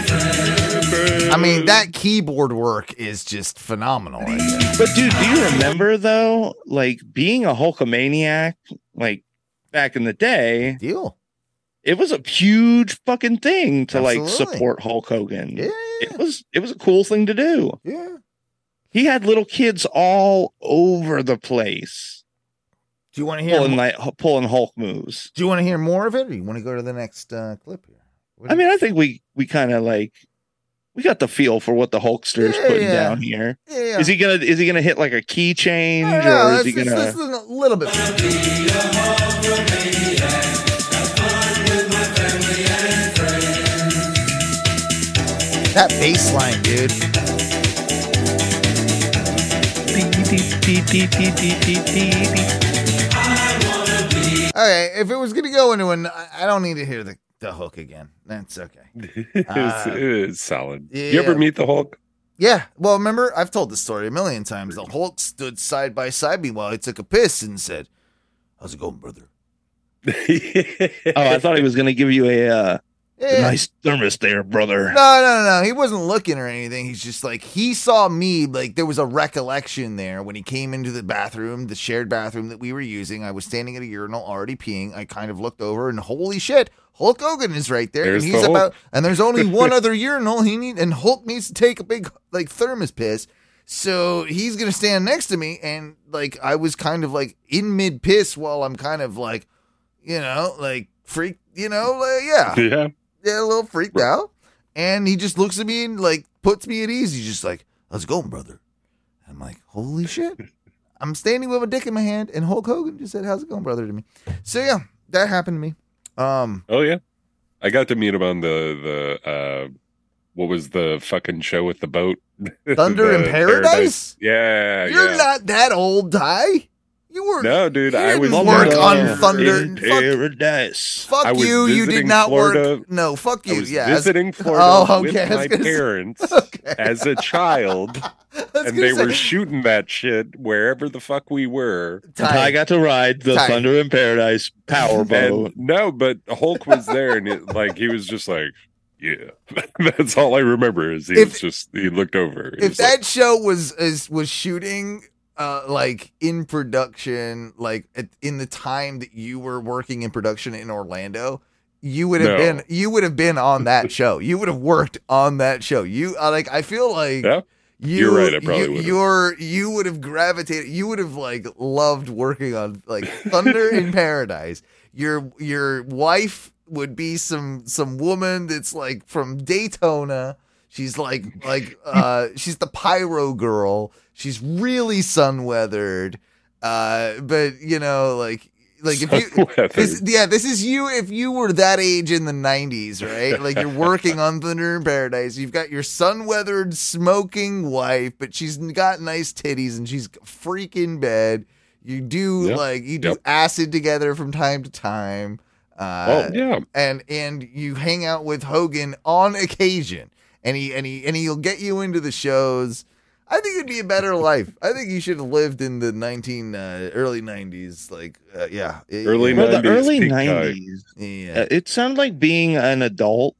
Speaker 3: I
Speaker 4: Mm-hmm.
Speaker 3: mean, that keyboard work is just phenomenal. Right there.
Speaker 4: But dude, do you remember though, like being a Hulkamaniac, like back in the day,
Speaker 3: Deal.
Speaker 4: it was a huge fucking thing to like
Speaker 3: Absolutely.
Speaker 4: support Hulk Hogan.
Speaker 3: Yeah.
Speaker 4: It was it was a cool thing to do.
Speaker 3: Yeah.
Speaker 4: He had little kids all over the place
Speaker 3: Do you want to hear?
Speaker 4: pulling
Speaker 3: mo-
Speaker 4: like hu- pulling Hulk moves.
Speaker 3: do you want to hear more of it, or you want to go to the next uh, clip here? What
Speaker 4: I
Speaker 3: do
Speaker 4: mean,
Speaker 3: you-
Speaker 4: I think we we kind of like we got the feel for what the Hulkster is
Speaker 3: Yeah,
Speaker 4: putting
Speaker 3: yeah.
Speaker 4: down here.
Speaker 3: yeah, yeah.
Speaker 4: Is he gonna is he gonna hit like a key change
Speaker 3: I don't
Speaker 4: or
Speaker 3: know,
Speaker 4: is he
Speaker 3: let's-
Speaker 4: gonna?
Speaker 3: let's listen a little bit? That bass line, dude. Okay, if it was gonna go into an, I I don't need to hear the, the hook again. That's okay.
Speaker 4: Ah.
Speaker 5: it's, it's solid.
Speaker 3: Yeah.
Speaker 5: You ever meet the Hulk? [laughs]
Speaker 3: Yeah. Well, remember, I've told this story a million times. The Hulk stood side by side me while I took a piss and said, How's it going, brother?
Speaker 4: Oh, I thought he was going to give you a, uh, a
Speaker 3: Yeah.
Speaker 4: nice thermos there, brother.
Speaker 3: No, no, no, no. He wasn't looking or anything. He's just like, he saw me. Like, there was a recollection there when he came into the bathroom, the shared bathroom that we were using. I was standing at a urinal already peeing. I kind of looked over and holy shit, Hulk Hogan is right there.
Speaker 5: There's
Speaker 3: and
Speaker 5: the
Speaker 3: he's
Speaker 5: Hulk.
Speaker 3: about, and there's
Speaker 5: [laughs]
Speaker 3: only one other urinal he need, and Hulk needs to take a big, like, thermos piss. So he's going to stand next to me. And, like, I was kind of like in mid piss while I'm kind of like, you know, like, freak, you know, like, yeah
Speaker 5: yeah.
Speaker 3: yeah, a little freaked out. And he just looks at me and like puts me at ease. He's just like, "How's it going, brother?" I'm like, "Holy
Speaker 5: [laughs]
Speaker 3: shit!" I'm standing with a dick in my hand, and Hulk Hogan just said, "How's it going, brother?" to me. So yeah, that happened to me. Um,
Speaker 5: Oh yeah. I got to meet him on the the uh what was the fucking show with the boat? [laughs]
Speaker 3: Thunder in
Speaker 5: The
Speaker 3: Paradise?
Speaker 5: Yeah.
Speaker 3: you're
Speaker 5: Uh, yeah.
Speaker 3: not that old, Ty. You were
Speaker 5: No, dude,
Speaker 3: You
Speaker 5: I was
Speaker 3: didn't work
Speaker 5: uh,
Speaker 3: on
Speaker 5: in-
Speaker 3: Thunder.
Speaker 4: in
Speaker 3: Fuck-
Speaker 4: paradise.
Speaker 3: fuck
Speaker 5: I was
Speaker 3: you. You did
Speaker 5: visiting
Speaker 3: not
Speaker 5: Florida.
Speaker 3: work. No, fuck
Speaker 5: I
Speaker 3: you.
Speaker 5: was
Speaker 3: Yeah, that's-
Speaker 5: visiting Florida
Speaker 3: Oh, okay,
Speaker 5: with
Speaker 3: I was
Speaker 5: my
Speaker 3: gonna say- [laughs]
Speaker 5: parents
Speaker 3: okay.
Speaker 5: as a child,
Speaker 3: I was
Speaker 5: and
Speaker 3: gonna
Speaker 5: they
Speaker 3: say,
Speaker 5: were shooting that shit wherever the fuck we were.
Speaker 4: I
Speaker 3: Ty,
Speaker 4: got to ride the
Speaker 3: Tight.
Speaker 4: Thunder in Paradise [laughs] power boat.
Speaker 5: And no, but Hulk was there,
Speaker 3: [laughs]
Speaker 5: and it, like he was just like, yeah. [laughs] That's all I remember is he
Speaker 3: If-
Speaker 5: was just he looked over. He
Speaker 3: if
Speaker 5: was like,
Speaker 3: that show was is was shooting uh like in production like at, in the time that you were working in production in Orlando you would have
Speaker 5: No.
Speaker 3: been you would have been on that show you would have worked on that show you uh, like I feel like
Speaker 5: Yeah.
Speaker 3: you,
Speaker 5: You're right, I probably
Speaker 3: you,
Speaker 5: would've.
Speaker 3: you're you would have gravitated you would have like loved working on like
Speaker 5: [laughs]
Speaker 3: Thunder in Paradise your your wife would be some some woman that's like from Daytona. She's like
Speaker 5: [laughs]
Speaker 3: like uh she's the pyro girl. She's really sun weathered. Uh but you know like like if
Speaker 5: [laughs]
Speaker 3: you this, yeah, this is you if you were that age in the
Speaker 5: [laughs]
Speaker 3: 90s, right? Like you're working on Thunder in Paradise. You've got your sun weathered, smoking wife, but she's got nice titties and she's freaking bed. You do
Speaker 5: Yep.
Speaker 3: like you do
Speaker 5: Yep.
Speaker 3: acid together from time to time. Uh,
Speaker 5: oh yeah,
Speaker 3: and and you hang out with Hogan on occasion, and he and he and he'll get you into the shows. I think it'd be a
Speaker 5: [laughs]
Speaker 3: better life. I think you should have lived in the nineteen uh, early nineties, like uh, yeah, It-
Speaker 5: Early
Speaker 3: yeah,
Speaker 4: Well, the
Speaker 5: 90s
Speaker 4: early
Speaker 5: peak time.
Speaker 4: 90s.
Speaker 3: yeah.
Speaker 4: Uh, It sounded like being an adult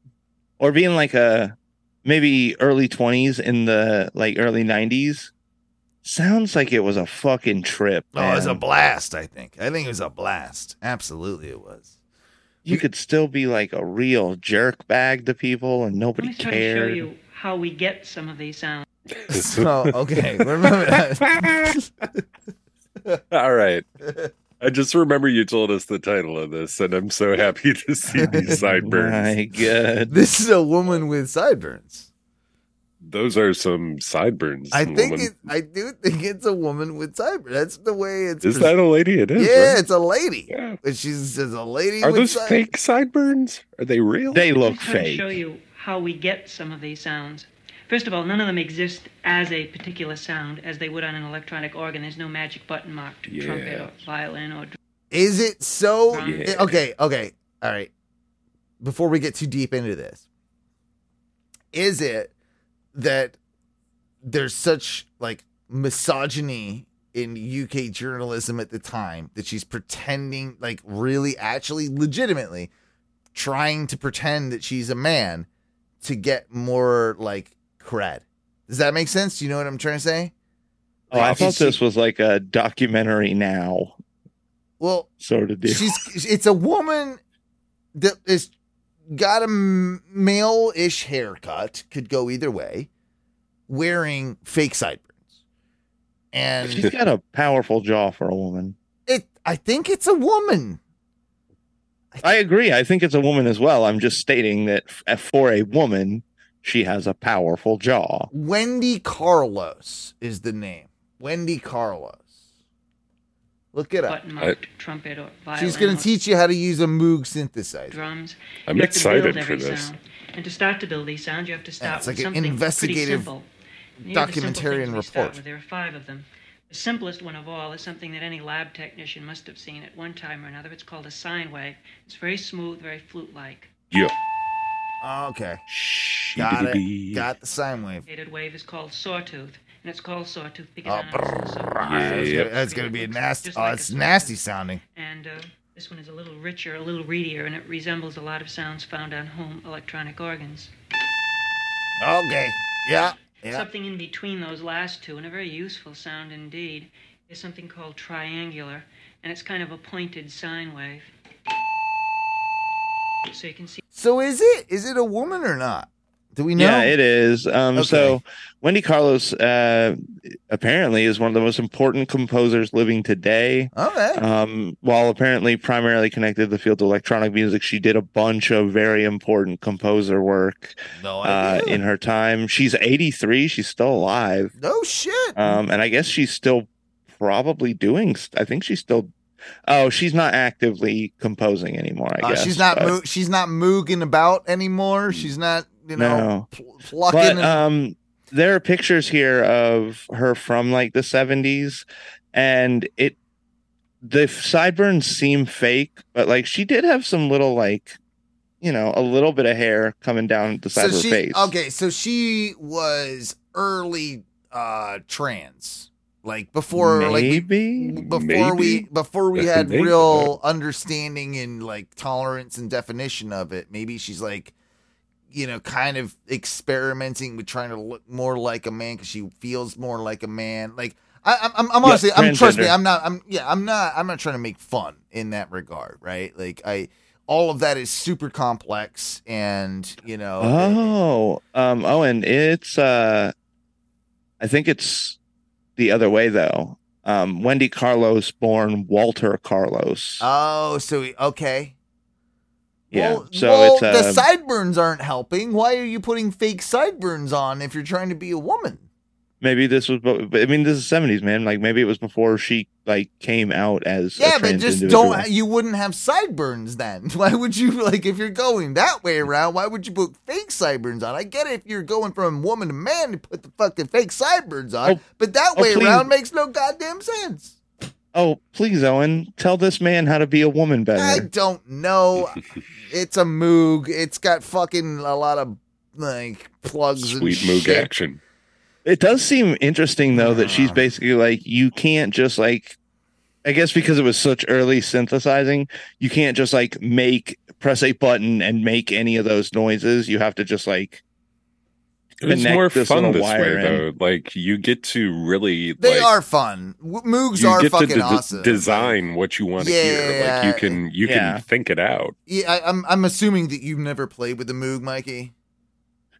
Speaker 4: or being like a maybe early 20s in the like early 90s. Sounds like it was a fucking trip.
Speaker 3: Oh, it was a
Speaker 4: man.
Speaker 3: blast. I think. I think it was a blast. Absolutely, it was.
Speaker 4: you could still be like a real jerk bag to people and nobody
Speaker 7: Let me try to show
Speaker 4: cared.
Speaker 7: you how we get some of these sounds.
Speaker 3: So
Speaker 5: [laughs]
Speaker 3: okay, remember that.
Speaker 5: [laughs] All right. I just remember you told us the title of this, and I'm so happy to see
Speaker 3: [laughs]
Speaker 5: these sideburns.
Speaker 4: My God.
Speaker 3: this is a woman with sideburns.
Speaker 5: Those are some sideburns.
Speaker 3: I think
Speaker 5: woman.
Speaker 3: it. I do think it's a woman with sideburns. That's the way it's.
Speaker 5: is
Speaker 3: pres-
Speaker 5: that a lady? It is.
Speaker 3: yeah,
Speaker 5: right?
Speaker 3: it's a lady.
Speaker 5: Yeah.
Speaker 3: But she's, she's a lady.
Speaker 5: Are
Speaker 3: with
Speaker 5: those
Speaker 3: side-
Speaker 5: fake sideburns? Are they real?
Speaker 4: They
Speaker 7: Let
Speaker 4: look
Speaker 7: me try to show
Speaker 4: fake.
Speaker 7: you how we get some of these sounds. First of all, none of them exist as a particular sound, as they would on an electronic organ. There's no magic button marked
Speaker 5: Yeah.
Speaker 7: trumpet or violin or
Speaker 3: Is it so?
Speaker 7: Yeah.
Speaker 3: Eh, Okay, okay, all right. Before we get too deep into this, is it that there's such like misogyny in UK journalism at the time that she's pretending, like, really, actually, legitimately trying to pretend that she's a man to get more like cred? Does that make sense? Do you know what I'm trying to say?
Speaker 4: Oh, I
Speaker 3: Like,
Speaker 4: thought
Speaker 3: she-
Speaker 4: this was like a documentary now
Speaker 3: Well,
Speaker 4: sort of deal.
Speaker 3: She's it's a woman that is got a male ish haircut, could go either way, wearing fake sideburns, and
Speaker 4: She's got a powerful jaw for a woman.
Speaker 3: it. I think it's a woman.
Speaker 4: I agree. I think it's a woman as well. I'm just stating that f- for a woman, she has a powerful jaw.
Speaker 3: Wendy Carlos is the name. Wendy Carlos. Look it up.
Speaker 7: button marked trumpet or violin.
Speaker 3: She's going
Speaker 7: or
Speaker 3: to teach you how to use a Moog synthesizer.
Speaker 7: drums.
Speaker 5: I'm
Speaker 7: You have to build
Speaker 5: excited for
Speaker 7: every
Speaker 5: this.
Speaker 7: Sound. And to start to build these sounds, you have to start
Speaker 3: it's like
Speaker 7: with
Speaker 3: an
Speaker 7: something
Speaker 3: investigative
Speaker 7: pretty simple. And here are the simple
Speaker 3: documentarian
Speaker 7: things we start
Speaker 3: report.
Speaker 7: with. There are five of them. The simplest one of all is something that any lab technician must have seen at one time or another. It's called a sine wave. It's very smooth, very flute-like.
Speaker 5: Yeah.
Speaker 3: Oh, Okay. Got it.
Speaker 5: Shee-bidi-bidi.
Speaker 3: Got the sine wave.
Speaker 7: Faded wave is called sawtooth, and it's called sawtooth because
Speaker 3: Oh,
Speaker 7: I'm
Speaker 3: brrr.
Speaker 7: so-
Speaker 3: That's
Speaker 5: Yep.
Speaker 3: gonna- That's gonna be a nasty.
Speaker 7: Just
Speaker 3: Oh,
Speaker 7: like a
Speaker 3: it's
Speaker 7: sawtooth.
Speaker 3: nasty sounding.
Speaker 7: And uh, this one is a little richer, a little reedier, and it resembles a lot of sounds found on home electronic organs.
Speaker 3: Okay. Yeah. Yeah.
Speaker 7: Something in between those last two, and a very useful sound indeed, is something called triangular, and it's kind of a pointed sine wave. So you can see
Speaker 3: So is it is it a woman or not? Do we know?
Speaker 4: Yeah, it is. Um, So, Wendy Carlos uh, apparently is one of the most important composers living today.
Speaker 3: Okay.
Speaker 4: Um, while apparently primarily connected to the field of electronic music, she did a bunch of very important composer work
Speaker 3: No
Speaker 4: uh,
Speaker 3: idea.
Speaker 4: in her time. She's 83. She's still alive.
Speaker 3: no shit.
Speaker 4: Um, and I guess she's still probably doing. st- I think she's still. Oh, she's not actively composing anymore. I
Speaker 3: Uh,
Speaker 4: guess
Speaker 3: she's not
Speaker 4: but- Mm.
Speaker 3: moo- she's not mooging about anymore. She's not you know
Speaker 4: No.
Speaker 3: pl- plucking.
Speaker 4: but
Speaker 3: and-
Speaker 4: um there are pictures here of her from like the 70s and it the sideburns seem fake but like she did have some little like you know a little bit of hair coming down the side
Speaker 3: so
Speaker 4: of her
Speaker 3: she
Speaker 4: face
Speaker 3: okay. So she was early uh trans, like before like
Speaker 4: maybe
Speaker 3: before we
Speaker 5: Maybe.
Speaker 3: before we
Speaker 5: That's
Speaker 3: had
Speaker 5: amazing.
Speaker 3: real understanding and like tolerance and definition of it maybe she's like you know kind of experimenting with trying to look more like a man because she feels more like a man like I, I'm, I'm, I'm
Speaker 4: Yeah,
Speaker 3: honestly, I'm trust me,
Speaker 4: transgender.
Speaker 3: I'm not, I'm yeah, I'm not, I'm not trying to make fun in that regard, right? Like I, all of that is super complex, and you know,
Speaker 4: oh um owen it's uh i think it's the other way though um wendy carlos born walter carlos
Speaker 3: oh, so we, okay,
Speaker 4: yeah
Speaker 3: Well,
Speaker 4: so
Speaker 3: well,
Speaker 4: it's uh,
Speaker 3: the sideburns aren't helping. Why are you putting fake sideburns on if you're trying to be a woman?
Speaker 4: maybe this was but but, i mean this is 70s man like maybe it was before she like came out as a
Speaker 3: Yeah, but
Speaker 4: trans
Speaker 3: just
Speaker 4: individual.
Speaker 3: don't. You wouldn't have sideburns then. [laughs] Why would you like if you're going that way around? Why would you put fake sideburns on? I get it if you're going from woman to man to put the fucking fake sideburns on,
Speaker 4: Oh,
Speaker 3: but that
Speaker 4: oh,
Speaker 3: way
Speaker 4: please.
Speaker 3: around makes no goddamn sense.
Speaker 4: oh please owen tell this man how to be a woman
Speaker 3: I
Speaker 4: better
Speaker 3: don't
Speaker 4: [laughs]
Speaker 3: know. it's a moog. It's got fucking a lot of like plugs
Speaker 5: Sweet
Speaker 3: and
Speaker 5: moog
Speaker 3: shit.
Speaker 5: action.
Speaker 4: it does seem interesting though that she's basically like you can't just like i guess because it was such early synthesizing you can't just like make press a button and make any of those noises you have to just like
Speaker 5: It's
Speaker 4: Connect
Speaker 5: more
Speaker 4: this
Speaker 5: fun
Speaker 4: little
Speaker 5: this
Speaker 4: wire
Speaker 5: way, though. Like you get to really.
Speaker 3: They
Speaker 5: like,
Speaker 3: are fun. W- Moogs
Speaker 5: You
Speaker 3: are
Speaker 5: get to
Speaker 3: fucking
Speaker 5: de-
Speaker 3: awesome.
Speaker 5: design what you want to
Speaker 3: Yeah.
Speaker 5: hear. Like you can, you
Speaker 4: Yeah.
Speaker 5: can think it out.
Speaker 3: Yeah, I, I'm I'm assuming that you've never played with a Moog, Mikey.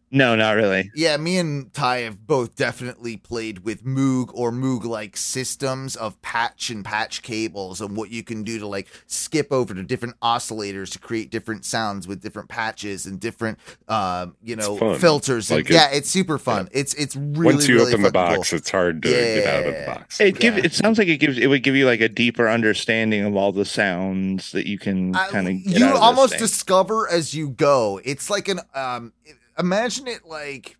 Speaker 4: no not really
Speaker 3: Yeah, me and Ty have both definitely played with Moog or Moog-like systems of patch and patch cables and what you can do to like skip over to different oscillators to create different sounds with different patches and different um, you know
Speaker 5: fun.
Speaker 3: filters. and
Speaker 5: Like it-
Speaker 3: yeah, it's super fun. It's it's really
Speaker 5: Once you
Speaker 3: really
Speaker 5: open the
Speaker 3: fucking
Speaker 5: box,
Speaker 3: cool.
Speaker 5: it's hard to get out of
Speaker 3: Yeah.
Speaker 5: the box.
Speaker 4: it give
Speaker 3: Yeah.
Speaker 4: it sounds like it gives it would give you like a deeper understanding of all the sounds that you can
Speaker 3: I-
Speaker 4: kind of
Speaker 3: you almost discover as you go. It's like an um imagine it like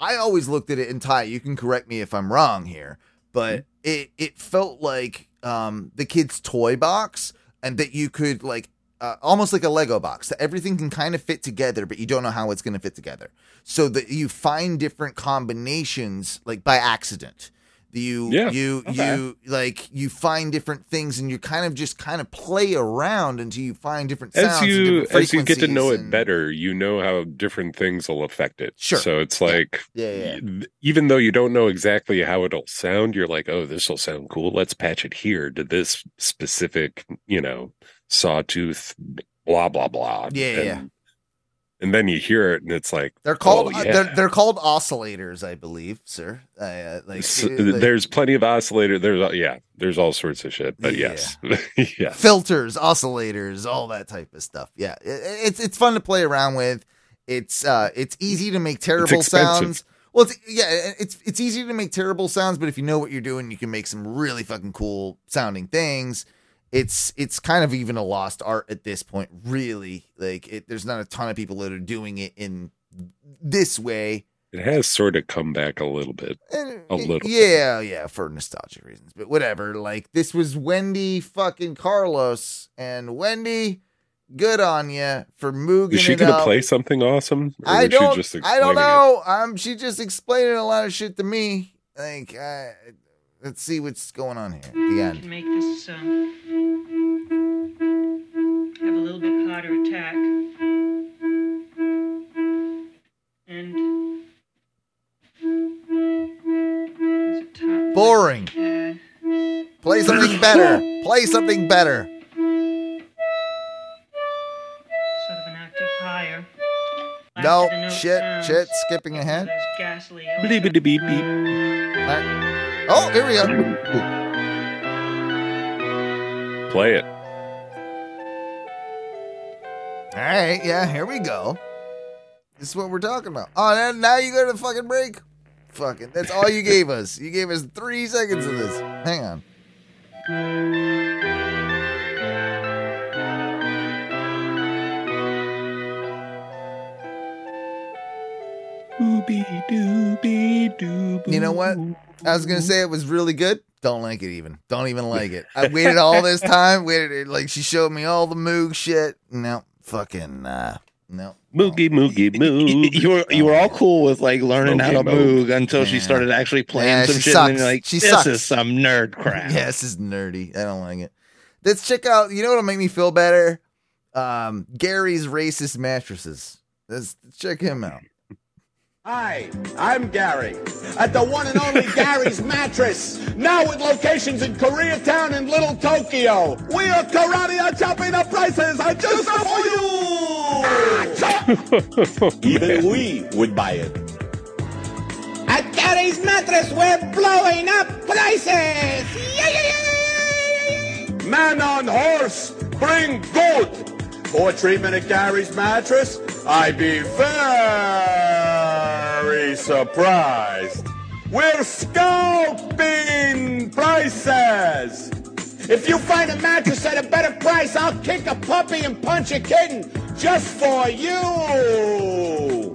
Speaker 3: I always looked at it in Ty, you can correct me if I'm wrong here, but
Speaker 4: Mm-hmm.
Speaker 3: it it felt like um the kid's toy box and that you could like uh, almost like a Lego box that everything can kind of fit together, but you don't know how it's going to fit together. So that you find different combinations like by accident. You
Speaker 5: Yeah.
Speaker 3: you
Speaker 4: Okay.
Speaker 3: you like you find different things and you kind of just kind of play around until you find different sounds.
Speaker 5: as
Speaker 3: and
Speaker 5: you
Speaker 3: different
Speaker 5: as you get to
Speaker 3: frequencies
Speaker 5: know it
Speaker 3: and-
Speaker 5: better, you know how different things will affect it.
Speaker 3: Sure.
Speaker 5: So it's like
Speaker 3: Yeah, yeah.
Speaker 5: y- even though you don't know exactly how it'll sound, you're like, oh, this will sound cool. Let's patch it here to this specific, you know, sawtooth, blah blah blah.
Speaker 3: Yeah,
Speaker 5: and,
Speaker 3: yeah.
Speaker 5: And then you hear it, and it's like
Speaker 3: They're called
Speaker 5: oh,
Speaker 3: uh,
Speaker 5: yeah.
Speaker 3: they're, they're called oscillators, I believe, sir. Uh, Uh, like,
Speaker 5: s-
Speaker 3: uh, like-
Speaker 5: there's plenty of oscillator. There's all- yeah, there's all sorts of shit. But
Speaker 3: Yeah.
Speaker 5: yes, [laughs] yeah.
Speaker 3: filters, oscillators, all that type of stuff. Yeah, i- i- it's it's fun to play around with. It's uh, it's easy to make terrible
Speaker 5: expensive.
Speaker 3: sounds. Well, it's, yeah, it's it's easy to make terrible sounds, but if you know what you're doing, you can make some really fucking cool sounding things. It's it's kind of even a lost art at this point, really. Like, it, there's not a ton of people that are doing it in this way.
Speaker 5: It has sort of come back a little bit.
Speaker 3: And-
Speaker 5: A little bit.
Speaker 3: Yeah, yeah, for nostalgic reasons. But whatever. Like this was Wendy fucking Carlos and Wendy Good on you for mooging
Speaker 5: Is she
Speaker 3: it
Speaker 5: gonna
Speaker 3: up.
Speaker 5: play something awesome? Or
Speaker 3: I
Speaker 5: was she
Speaker 3: don't.
Speaker 5: just
Speaker 3: I don't
Speaker 5: explaining it?
Speaker 3: know. Um, she just explaining a lot of shit to me. Like, uh, let's see what's going on here at the
Speaker 7: I can
Speaker 3: end.
Speaker 7: make this um, have a little bit harder attack. And there's a top.
Speaker 3: Boring.
Speaker 7: Uh,
Speaker 3: Play something better. Play something better.
Speaker 7: sort of an octave higher.
Speaker 3: No
Speaker 7: Last of the note
Speaker 3: shit.
Speaker 7: sounds.
Speaker 3: Shit. Skipping
Speaker 7: Those
Speaker 3: ahead.
Speaker 7: ghastly
Speaker 5: Beep, beep, beep, beep.
Speaker 3: Oh, here we go.
Speaker 5: Play it.
Speaker 3: All right. Yeah. Here we go. This is what we're talking about. Oh, now, now you go to the fucking break. Fucking. That's all you gave us. You gave us three seconds of this. Hang on.
Speaker 5: Ooby dooby dooby.
Speaker 3: You know what? I was gonna say it was really good. Don't like it even. Don't even like it. I waited all this time. Waited like she showed me all the moog shit. No, fucking uh, no.
Speaker 5: Moogie,
Speaker 3: [laughs]
Speaker 5: moogie,
Speaker 4: You,
Speaker 5: moog.
Speaker 4: you were you were all cool with like learning how to
Speaker 5: Okay, Moog.
Speaker 4: moog until she
Speaker 3: Yeah.
Speaker 4: started actually playing
Speaker 3: Yeah,
Speaker 4: some
Speaker 3: she
Speaker 4: shit and then
Speaker 3: sucks.
Speaker 4: you're like
Speaker 3: She
Speaker 4: this
Speaker 3: sucks.
Speaker 4: is some nerd
Speaker 3: [laughs]
Speaker 4: crap.
Speaker 3: Yeah, this is nerdy. I don't like it. Let's check out. You know what'll make me feel better? Um, Gary's racist mattresses. Let's check him out.
Speaker 6: Hi, I'm Gary at the one and only Gary's Mattress. Now with locations in Koreatown and Little Tokyo. We are karate are chopping up prices. I just for Ah, you. Even we would buy it. At Gary's Mattress, we're blowing up prices. Yeah, yeah, yeah, yeah, yeah, yeah. Man on horse, bring goat. For treatment at Gary's Mattress, I'd be very surprised. We're scalping prices. If you find a mattress at a better price, I'll kick a puppy and punch a kitten just for you.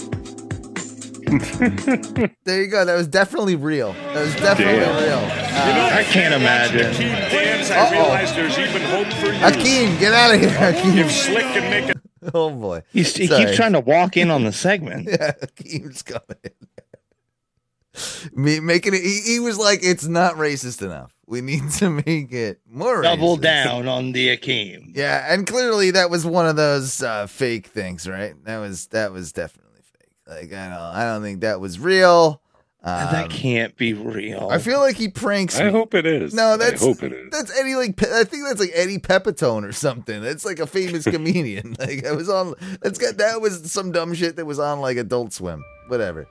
Speaker 3: There you go. That was definitely real. That was definitely real.
Speaker 4: I can't imagine.
Speaker 8: Akeem Dance, I realize there's even hope for you.
Speaker 3: Akeem, get out of
Speaker 4: [laughs]
Speaker 3: here,
Speaker 8: If
Speaker 3: Akeem.
Speaker 8: Slick can make a
Speaker 3: [laughs] Oh boy,
Speaker 4: He's, he
Speaker 3: Sorry.
Speaker 4: keeps trying to walk in on
Speaker 3: [laughs]
Speaker 4: the segment.
Speaker 3: Akeem's coming. Me making it. He, he was like, "It's not racist enough. We need to make it more
Speaker 4: Double
Speaker 3: racist."
Speaker 4: down on the Akeem.
Speaker 3: Yeah, and clearly that was one of those uh, fake things, right? That was that was definitely fake. Like I don't, I don't think that was real. Um,
Speaker 4: that can't be real.
Speaker 3: I feel like he pranks.
Speaker 5: I
Speaker 3: me.
Speaker 5: hope it is.
Speaker 3: No, that's
Speaker 5: I hope it is.
Speaker 3: that's Eddie like Pe- I think that's like Eddie Pepitone or something. That's like a
Speaker 5: [laughs]
Speaker 3: famous comedian. like I was on that's got that was some dumb shit that was on like Adult Swim, whatever.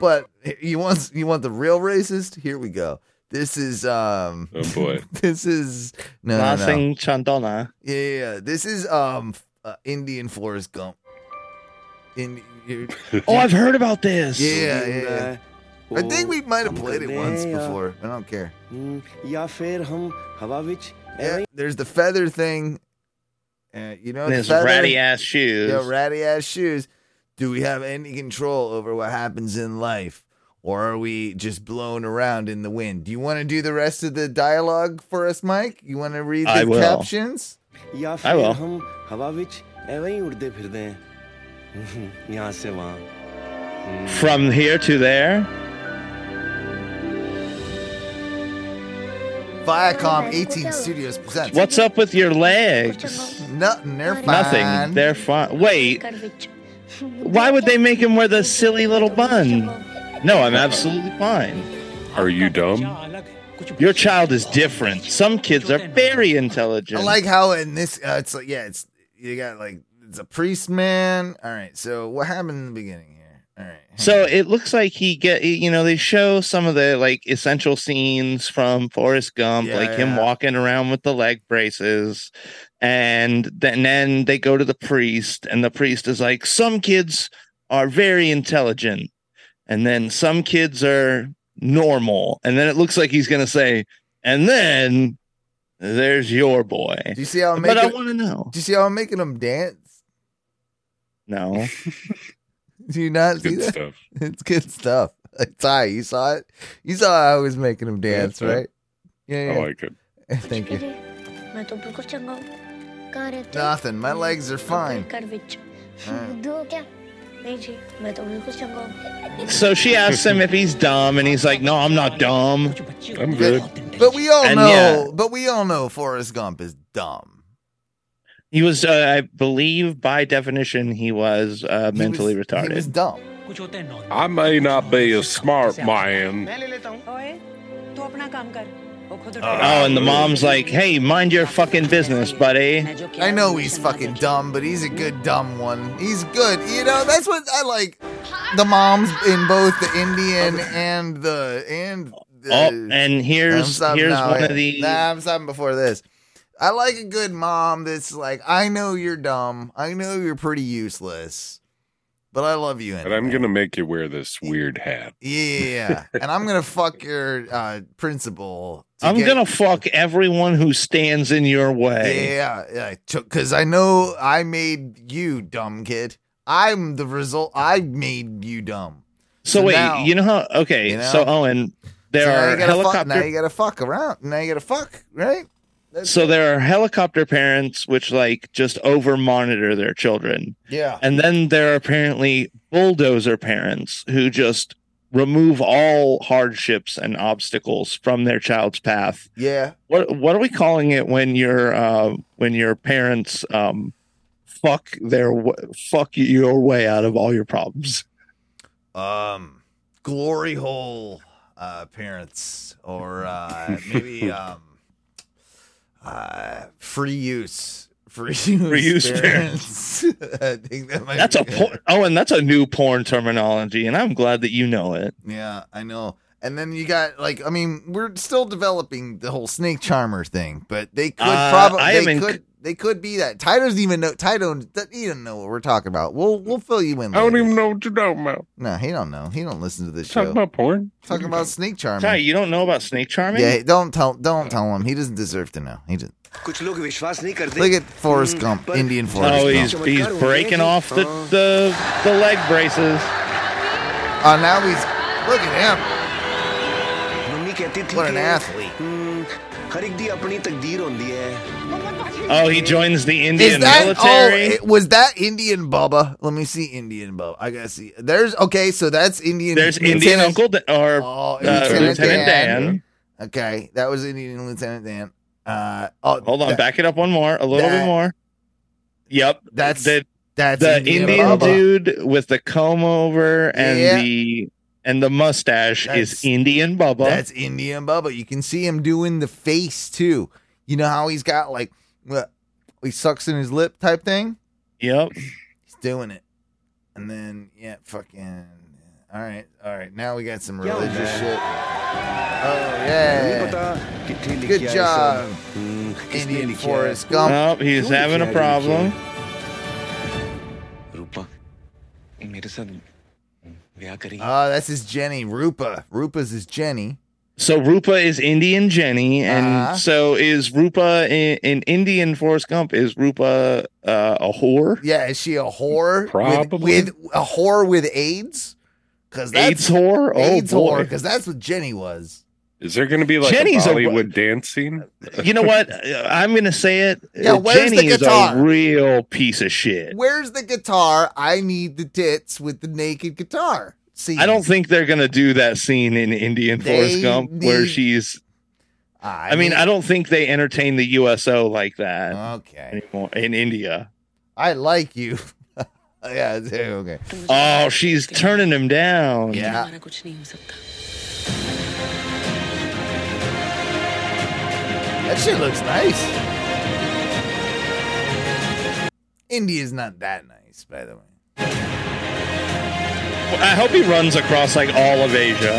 Speaker 3: But you want you want the real racist? Here we go. This is um
Speaker 5: Oh boy.
Speaker 3: [laughs] this is no, no, no.
Speaker 4: Lasing Chandana.
Speaker 3: Yeah, yeah, yeah. This is um f- uh, Indian Forrest Gump. In, you-
Speaker 4: Oh, I've heard about this.
Speaker 3: yeah, yeah, yeah. I think we might have played it once before. I don't care.
Speaker 9: या फिर हम हवा विच
Speaker 3: Yeah, there's the feather thing. Uh, you know,
Speaker 4: And
Speaker 3: the
Speaker 4: his
Speaker 3: feather,
Speaker 4: ratty ass shoes.
Speaker 3: yeah, ratty ass shoes. Do we have any control over what happens in life? Or are we just blown around in the wind? Do you want to do the rest of the dialogue for us, Mike? You want to read
Speaker 4: I
Speaker 3: the
Speaker 4: will.
Speaker 3: captions?
Speaker 9: या
Speaker 4: I
Speaker 9: फिर
Speaker 4: will.
Speaker 9: हम हवा विच एवं ही उड़ते फिरते हैं यहाँ से वहाँ
Speaker 4: From here to there.
Speaker 3: Viacom 18 Studios presents.
Speaker 4: What's up with your legs?
Speaker 3: Nothing. They're fine.
Speaker 4: Nothing. They're fine. Wait, why would they make him wear the silly little bun? No, I'm absolutely fine.
Speaker 5: Are you dumb?
Speaker 4: Your child is different. Some kids are very
Speaker 3: I
Speaker 4: intelligent.
Speaker 3: like how in this, uh, it's like, yeah, it's you got like it's a priest man. All right, so what happened in the beginning here? All right, hang
Speaker 4: So
Speaker 3: on.
Speaker 4: it looks like he get you know they show some of the like essential scenes from Forrest Gump,
Speaker 3: Yeah,
Speaker 4: like him
Speaker 3: yeah.
Speaker 4: walking around with the leg braces, and then, then they go to the priest, and the priest is like, some kids are very intelligent, and then some kids are normal, and then it looks like he's gonna say, and then there's your boy.
Speaker 3: do you see how I'm
Speaker 4: But I
Speaker 3: making?
Speaker 4: want to know.
Speaker 3: do you see how I'm making them dance? [laughs]
Speaker 4: No,
Speaker 3: Do you not see
Speaker 5: Good
Speaker 3: that? [laughs]
Speaker 5: stuff.
Speaker 3: It's good stuff. Ty, you saw it. You saw how I was making them dance,
Speaker 5: Yeah.
Speaker 3: right?
Speaker 5: I
Speaker 3: [laughs] Yeah, yeah.
Speaker 5: like it.
Speaker 3: Thank you.
Speaker 10: कहाँ रहते
Speaker 3: Nothing. My legs are fine.
Speaker 10: कर विच हिंदू हो क्या नहीं जी मैं तो बिल्कुल चंगा हूँ
Speaker 4: So she asks him if he's dumb, and he's like, "No, I'm not dumb.
Speaker 5: I'm good.
Speaker 3: But we all
Speaker 4: And
Speaker 3: know.
Speaker 4: yeah.
Speaker 3: But we all know Forrest Gump is dumb.
Speaker 4: He was, uh, I believe, by definition, he was uh,
Speaker 3: He
Speaker 4: mentally
Speaker 3: was- He was
Speaker 4: retarded."
Speaker 3: dumb.
Speaker 5: I may not be a smart man.
Speaker 3: Ah.
Speaker 4: Oh, and the mom's like, "Hey, mind your fucking business, buddy."
Speaker 3: I know he's fucking dumb, but he's a good dumb one. He's good. You know, that's what I like. The moms in both the Indian and the and the,
Speaker 4: Oh, and
Speaker 3: I'm
Speaker 4: here's
Speaker 3: stopping
Speaker 4: here's
Speaker 3: now,
Speaker 4: one
Speaker 3: yeah.
Speaker 4: of the
Speaker 3: Nah, I'm stopping before this. I like a good mom that's like, I know you're dumb. I know you're pretty useless, but I love you.
Speaker 5: And I'm
Speaker 3: anyway."
Speaker 5: going to make you wear this weird hat.
Speaker 3: Yeah, yeah, yeah. and I'm gonna fuck your uh, principal. to
Speaker 4: I'm
Speaker 3: get-
Speaker 4: gonna fuck everyone who stands in your way.
Speaker 3: Yeah, yeah, because I know I made you dumb, kid. I'm the result. I made you dumb.
Speaker 4: So
Speaker 3: So
Speaker 4: wait,
Speaker 3: now-
Speaker 4: you know how? Okay,
Speaker 3: You know?
Speaker 4: so Owen, there
Speaker 3: So now
Speaker 4: are
Speaker 3: you gotta fuck.
Speaker 4: helicopter.
Speaker 3: Now you gotta fuck around. Now you gotta fuck, right?
Speaker 4: so there are helicopter parents which like just over monitor their children,
Speaker 3: Yeah.
Speaker 4: and then there are apparently bulldozer parents who just remove all hardships and obstacles from their child's path.
Speaker 3: Yeah.
Speaker 4: What what are we calling it when your uh, when your parents um, fuck their w- fuck your way out of all your problems?
Speaker 3: Um, glory hole uh, parents, or uh,
Speaker 4: [laughs]
Speaker 3: maybe um, uh, free use. Free use,
Speaker 4: use
Speaker 3: parents. [laughs] I think that might
Speaker 4: That's
Speaker 3: be
Speaker 4: a
Speaker 3: good.
Speaker 4: por- oh, and that's a new porn terminology, and I'm glad that you know it.
Speaker 3: Yeah, I know. And then you got like, I mean, we're still developing the whole snake charmer thing, but they could
Speaker 4: Uh,
Speaker 3: probably
Speaker 4: I
Speaker 3: they
Speaker 4: am in-
Speaker 3: could they could be that. Ty doesn't even know. Ty don't doesn't even know what we're talking about. We'll we'll fill you in.
Speaker 5: I don't
Speaker 3: later.
Speaker 5: even know what you're talking about.
Speaker 3: No, he don't know. He don't listen to this
Speaker 5: Talking
Speaker 3: show.
Speaker 5: about porn?
Speaker 3: Talking about snake charmer.
Speaker 4: Ty, you don't know about snake charming?
Speaker 3: yeah, don't tell don't tell him. He doesn't deserve to know. He just
Speaker 11: कुछ लोग विश्वास नहीं करते
Speaker 3: look at Forrest Gump, Indian Forrest
Speaker 4: Oh, he's [laughs]
Speaker 3: Gump.
Speaker 4: he's breaking off the the, the leg braces.
Speaker 3: Oh, now he's look at him.
Speaker 11: Mummy कहती थी
Speaker 3: What an
Speaker 11: कि,
Speaker 3: athlete.
Speaker 11: "हम्म, हर एक दी अपनी तकदीर होती है
Speaker 4: Oh, he joins the
Speaker 3: Is
Speaker 4: Indian
Speaker 3: that oh,
Speaker 4: military.
Speaker 3: it- was that Indian Bubba? Let me see Indian Bubba. I gotta see. There's okay, so that's Indian.
Speaker 4: There's
Speaker 3: Lieutenant-
Speaker 4: Indian Uncle da- or
Speaker 3: Oh,
Speaker 4: uh,
Speaker 3: Lieutenant,
Speaker 4: Lieutenant Dan.
Speaker 3: Dan. Okay, that was Indian Lieutenant Dan. Uh, oh,
Speaker 4: Hold on,
Speaker 3: that-
Speaker 4: back it up one more, a little
Speaker 3: that-
Speaker 4: bit more. Yep,
Speaker 3: That's-
Speaker 4: the,
Speaker 3: That's
Speaker 4: the
Speaker 3: Indian,
Speaker 4: Indian
Speaker 3: Bubba.
Speaker 4: dude with the comb over and
Speaker 3: Yeah.
Speaker 4: the and the mustache
Speaker 3: That's-
Speaker 4: is Indian Bubba.
Speaker 3: That's Indian Bubba. You can see him doing the face too. You know how he's got like what, he sucks in his lip type thing.
Speaker 4: yep.
Speaker 3: He's doing it, and then yeah, fucking. All right, all right. Now we got some religious
Speaker 11: man.
Speaker 3: shit. Oh
Speaker 11: नहीं
Speaker 3: yeah.
Speaker 11: पता कितने लिखा
Speaker 3: Good
Speaker 11: है
Speaker 3: job, Hmm,
Speaker 11: सब। हम्म, किसने
Speaker 3: Indian
Speaker 11: लिखा है?
Speaker 3: Forrest Gump.
Speaker 4: oh, he's having a problem.
Speaker 12: रूपा मेरे साथ ब्याह करी
Speaker 3: Oh, that's his Jenny Rupa. Rupa's his Jenny.
Speaker 4: So Rupa is Indian Jenny, and
Speaker 3: Uh-huh.
Speaker 4: so is Rupa in, in Indian Forrest Gump. Is Rupa uh, a whore?
Speaker 3: Yeah, is she a whore? with-
Speaker 5: Probably.
Speaker 3: with, a whore with AIDS. Because
Speaker 4: AIDS whore? Oh
Speaker 3: AIDS
Speaker 4: boy!
Speaker 3: because that's what Jenny was.
Speaker 5: Is there going to be like
Speaker 4: Jenny's a-
Speaker 5: a Bollywood dancing?
Speaker 4: You know
Speaker 3: [laughs]
Speaker 4: what? Uh, I'm gonna say it.
Speaker 3: Yeah,
Speaker 4: Uh,
Speaker 3: where's the
Speaker 4: Jenny is a
Speaker 3: guitar?
Speaker 4: real piece of shit.
Speaker 3: Where's the guitar? I need the tits with the naked guitar. See,
Speaker 4: I don't think they're gonna do that scene in Indian
Speaker 3: They
Speaker 4: Forrest Gump where
Speaker 3: need-
Speaker 4: she's. I mean, I don't think they entertain the USO like that
Speaker 3: Okay,
Speaker 4: anymore in India.
Speaker 3: I like you. [laughs] yeah, it's- okay. Ah.
Speaker 4: Oh, she's turning him down.
Speaker 3: Yeah,
Speaker 7: कुछ नहीं हो सकता
Speaker 3: that shit looks nice. India's not that nice, by the way.
Speaker 4: I hope he runs across like all of Asia.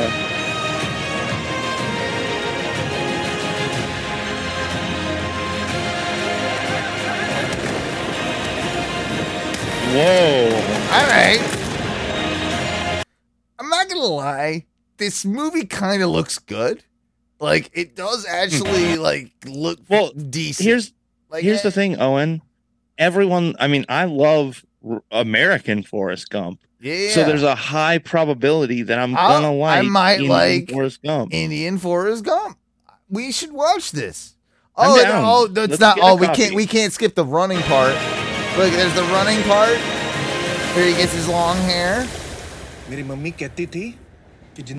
Speaker 4: Whoa.
Speaker 3: All right. I'm not gonna lie. This movie kind of looks good. Like it does actually like look
Speaker 4: Hmm. Well,
Speaker 3: decent.
Speaker 4: Here's
Speaker 3: like,
Speaker 4: here's the
Speaker 3: eh,
Speaker 4: thing, Owen. Everyone, I mean, I love r- American Forrest Gump.
Speaker 3: yeah.
Speaker 4: So there's a high probability that I'm
Speaker 3: I'll-
Speaker 4: gonna
Speaker 3: I
Speaker 4: like
Speaker 3: might
Speaker 4: Indian
Speaker 3: like
Speaker 4: Forrest Gump.
Speaker 3: Indian Forrest Gump. We should watch this. Oh,
Speaker 4: I'm
Speaker 3: it-
Speaker 4: down.
Speaker 3: oh, no, it's
Speaker 4: Let's
Speaker 3: not.
Speaker 4: get a
Speaker 3: Oh, we
Speaker 4: copy.
Speaker 3: can't. We can't skip the running part. Look, there's the running part. Here he gets his long hair.
Speaker 12: मेरी mummy कहती थी कि जिन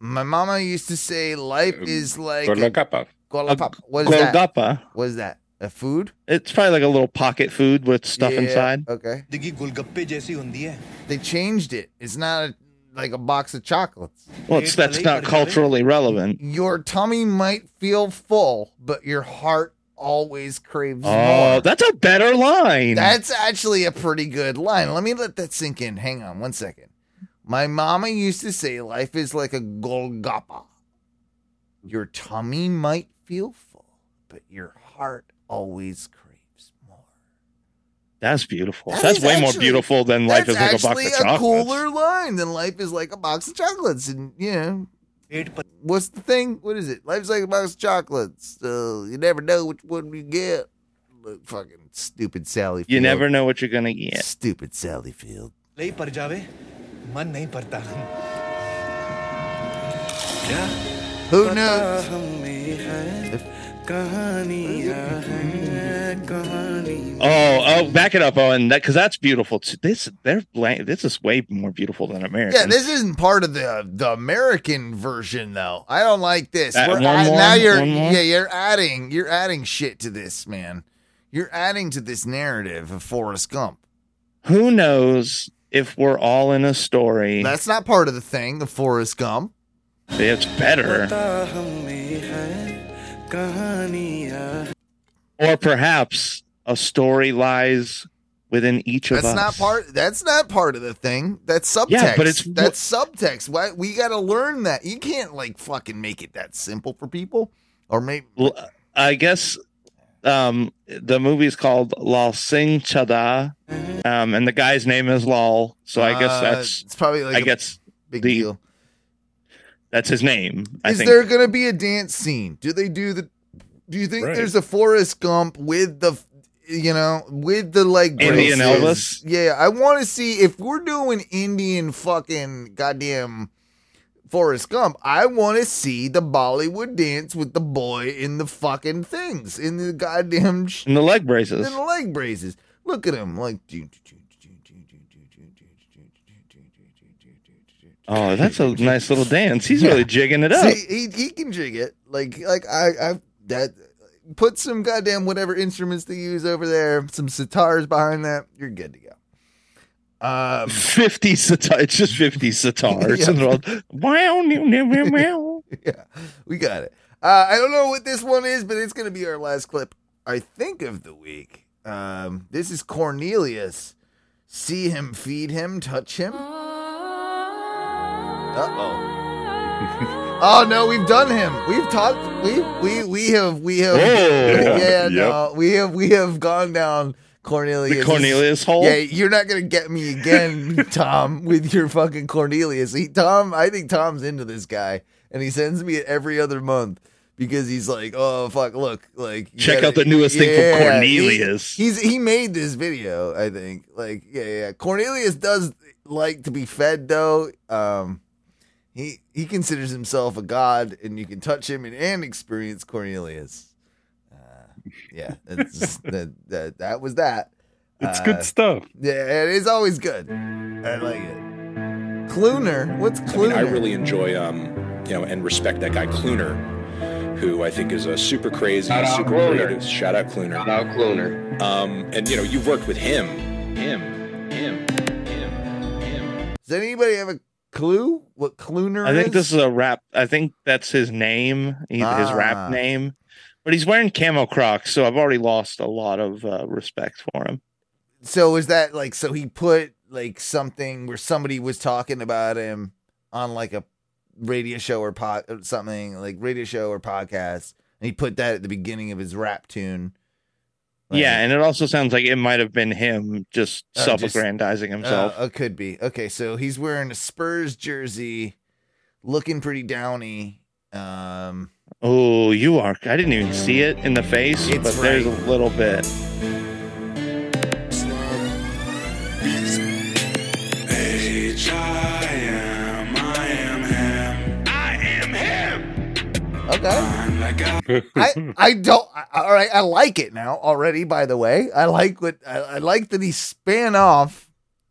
Speaker 3: My mama used to say life
Speaker 4: Um,
Speaker 3: is like a-
Speaker 5: Golagapa.
Speaker 3: Golagapa. What is that?
Speaker 4: Golgappa.
Speaker 3: What is that? A food?
Speaker 4: It's probably like a little pocket food with stuff
Speaker 3: Yeah,
Speaker 4: inside.
Speaker 3: Okay.
Speaker 12: जिंदगी गोलगप्पे जैसी होती है
Speaker 3: They changed it. It's not a, like a box of chocolates.
Speaker 4: Well, it's, that's not culturally relevant.
Speaker 3: Your tummy might feel full, but your heart always craves
Speaker 4: Oh,
Speaker 3: more.
Speaker 4: that's a better line.
Speaker 3: That's actually a pretty good line. Let me let that sink in. Hang on one second. My mama used to say life is like a golgappa. Your tummy might feel full, but your heart always craves more.
Speaker 4: that's beautiful.
Speaker 3: That
Speaker 4: that's
Speaker 3: is
Speaker 4: way more
Speaker 3: actually-
Speaker 4: beautiful than life is like a box
Speaker 3: actually
Speaker 4: of chocolates.
Speaker 3: cooler line than life is like a box of chocolates. And you know, what's the thing? What is it? Life's like a box of chocolates. Uh, you never know which one you get. Look, fucking stupid Sally.
Speaker 4: You
Speaker 3: Field.
Speaker 4: never know what you're gonna get.
Speaker 3: Stupid Sally Field.
Speaker 12: ले पर जावे मन नहीं पड़ता क्या
Speaker 3: Who
Speaker 12: पता
Speaker 3: knows?
Speaker 12: हमें है कहानियां हैं कहानी
Speaker 4: Oh, oh, back it up, Owen. That because that's beautiful. too. This they're blank. This is way more beautiful than American.
Speaker 3: Yeah, this isn't part of the the American version though. I don't like this.
Speaker 4: Uh,
Speaker 3: We're
Speaker 4: one
Speaker 3: add-
Speaker 4: more,
Speaker 3: now you're
Speaker 4: one more?
Speaker 3: yeah, you're adding you're adding shit to this, man. You're adding to this narrative of Forrest Gump.
Speaker 4: Who knows if we're all in a story?
Speaker 3: That's not part of the thing, the Forrest Gump.
Speaker 4: it's better,
Speaker 12: पता हमें है कहानियां
Speaker 4: or perhaps a story lies within each of
Speaker 3: That's
Speaker 4: us.
Speaker 3: not part that's not part of the thing. That's subtext.
Speaker 4: Yeah, but it's-
Speaker 3: that's subtext. Why we gotta learn that. You can't like fucking make it that simple for people. Or maybe
Speaker 4: L- I guess um, the movie's called Lal Singh Chada, um, and the guy's name is Lal. So I guess
Speaker 3: Uh,
Speaker 4: that's
Speaker 3: it's probably like
Speaker 4: I
Speaker 3: a
Speaker 4: guess
Speaker 3: big
Speaker 4: the-
Speaker 3: deal.
Speaker 4: that's his name. I
Speaker 3: is
Speaker 4: think.
Speaker 3: there gonna be a dance scene? Do they do the? Do you think
Speaker 4: Right.
Speaker 3: there's a Forrest Gump with the, you know, with the like
Speaker 4: Indian
Speaker 3: braces? Yeah, I want to see if we're doing Indian fucking goddamn Forrest Gump. I want to see the Bollywood dance with the boy in the fucking things in the goddamn sh-
Speaker 4: and the leg braces.
Speaker 3: in the leg braces. Look at him, like do, do, do, do, do, do, do, do, do, do,
Speaker 4: Oh, that's a nice little dance. He's really jigging it up.
Speaker 3: See, he he can jig it. Like like I I that put some goddamn whatever instruments they use over there, some sitars behind that. You're good to go. Um,
Speaker 4: 50 sitar. It's just
Speaker 3: [laughs]
Speaker 4: 50 sitars. And they're all, wow, new, new, new, new.
Speaker 3: [laughs] yeah, we got it. Uh, I don't know what this one is, but it's gonna be our last clip. I think of the week. Um, this is Cornelius. See him, feed him, touch him. Uh oh. [laughs] oh no, we've done him. We've talked. We we we have we have. [laughs]
Speaker 4: Whoa.
Speaker 3: Yeah,
Speaker 4: Yeah,
Speaker 3: no, we have we have gone down Cornelius.
Speaker 4: The Cornelius hole?
Speaker 3: Yeah, you're not gonna get me again, Tom, with your fucking Cornelius. He, Tom, I think Tom's into this guy, and he sends me it every other month because he's like, oh fuck, look, like you
Speaker 4: Check out the newest thing from Cornelius.
Speaker 3: he- he's he made this video, I think. Like, yeah, yeah. Cornelius does like to be fed, though. Um, he he considers himself a god, and you can touch him and, and experience Cornelius. Uh, yeah,
Speaker 4: [laughs]
Speaker 3: that's, that, that that was that.
Speaker 5: It's
Speaker 3: Uh,
Speaker 5: good stuff.
Speaker 3: Yeah, it is always good. I like it. Cluner, what's
Speaker 13: I mean,
Speaker 3: Cluner?
Speaker 13: I really enjoy, um, you know, and respect that guy Clooner, who I think is a super crazy,
Speaker 14: Shout out
Speaker 13: super
Speaker 14: Clooner.
Speaker 13: creative. Shout out Clooner. Shout out Clooner. Um, and you know, you've worked with him. Him. Him.
Speaker 3: Does anybody have a clue what Cluner
Speaker 4: I
Speaker 3: is?
Speaker 4: think this is a rap. I think that's his name, he, his
Speaker 3: Ah.
Speaker 4: rap name. But he's wearing camo crocs, so I've already lost a lot of uh, respect for him.
Speaker 3: so is that like so he put like something where somebody was talking about him on like a radio show or pod or something like radio show or podcast and he put that at the beginning of his rap tune
Speaker 4: yeah, and it also sounds like it might have been him just
Speaker 3: Oh, just-
Speaker 4: self-aggrandizing himself.
Speaker 3: Uh, it could be okay so he's wearing a spurs jersey looking pretty downy um
Speaker 4: oh, you are! I didn't even see it in the face,
Speaker 3: It's
Speaker 4: but there's
Speaker 3: right.
Speaker 4: a little bit.
Speaker 14: H I am, I am him. I am him.
Speaker 3: okay.
Speaker 6: [laughs]
Speaker 3: I I don't. I, all right, I like it now already. By the way, I like what I, I like that he span off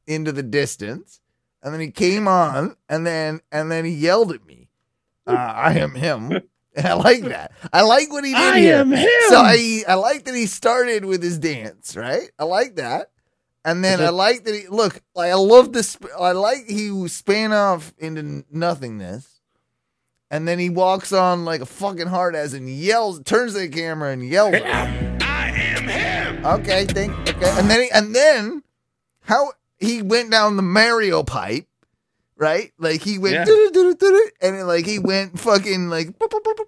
Speaker 3: into the distance, and then he came on, and then and then he yelled at me. Uh, I am him. [laughs] And I like that. I like what he did.
Speaker 6: I
Speaker 3: here.
Speaker 6: am him.
Speaker 3: So I I like that he started with his dance, right? I like that. And then I like that he look. I love this. I like he span off into nothingness, and then he walks on like a fucking hard ass and yells, turns to the camera and yells. [laughs] I am him. Okay, thank. Okay, and then he, and then how he went down the Mario pipe, right? Like he went
Speaker 4: Yeah.
Speaker 3: "Doo-doo-doo-doo-doo-doo," and then, like he went fucking like. boop, boop, boop, boop.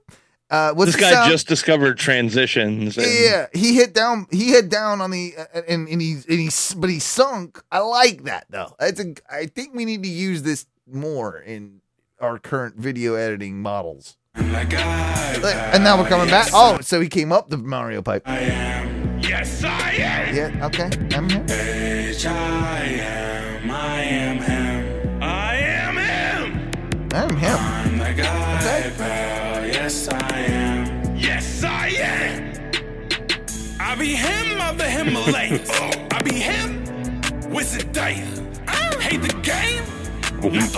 Speaker 3: Uh, what's
Speaker 4: this
Speaker 3: the
Speaker 4: guy
Speaker 3: sound?
Speaker 4: just discovered transitions. and-
Speaker 3: Yeah, he hit down. He hit down on the uh, and and he and he s- but he sunk. I like that though. That's a. I think we need to use this more in our current video editing models. Look, and now we're coming back. Oh, so he came up the Mario pipe. I am.
Speaker 6: Yes, I am.
Speaker 3: Yeah. Okay. I'm here.
Speaker 6: H I am. I am him. I am him.
Speaker 3: I am him.
Speaker 6: I'm the guy, pal. Yes, I am. Yes, I am. I be him of the [laughs] Himalayas. I be him with the day. I hate the game,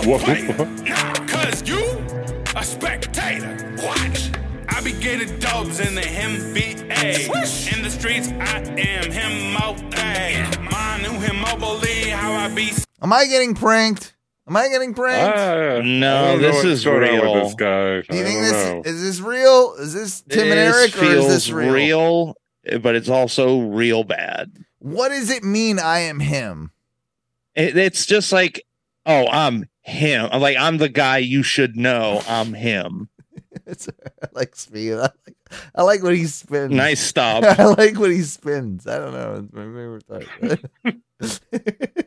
Speaker 6: nah, cause you a spectator. Watch. I be getting dubs in the NBA. In the streets, I am him all day. My new him, oh, believe how I be
Speaker 3: Am I getting pranked? Am I getting pranked?
Speaker 4: No,
Speaker 5: Ah, I don't know
Speaker 4: this
Speaker 5: what's
Speaker 4: is
Speaker 5: going on
Speaker 4: real.
Speaker 5: with this guy.
Speaker 3: Do you
Speaker 5: I
Speaker 3: think
Speaker 5: don't
Speaker 3: this
Speaker 5: know.
Speaker 3: is this real? Is this Tim and
Speaker 4: This
Speaker 3: Eric or is
Speaker 4: feels
Speaker 3: this real?
Speaker 4: real, But it's also real bad.
Speaker 3: What does it mean? I am him. [laughs]
Speaker 4: It, it's just like, oh, I'm him. I'm like, I'm the guy you should know. I'm him.
Speaker 3: It's I like speed. I like, I like what he spins.
Speaker 4: Nice stop.
Speaker 3: [laughs] I like what he spins. I don't know. It's my favorite part.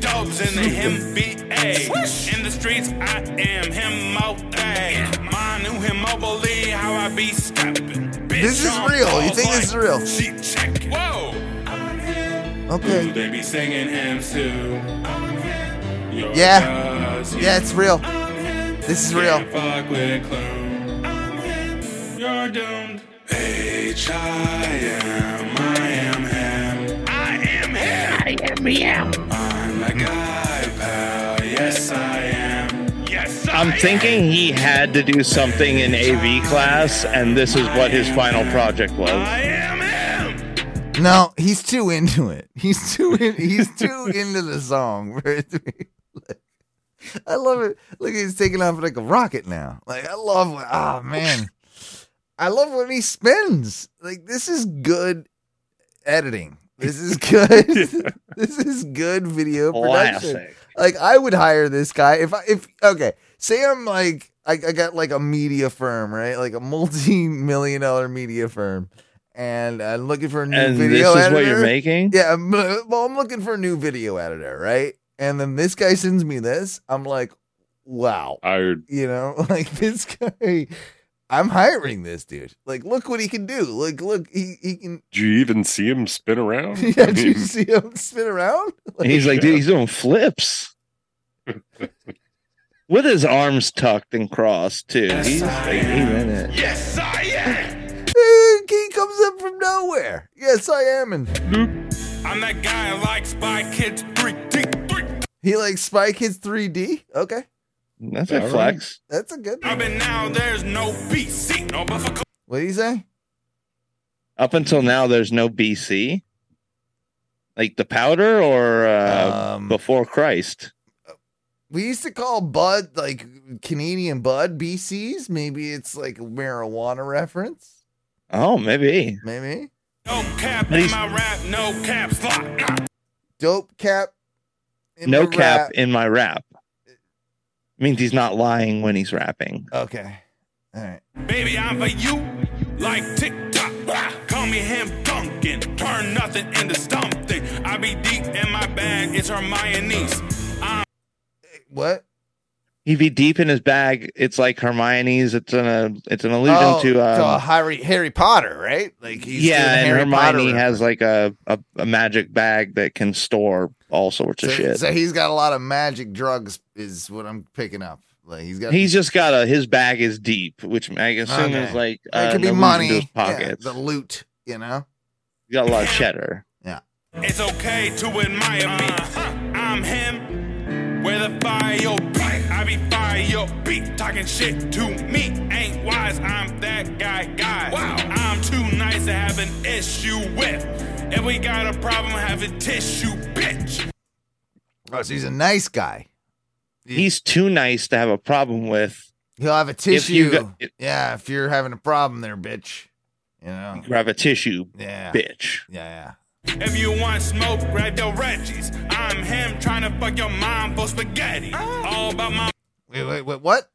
Speaker 6: Dubs in the NBA. In the streets, I am him all day. My new him, oh, believe how I be stepping.
Speaker 3: [laughs] This is real. You think this is real?
Speaker 6: She check. Whoa. I'm him.
Speaker 3: Okay.
Speaker 6: Ooh, They be singing him too. I'm him. You're
Speaker 3: Yeah.
Speaker 6: just
Speaker 3: yeah, it's real.
Speaker 6: I'm him.
Speaker 3: This is real.
Speaker 6: Can't fuck with a clone. I'm him. You're doomed. H I am. I am him. I am him. I am him. I'm the guy, pal. Yes, I am. Yes, I
Speaker 4: I'm thinking he had to do something in AV class, and this is what his final project was.
Speaker 3: No, he's too into it. He's too in, he's too into the song. for it to be- I love it. Look, he's taking off like a rocket now. Like I love. When, oh man, I love when he spins. Like this is good editing. This is good. [laughs] This is good video production.
Speaker 4: Classic.
Speaker 3: Like I would hire this guy if I if okay. Say I'm like I, I got like a media firm, right? Like a multi-million dollar media firm, and I'm looking for a new
Speaker 4: And
Speaker 3: video
Speaker 4: this is
Speaker 3: editor.
Speaker 4: what you're making?
Speaker 3: Yeah, I'm, well, I'm looking for a new video editor, right? And then this guy sends me this. I'm like, wow,
Speaker 5: I
Speaker 3: you know, [laughs] like this guy. I'm hiring this dude. Like, look what he can do. Like, look, he he
Speaker 4: [laughs]
Speaker 3: can. [laughs]
Speaker 5: do you even see him spin around?
Speaker 3: Yeah,
Speaker 5: I
Speaker 3: did you
Speaker 5: mean,
Speaker 3: see him spin around? [laughs]
Speaker 4: And he's like, dude, he's doing flips with his arms tucked and crossed too. He's like, he's in it.
Speaker 6: Yes, I am.
Speaker 3: Eh, [laughs] he comes up from nowhere. Yes, I am. And
Speaker 6: I'm that guy who likes Spy Kids 3D.
Speaker 3: he like Spy Kids 3D. Okay,
Speaker 4: That's
Speaker 3: All
Speaker 4: a
Speaker 3: right.
Speaker 4: flex.
Speaker 3: that's a good.
Speaker 6: I've been now, there's no BC. No, but for
Speaker 3: What do you say?
Speaker 4: Up until now, there's no BC, like the powder or uh,
Speaker 3: Mm.
Speaker 4: before Christ.
Speaker 3: Um, We used to call bud like Canadian bud BCs. Maybe it's like a marijuana reference.
Speaker 4: Oh, maybe.
Speaker 3: Maybe
Speaker 6: cap
Speaker 4: But
Speaker 6: in
Speaker 4: he's-
Speaker 6: my rap, no caps lock.
Speaker 3: dope cap. in
Speaker 4: no
Speaker 3: the
Speaker 4: cap
Speaker 3: rap.
Speaker 4: in my rap means he's not lying when he's rapping.
Speaker 3: Okay. All right.
Speaker 6: Baby, I'm for you, like TikTok. Wah. Call me him Duncan. Turn nothing into something. I be deep in my bag. It's Hermione's. I'm
Speaker 3: What?
Speaker 4: He'd be deep in his bag. It's like Hermione's. It's an uh, it's an allusion
Speaker 3: Oh,
Speaker 4: to um,
Speaker 3: Harry Harry Potter, right? Like he's doing
Speaker 4: yeah, and
Speaker 3: Harry Potter
Speaker 4: Hermione
Speaker 3: reference.
Speaker 4: has like a, a a magic bag that can store all sorts of
Speaker 3: so,
Speaker 4: shit.
Speaker 3: so he's got a lot of magic drugs, is what I'm picking up. Like he's got
Speaker 4: He's just got a his bag is deep, which I assume
Speaker 3: Okay.
Speaker 4: is like
Speaker 3: That
Speaker 4: uh,
Speaker 3: could be
Speaker 4: no reason to
Speaker 3: money.
Speaker 4: His
Speaker 3: Yeah,
Speaker 4: pockets.
Speaker 3: the loot, you know.
Speaker 4: He's got a lot of cheddar.
Speaker 3: Yeah.
Speaker 14: It's okay to admire me. I'm him. Where the fire your beat, I be fire your beat. Talking shit to me ain't wise. I'm that guy, guy. Wow. I'm too nice to have an issue with. If we got a problem, have a tissue, bitch.
Speaker 3: Oh, so he's a nice guy.
Speaker 4: He's too nice to have a problem with.
Speaker 3: He'll have a
Speaker 4: If
Speaker 3: tissue.
Speaker 4: you got-
Speaker 3: yeah, if you're having a problem there, bitch. You know.
Speaker 4: Grab a tissue,
Speaker 3: Yeah.
Speaker 4: bitch.
Speaker 3: Yeah,
Speaker 14: If you want smoke, grab your Reggie's. I'm him trying to fuck your mom for spaghetti. All about my.
Speaker 3: Wait, wait, wait, what?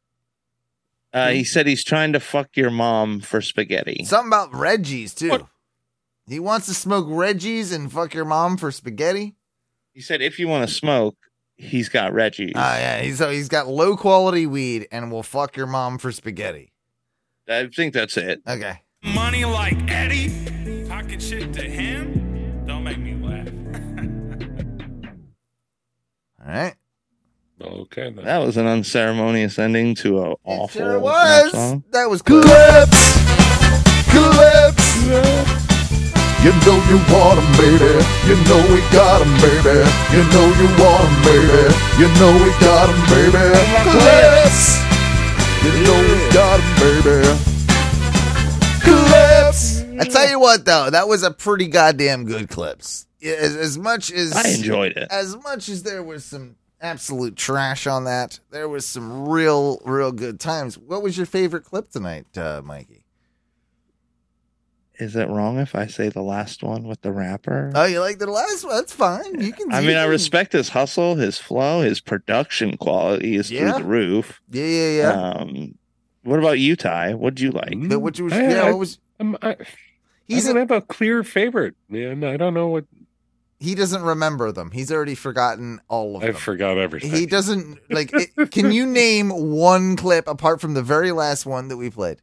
Speaker 4: Uh, he said he's trying to fuck your mom for spaghetti.
Speaker 3: Something about Reggie's too. He wants to smoke Reggie's and fuck your mom for spaghetti.
Speaker 4: He said if you want to smoke, he's got Reggie's.
Speaker 3: Oh yeah, he's so he's got low quality weed and will fuck your mom for spaghetti.
Speaker 4: I think that's it.
Speaker 3: Okay.
Speaker 14: Money like Eddie. Talking shit to him. Don't make me laugh.
Speaker 3: All right.
Speaker 5: Okay. Then.
Speaker 4: That was an unceremonious ending to an awful
Speaker 3: Sure was.
Speaker 4: song.
Speaker 3: That was clips. Clips.
Speaker 15: You know you want 'em, baby. You know we got 'em, baby. You know you want 'em, baby. You know we got 'em, baby. Clips. You know we got 'em, baby.
Speaker 3: Clips. I tell you what though, that was a pretty goddamn good clips. Yeah, As, as much as
Speaker 4: I enjoyed it.
Speaker 3: As much as there was some absolute trash on that, there was some real, real good times. What was your favorite clip tonight, uh, Mikey?
Speaker 4: Is it wrong if I say the last one with the rapper?
Speaker 3: Oh, you liked the last one? That's fine. You can.
Speaker 4: I
Speaker 3: you
Speaker 4: mean, I
Speaker 3: can-
Speaker 4: respect his hustle, his flow, his production quality is
Speaker 3: Yeah.
Speaker 4: through the roof.
Speaker 3: Yeah, yeah, yeah.
Speaker 4: Um, what about you, Ty? What would you like?
Speaker 3: [laughs] But what you was,
Speaker 5: I-
Speaker 3: yeah,
Speaker 5: I-
Speaker 3: what was
Speaker 5: I'm, Um, I,
Speaker 3: He's
Speaker 5: I don't have a clear favorite, man. I don't know what
Speaker 3: he doesn't remember them. He's already forgotten all of
Speaker 5: I
Speaker 3: them.
Speaker 5: forgot everything.
Speaker 3: He doesn't like. It, can you name one clip apart from the very last one that we played?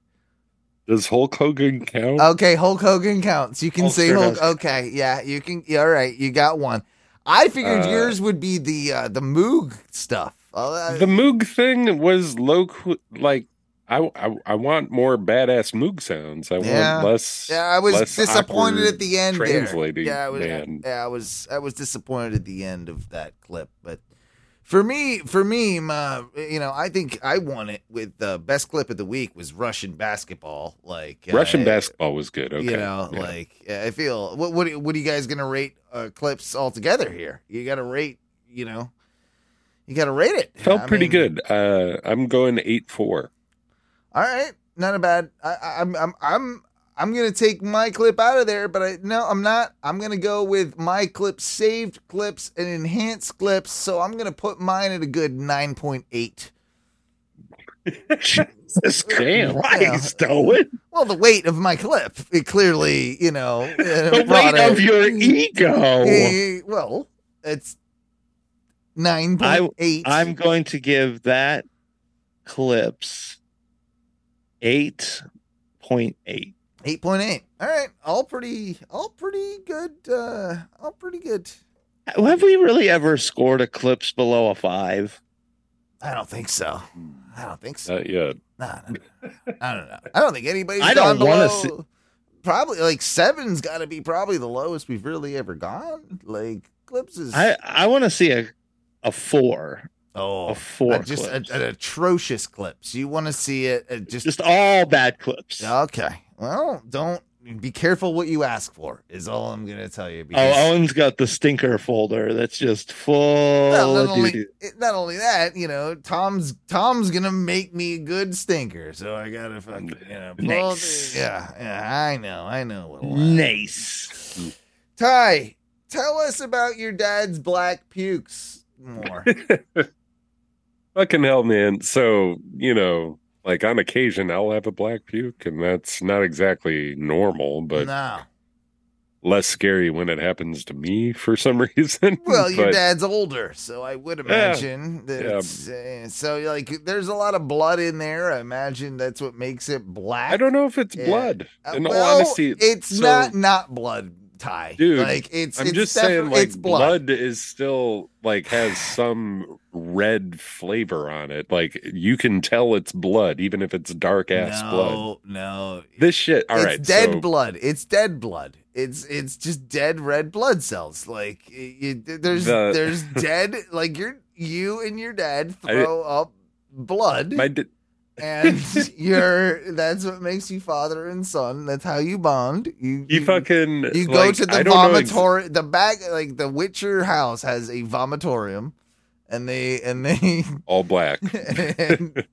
Speaker 5: Does Hulk Hogan count?
Speaker 3: Okay, Hulk Hogan counts. You can
Speaker 5: Hulk
Speaker 3: say
Speaker 5: sure
Speaker 3: Hulk.
Speaker 5: does.
Speaker 3: Okay, yeah, you can. yeah, all right, you got one. I figured
Speaker 5: Uh,
Speaker 3: yours would be the uh, the Moog stuff. Uh,
Speaker 5: the Moog thing was low, qu- like I, I I want more badass Moog sounds. I
Speaker 3: Yeah.
Speaker 5: want less.
Speaker 3: yeah, I was
Speaker 5: less
Speaker 3: disappointed
Speaker 5: awkward
Speaker 3: at the end. there.
Speaker 5: Translating,
Speaker 3: Yeah, I was,
Speaker 5: man.
Speaker 3: yeah, I was. I was disappointed at the end of that clip. But for me, for me, my, you know, I think I won it with the best clip of the week was Russian basketball. Like uh,
Speaker 5: Russian
Speaker 3: basketball.
Speaker 5: basketball was good. Okay,
Speaker 3: You know,
Speaker 5: Yeah.
Speaker 3: like uh, I feel what what what are you guys gonna rate uh, clips altogether here? You gotta rate, you know, you gotta rate it.
Speaker 5: felt
Speaker 3: I
Speaker 5: pretty
Speaker 3: mean,
Speaker 5: good. Uh, I'm going eight four.
Speaker 3: All right, not a bad. I, I, I'm I'm I'm I'm gonna take my clip out of there, but I no, I'm not. I'm gonna go with my clips, saved clips, and enhanced clips. So I'm gonna put mine at a good nine point eight.
Speaker 4: Jesus
Speaker 5: Damn.
Speaker 4: Christ, Owen.
Speaker 3: Well, the weight of my clip, it clearly, you
Speaker 5: [laughs]
Speaker 3: know, uh,
Speaker 4: The
Speaker 3: brought
Speaker 4: weight of
Speaker 3: it-
Speaker 4: your
Speaker 3: [laughs]
Speaker 4: ego.
Speaker 3: Eh, well, it's nine
Speaker 4: I,
Speaker 3: point eight. [laughs]
Speaker 4: I'm going to give that clips 8.8.
Speaker 3: Eight point eight. All right, all pretty, all pretty good. Uh, all pretty good.
Speaker 4: Have we really ever scored a clips below a five?
Speaker 3: I don't think so. I don't think so. [laughs]
Speaker 5: Not yet.
Speaker 3: Nah, nah, nah. I don't know. I don't think anybody's
Speaker 4: Uh, I
Speaker 3: gone
Speaker 4: don't
Speaker 3: below.
Speaker 4: wanna see-
Speaker 3: Probably like seven's got to be probably the lowest we've really ever gone. Like clips is
Speaker 4: I, I want to see a, a four.
Speaker 3: Oh,
Speaker 4: a four.
Speaker 3: uh, just a,
Speaker 4: clips.
Speaker 3: an atrocious clips. You want to see it uh, just
Speaker 4: just all bad clips.
Speaker 3: okay. Well, don't be careful what you ask for. Is all I'm gonna tell you.
Speaker 4: Oh, Owen's got the stinker folder that's just full
Speaker 3: Well,
Speaker 4: of
Speaker 3: not only,
Speaker 4: doo-doo.
Speaker 3: it- not only that, you know, Tom's Tom's gonna make me a good stinker, so I gotta fucking you know, pull
Speaker 4: Nice.
Speaker 3: the- yeah, yeah, I know, I know what.
Speaker 4: Nice.
Speaker 3: Ty, tell us about your dad's black pukes more.
Speaker 4: [laughs]
Speaker 5: Fucking hell, man. So, you know, like on occasion, I'll have a black puke, and that's not exactly normal, but
Speaker 3: no,
Speaker 5: less scary when it happens to me for some [laughs] reason.
Speaker 3: well, your
Speaker 5: But
Speaker 3: dad's older, so I would imagine that.
Speaker 5: Yeah.
Speaker 3: It's, uh, so, like, there's a lot of blood in there. I imagine that's what makes it black.
Speaker 5: I don't know if it's
Speaker 3: Yeah.
Speaker 5: blood.
Speaker 3: Uh,
Speaker 5: In all
Speaker 3: well,
Speaker 5: honesty,
Speaker 3: it's
Speaker 5: so-
Speaker 3: not not blood. tie,
Speaker 5: dude.
Speaker 3: Like it's
Speaker 5: I'm
Speaker 3: it's
Speaker 5: just
Speaker 3: def-
Speaker 5: saying, like
Speaker 3: it's blood.
Speaker 5: is still
Speaker 3: [sighs]
Speaker 5: like has some red flavor on it. Like you can tell it's blood, even if it's dark ass blood.
Speaker 3: No, no,
Speaker 5: This shit. all
Speaker 3: it's
Speaker 5: right,
Speaker 3: dead
Speaker 5: so-
Speaker 3: blood. It's dead blood. It's it's just dead red blood cells. Like y y- there's
Speaker 5: The-
Speaker 3: there's dead. Like you're you and your
Speaker 5: [laughs]
Speaker 3: dad throw up blood,
Speaker 5: My d-
Speaker 3: and you're that's what makes you father and son. That's how you bond. You
Speaker 5: you fucking
Speaker 3: you go
Speaker 5: like,
Speaker 3: to
Speaker 5: I
Speaker 3: the
Speaker 5: don't know ex-
Speaker 3: vomitorium. the back like the Witcher house has a vomitorium, and they and they [laughs]
Speaker 5: all black.
Speaker 3: and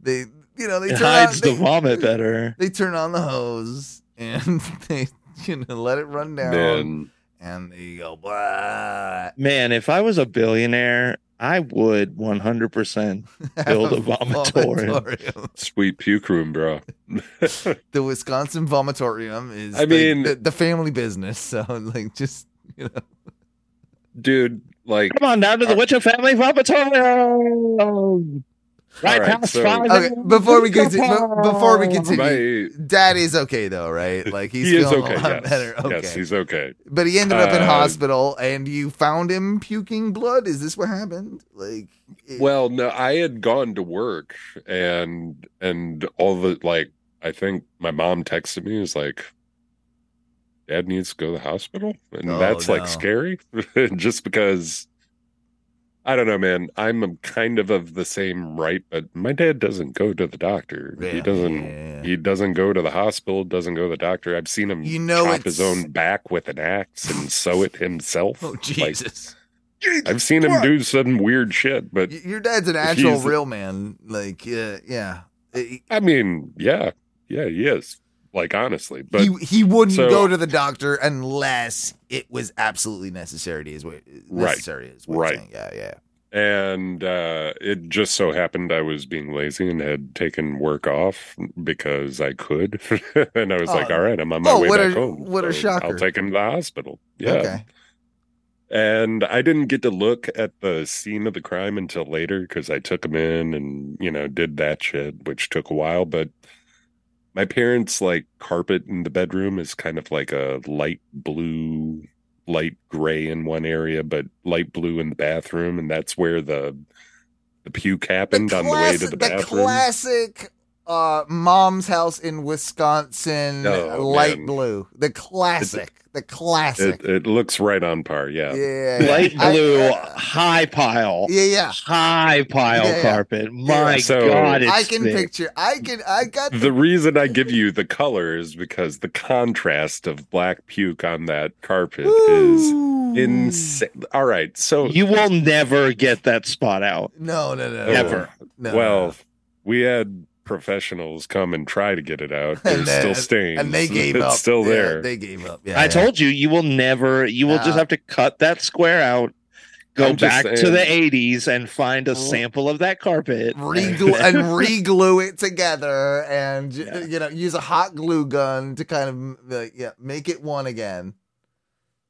Speaker 3: they you know they
Speaker 4: It
Speaker 3: turn
Speaker 4: hides
Speaker 3: on,
Speaker 4: the
Speaker 3: they-
Speaker 4: vomit better.
Speaker 3: [laughs] They turn on the hose and [laughs] they you know let it run down
Speaker 4: Man.
Speaker 3: and they go blah. [laughs]
Speaker 4: Man, if I was a billionaire, I would 100% build a vomitorium.
Speaker 3: [laughs] Vomitorium.
Speaker 5: Sweet puke room, bro. [laughs]
Speaker 3: The Wisconsin vomitorium is
Speaker 5: I
Speaker 3: like,
Speaker 5: mean-
Speaker 3: the, the family business. [laughs] So like just you know
Speaker 5: dude. Like
Speaker 4: Come on down to the Witcher family vomitorium. Right,
Speaker 3: All right,
Speaker 4: past
Speaker 3: so-
Speaker 4: five.
Speaker 3: Okay, before we get to, be- before we continue,
Speaker 5: My-
Speaker 3: Dad is okay though,
Speaker 5: [laughs]
Speaker 3: right? Like he's
Speaker 5: he is
Speaker 3: feeling
Speaker 5: okay.
Speaker 3: a lot
Speaker 5: Yes.
Speaker 3: better. Okay,
Speaker 5: yes, he's okay.
Speaker 3: but he ended up in
Speaker 5: Uh,
Speaker 3: hospital, and you found him puking blood. Is this what happened? Like,
Speaker 5: Well, no, I had gone to work and and all the like I think my mom texted me and was like dad needs to go to the hospital and
Speaker 13: Oh,
Speaker 5: that's
Speaker 13: no.
Speaker 5: like scary [laughs] just because I don't know, man. I'm kind of of the same right, but my dad doesn't go to the doctor. He doesn't. He doesn't go to the hospital. Doesn't go to the doctor. I've seen him
Speaker 3: You know
Speaker 5: chop his
Speaker 3: it's-
Speaker 5: own back with an axe and sew it himself.
Speaker 3: [laughs] oh
Speaker 5: [laughs] Like,
Speaker 3: Jesus!
Speaker 5: I've seen him do some weird shit, but
Speaker 3: Y- Your dad's an actual
Speaker 5: He's-
Speaker 3: real man. Like, yeah, yeah.
Speaker 5: I mean, yeah, yeah, he is. Like honestly, but
Speaker 3: he he wouldn't
Speaker 5: so-
Speaker 3: go to the doctor unless it was absolutely necessary. Is what necessary is what you're
Speaker 5: right.
Speaker 3: saying. Yeah, yeah.
Speaker 5: And uh, it just so happened I was being lazy and had taken work off because I could, [laughs] and I was like,
Speaker 3: Oh.
Speaker 5: "All right, I'm on my
Speaker 3: Oh,
Speaker 5: way
Speaker 3: what
Speaker 5: back
Speaker 3: a-
Speaker 5: home.
Speaker 3: what a
Speaker 5: so
Speaker 3: shocker.
Speaker 5: I'll take him to the hospital." Yeah.
Speaker 3: Okay.
Speaker 5: And I didn't get to look at the scene of the crime until later because I took him in and, you know, did that shit, which took a while. But my parents' like carpet in the bedroom is kind of like a light blue, light gray in one area, but light blue in the bathroom. And that's where the, the puke happened on the way to
Speaker 3: Classic-
Speaker 5: the bathroom.
Speaker 3: classic uh, mom's house in Wisconsin,
Speaker 5: Oh,
Speaker 3: light
Speaker 5: man.
Speaker 3: blue. The classic. the classic.
Speaker 5: it, it looks right on par. Yeah. uh,
Speaker 3: yeah, yeah.
Speaker 4: Light
Speaker 3: I-
Speaker 4: blue, high pile.
Speaker 3: Yeah, yeah.
Speaker 4: High pile
Speaker 3: Yeah, yeah.
Speaker 4: carpet. My
Speaker 5: So-
Speaker 4: God, it's
Speaker 3: I can
Speaker 4: thick.
Speaker 3: picture. I can. I got. The,
Speaker 5: the reason I give you the color is because the contrast of black puke on that carpet is insane. All right, so
Speaker 4: You will never get that spot out.
Speaker 3: no, no, no, no.
Speaker 4: Never.
Speaker 3: No,
Speaker 5: oh, well, we had professionals come and try to get it out. There's
Speaker 3: And then-
Speaker 5: still stains,
Speaker 3: and they gave
Speaker 5: it's
Speaker 3: up.
Speaker 5: Still
Speaker 3: Yeah,
Speaker 5: there.
Speaker 3: they gave up. Yeah,
Speaker 4: I
Speaker 3: yeah.
Speaker 4: told you, you will never. You will just
Speaker 3: Nah.
Speaker 4: have to cut that square out. Go
Speaker 5: I'm just
Speaker 4: back to the
Speaker 5: saying.
Speaker 4: '80s and find
Speaker 3: Oh.
Speaker 4: a sample of that carpet. [laughs]
Speaker 3: Reglu- and re-glue it together, and j- you know, use a hot glue gun to kind of like, yeah, make it one again.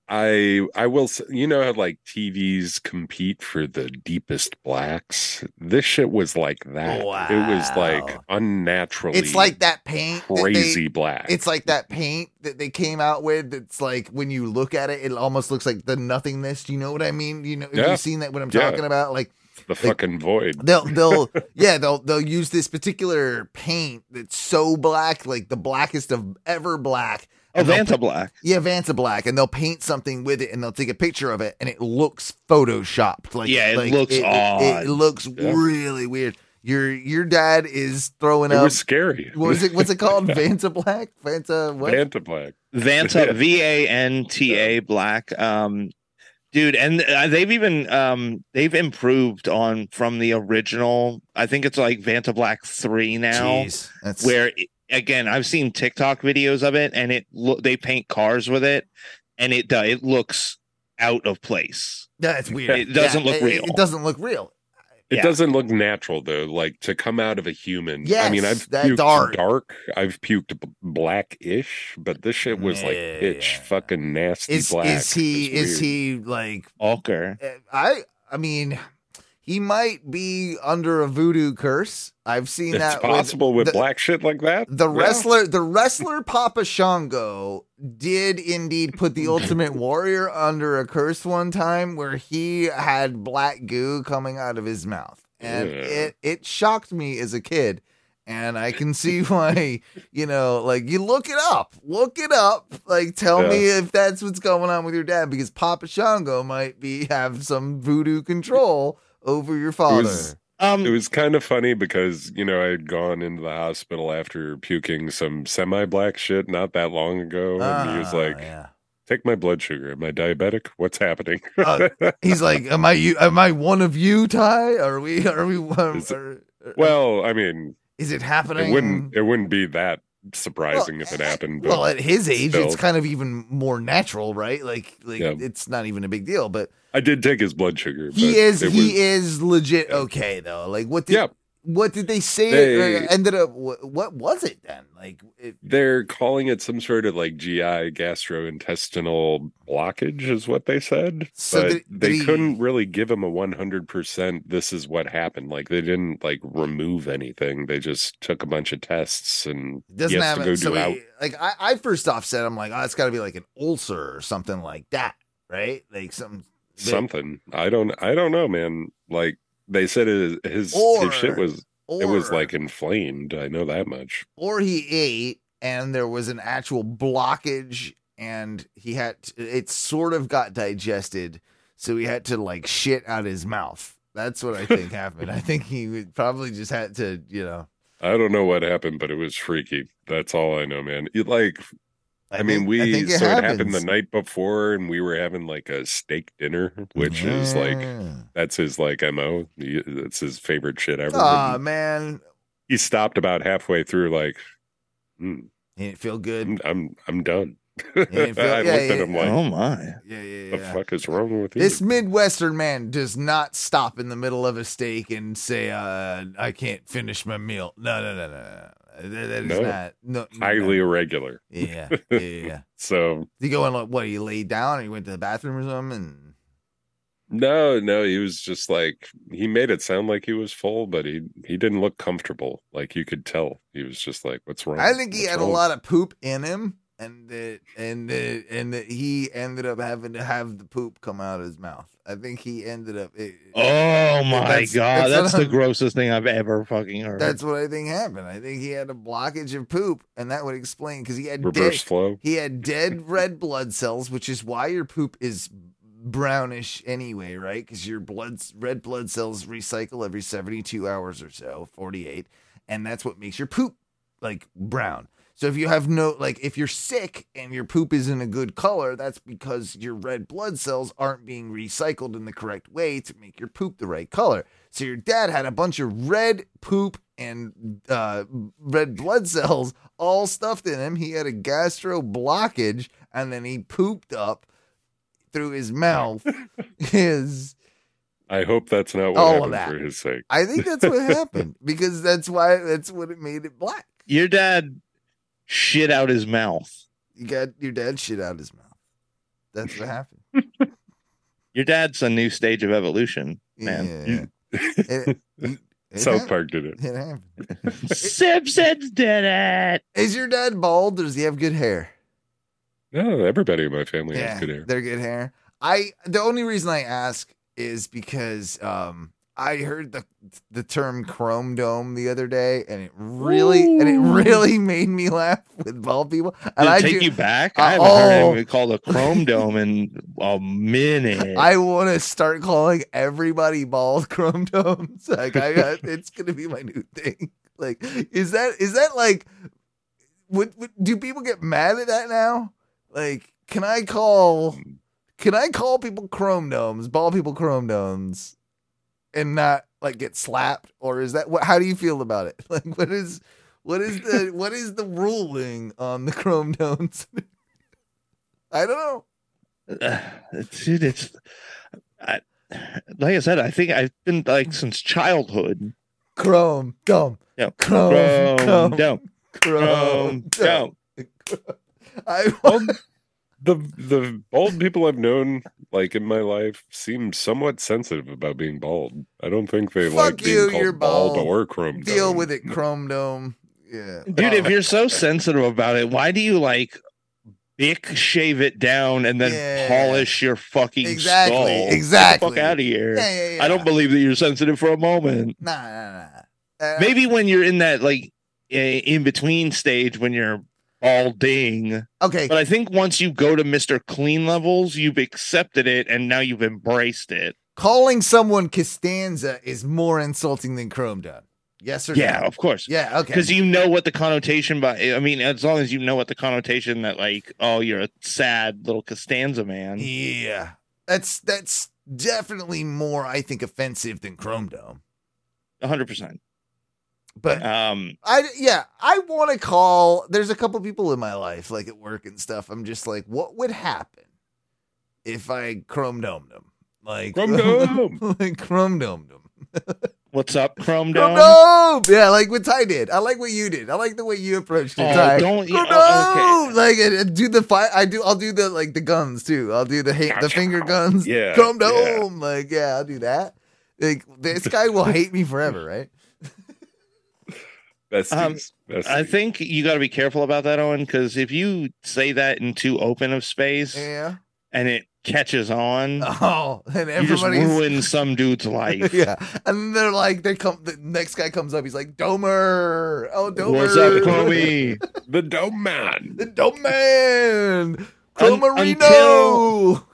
Speaker 5: I I will. s- You know how like TVs compete for the deepest blacks. This shit was like that. It was like unnaturally.
Speaker 3: It's like that paint. that they-
Speaker 5: crazy black.
Speaker 3: It's like that paint that they came out with. That's like when you look at it, it almost looks like the nothingness. Do you know what I mean? You know, have
Speaker 5: Yeah.
Speaker 3: you seen that? What I'm
Speaker 5: Yeah.
Speaker 3: talking about, like
Speaker 5: the fucking void.
Speaker 3: they'll
Speaker 4: [laughs]
Speaker 3: they'll yeah they'll they'll use this particular paint that's so black, like the blackest of ever black.
Speaker 4: Oh,
Speaker 3: and they'll
Speaker 4: Vanta
Speaker 3: pa-
Speaker 4: Black.
Speaker 3: Yeah, Vanta Black, and they'll paint something with it, and they'll take a picture of it, and it looks photoshopped. Like
Speaker 4: Yeah, it
Speaker 3: like,
Speaker 4: looks
Speaker 3: it, It,
Speaker 4: odd.
Speaker 3: looks
Speaker 4: Yeah.
Speaker 3: really weird. Your your dad is throwing
Speaker 5: It
Speaker 3: up.
Speaker 5: was scary.
Speaker 3: What was it? What's
Speaker 4: [laughs]
Speaker 5: [laughs]
Speaker 3: it called? Vanta Black? Vanta what?
Speaker 5: Vanta Black.
Speaker 3: [laughs]
Speaker 4: Vanta V A N T A Black. Um, dude, and uh, they've even um they've improved on from the original. I think it's like Vanta Black three now,
Speaker 3: Jeez, that's-
Speaker 4: where it- again I've seen TikTok videos of it, and it lo- they paint cars with it, and it uh, it looks out of place.
Speaker 3: Yeah, it's weird.
Speaker 4: It doesn't
Speaker 3: Yeah,
Speaker 4: look
Speaker 3: it-
Speaker 4: real.
Speaker 3: It, doesn't look real.
Speaker 5: It
Speaker 4: Yeah.
Speaker 5: doesn't look natural though, like to come out of a human. I mean,
Speaker 3: Yes,
Speaker 5: I've
Speaker 3: that
Speaker 5: puked
Speaker 3: dark.
Speaker 5: dark. I've puked b- blackish, but this shit was like
Speaker 3: Yeah,
Speaker 5: pitch fucking nasty
Speaker 3: Is
Speaker 5: black.
Speaker 3: is he
Speaker 5: It's
Speaker 3: is
Speaker 5: weird.
Speaker 3: he like
Speaker 4: Alker.
Speaker 3: eh, I I mean He might be under a voodoo curse. I've seen
Speaker 5: It's
Speaker 3: that.
Speaker 5: possible with,
Speaker 3: the-
Speaker 5: black shit like that.
Speaker 3: The
Speaker 5: Yeah.
Speaker 3: wrestler, the wrestler Papa Shango did indeed put the Ultimate Warrior under a curse one time, where he had black goo coming out of his mouth, and
Speaker 5: Yeah.
Speaker 3: it it shocked me as a kid, and I can see [laughs] why. You know, like you look it up, look it up. Like, tell me
Speaker 5: Yeah.
Speaker 3: if that's what's going on with your dad, because Papa Shango might be have some voodoo control over your
Speaker 5: It
Speaker 3: father.
Speaker 5: was,
Speaker 4: Um,
Speaker 5: it was kind of funny because, you know, I had gone into the hospital after puking some semi black shit not that long ago. and he was
Speaker 3: Ah,
Speaker 5: like, Take my blood sugar. Am I diabetic? What's happening?
Speaker 3: Uh, He's like, am I you? Am I one of you, Ty? Are we? Are we? Are,
Speaker 5: Is it-
Speaker 3: are-
Speaker 5: [laughs] well, I mean,
Speaker 3: is it happening?
Speaker 5: it wouldn't, it wouldn't be that surprising if it happened. but
Speaker 3: Well, at his age, it's
Speaker 5: still.
Speaker 3: kind of even more natural, right? Like, like
Speaker 5: Yeah.
Speaker 3: it's not even a big deal. But
Speaker 5: I did take his blood sugar.
Speaker 3: he
Speaker 5: but
Speaker 3: is,
Speaker 5: it
Speaker 3: he
Speaker 5: was-
Speaker 3: is legit okay though. Like, what did?
Speaker 5: Yeah.
Speaker 3: What did they say?
Speaker 5: They-
Speaker 3: it ended up. What, what was it then? Like, it,
Speaker 5: They're calling it some sort of like GI gastrointestinal blockage, is what they said.
Speaker 3: So
Speaker 5: but
Speaker 3: did- did
Speaker 5: they
Speaker 3: he-
Speaker 5: couldn't really give him a one hundred percent. This is what happened. Like they didn't like remove anything. They just took a bunch of tests and
Speaker 3: it doesn't
Speaker 5: he has
Speaker 3: have
Speaker 5: to go
Speaker 3: it. So
Speaker 5: do
Speaker 3: he-
Speaker 5: out.
Speaker 3: like, I, I first off said, I'm like, oh, it's got to be like an ulcer or something like that, right? Like something. that-
Speaker 5: something. I don't. I don't know, man. Like they said, his his,
Speaker 3: Or-
Speaker 5: his shit was it was
Speaker 3: or-
Speaker 5: like inflamed. I know that much.
Speaker 3: or he ate and there was an actual blockage and he had it sort of got digested so he had to like shit out his mouth that's what i think happened i think he would probably just had to you know
Speaker 5: I don't know what happened, but it was freaky. That's all I know, man. It, like, I,
Speaker 3: think-
Speaker 5: mean,
Speaker 3: I
Speaker 5: we
Speaker 3: think it
Speaker 5: so it happened the
Speaker 3: happens.
Speaker 5: night before, and we were having like a steak dinner, which is
Speaker 3: Yeah.
Speaker 5: like that's his like mo. He- That's his favorite shit ever.
Speaker 3: ah
Speaker 5: But
Speaker 3: man
Speaker 5: he stopped about halfway through, like, hmm,
Speaker 3: he didn't feel good
Speaker 5: I'm I'm, I'm done.
Speaker 3: didn't feel-
Speaker 5: [laughs] I
Speaker 3: yeah,
Speaker 5: looked at
Speaker 3: yeah,
Speaker 5: him like,
Speaker 4: oh my,
Speaker 3: yeah yeah
Speaker 5: the
Speaker 3: yeah
Speaker 5: fuck is wrong with you?
Speaker 3: this midwestern man does not stop in the middle of a steak and say uh i can't finish my meal no no no no, no that, that is
Speaker 5: No.
Speaker 3: not no no,
Speaker 5: highly
Speaker 3: no.
Speaker 5: irregular.
Speaker 3: yeah yeah, yeah, yeah.
Speaker 5: So
Speaker 3: Did he go and like, what? He laid down or he went to the bathroom or something? And
Speaker 5: No, no, he was just like he made it sound like he was full, but he he didn't look comfortable. Like you could tell, he was just like, "What's wrong?"
Speaker 3: I think he
Speaker 5: What's
Speaker 3: had a
Speaker 5: wrong?"
Speaker 3: lot of poop in him, and that and that and that he ended up having to have the poop come out of his mouth. I think he ended up. it-
Speaker 4: oh my
Speaker 3: that's-
Speaker 4: god,
Speaker 3: that's
Speaker 4: that's,
Speaker 3: what
Speaker 4: the
Speaker 3: I'm-
Speaker 4: grossest thing I've ever fucking heard.
Speaker 3: That's what I think happened. I think he had a blockage of poop, and that would explain because he had
Speaker 5: reverse
Speaker 3: dead,
Speaker 5: flow.
Speaker 3: [laughs] he had dead red blood cells, which is why your poop is brownish anyway, right? Because your blood red blood cells recycle every seventy two hours or so, forty eight, and that's what makes your poop like brown. So if you have no like if you're sick and your poop isn't a good color, that's because your red blood cells aren't being recycled in the correct way to make your poop the right color. So your dad had a bunch of red poop and uh, red blood [laughs] cells all stuffed in him. He had a gastro blockage, and then he pooped up through his mouth. his
Speaker 5: I hope that's not what
Speaker 3: All of
Speaker 5: happened
Speaker 3: that.
Speaker 5: for his sake.
Speaker 3: I think that's what happened because that's why that's what it made it black.
Speaker 4: Your dad shit out his mouth.
Speaker 3: You got your dad shit out his mouth. That's what happened.
Speaker 4: Your dad's a new stage of evolution, man.
Speaker 3: Yeah. It- it-
Speaker 5: [laughs]
Speaker 3: it
Speaker 5: South
Speaker 3: happened.
Speaker 5: Park did it.
Speaker 3: It happened.
Speaker 4: [laughs] Simpsons did it.
Speaker 3: Is your dad bald? Does he have good hair?
Speaker 5: No, everybody in my family has good hair.
Speaker 3: They're good hair. I the only reason I ask is because um I heard the the term chrome dome the other day and it really and it really [laughs] made me laugh with bald people. And
Speaker 4: Did it
Speaker 3: I
Speaker 4: take
Speaker 3: do-
Speaker 4: you back?
Speaker 3: I-
Speaker 4: I haven't heard
Speaker 3: oh.
Speaker 4: anyone called a
Speaker 3: [laughs]
Speaker 4: chrome dome in a minute.
Speaker 3: I want to start calling everybody bald chrome domes. [laughs] Like I, I it's going to be my new thing. [laughs] Like is that is that like would, would do people get mad at that now? Like can I call can I call people chrome domes, bald people chrome domes and not like get slapped or is that what how do you feel about it? [laughs] Like what is what is the what is the ruling on the chrome domes? [laughs] I don't know.
Speaker 4: Uh, [sighs] dude, it's I, like I said. I think I've been like since childhood.
Speaker 3: Chrome dome.
Speaker 4: Yeah,
Speaker 3: Oh, Chrome,
Speaker 4: chrome,
Speaker 3: chrome,
Speaker 4: dome,
Speaker 3: chrome,
Speaker 4: chrome,
Speaker 3: dome.
Speaker 4: dome.
Speaker 3: [laughs] I
Speaker 4: Well,
Speaker 5: the the bald people I've known like in my life seem somewhat sensitive about being bald. I don't think they like
Speaker 3: Fuck you,
Speaker 5: being called
Speaker 3: you're
Speaker 5: bald,
Speaker 3: bald.
Speaker 5: or chrome.
Speaker 3: Deal with it, Chrome Dome. Yeah.
Speaker 4: dude if you're
Speaker 3: Oh.
Speaker 4: so sensitive about it why do you like bick shave it down and then
Speaker 3: Yeah.
Speaker 4: polish your
Speaker 3: [laughs]
Speaker 4: fucking
Speaker 3: Exactly,
Speaker 4: skull Get the
Speaker 3: exactly.
Speaker 4: fuck out of here
Speaker 3: Yeah, yeah,
Speaker 4: i don't believe that you're sensitive for a moment
Speaker 3: Nah, nah, Uh, nah.
Speaker 4: maybe when you're in that like in between stage when you're balding
Speaker 3: Okay.
Speaker 4: but i think once you go to mr clean levels you've accepted it and now you've embraced it
Speaker 3: Calling someone Costanza is more insulting than Chrome Dome. Yes or no?
Speaker 4: yeah of course
Speaker 3: Yeah, okay.
Speaker 4: because you know what the connotation by i mean as long as you know what the connotation that like oh you're a sad little costanza man
Speaker 3: Yeah. That's that's definitely more, I think, offensive than Chrome Dome.
Speaker 4: 100%
Speaker 3: but
Speaker 4: um
Speaker 3: I yeah, I want to call. There's a couple people in my life, like at work and stuff. I'm just like, what would happen if I chrome domed them? [laughs] Like
Speaker 5: Chrome dome.
Speaker 3: like chrome domed them.
Speaker 4: what's up chrome
Speaker 3: Chrome
Speaker 4: dome
Speaker 3: dome. Yeah, like what Ty did. I like what you did. I like the way you approached it.
Speaker 4: Oh,
Speaker 3: Ty.
Speaker 4: don't-
Speaker 3: Chrome
Speaker 4: oh,
Speaker 3: dome. Like I, I do the fire. I do. I'll do the like the guns too. I'll do the ha- the finger guns. [laughs]
Speaker 5: Yeah,
Speaker 3: Chrome
Speaker 5: yeah.
Speaker 3: dome. Like yeah, I'll do that. Like this guy will hate me forever,
Speaker 4: [laughs]
Speaker 3: right?
Speaker 4: Um,
Speaker 5: Besties, besties.
Speaker 4: I think you got to be careful about that, Owen, because if you say that in too open of space
Speaker 3: Yeah.
Speaker 4: and it catches on,
Speaker 3: Oh, and
Speaker 4: you just
Speaker 3: everybody's
Speaker 4: ruin
Speaker 3: [laughs]
Speaker 4: some dude's life.
Speaker 3: yeah. And then they're like, they come. The next guy comes up. He's like, Domer. Oh, Domer.
Speaker 4: What's up, Chromie?
Speaker 5: the dome
Speaker 3: [laughs]
Speaker 5: man.
Speaker 3: The Dome Man.
Speaker 4: Un-
Speaker 3: Cromarino.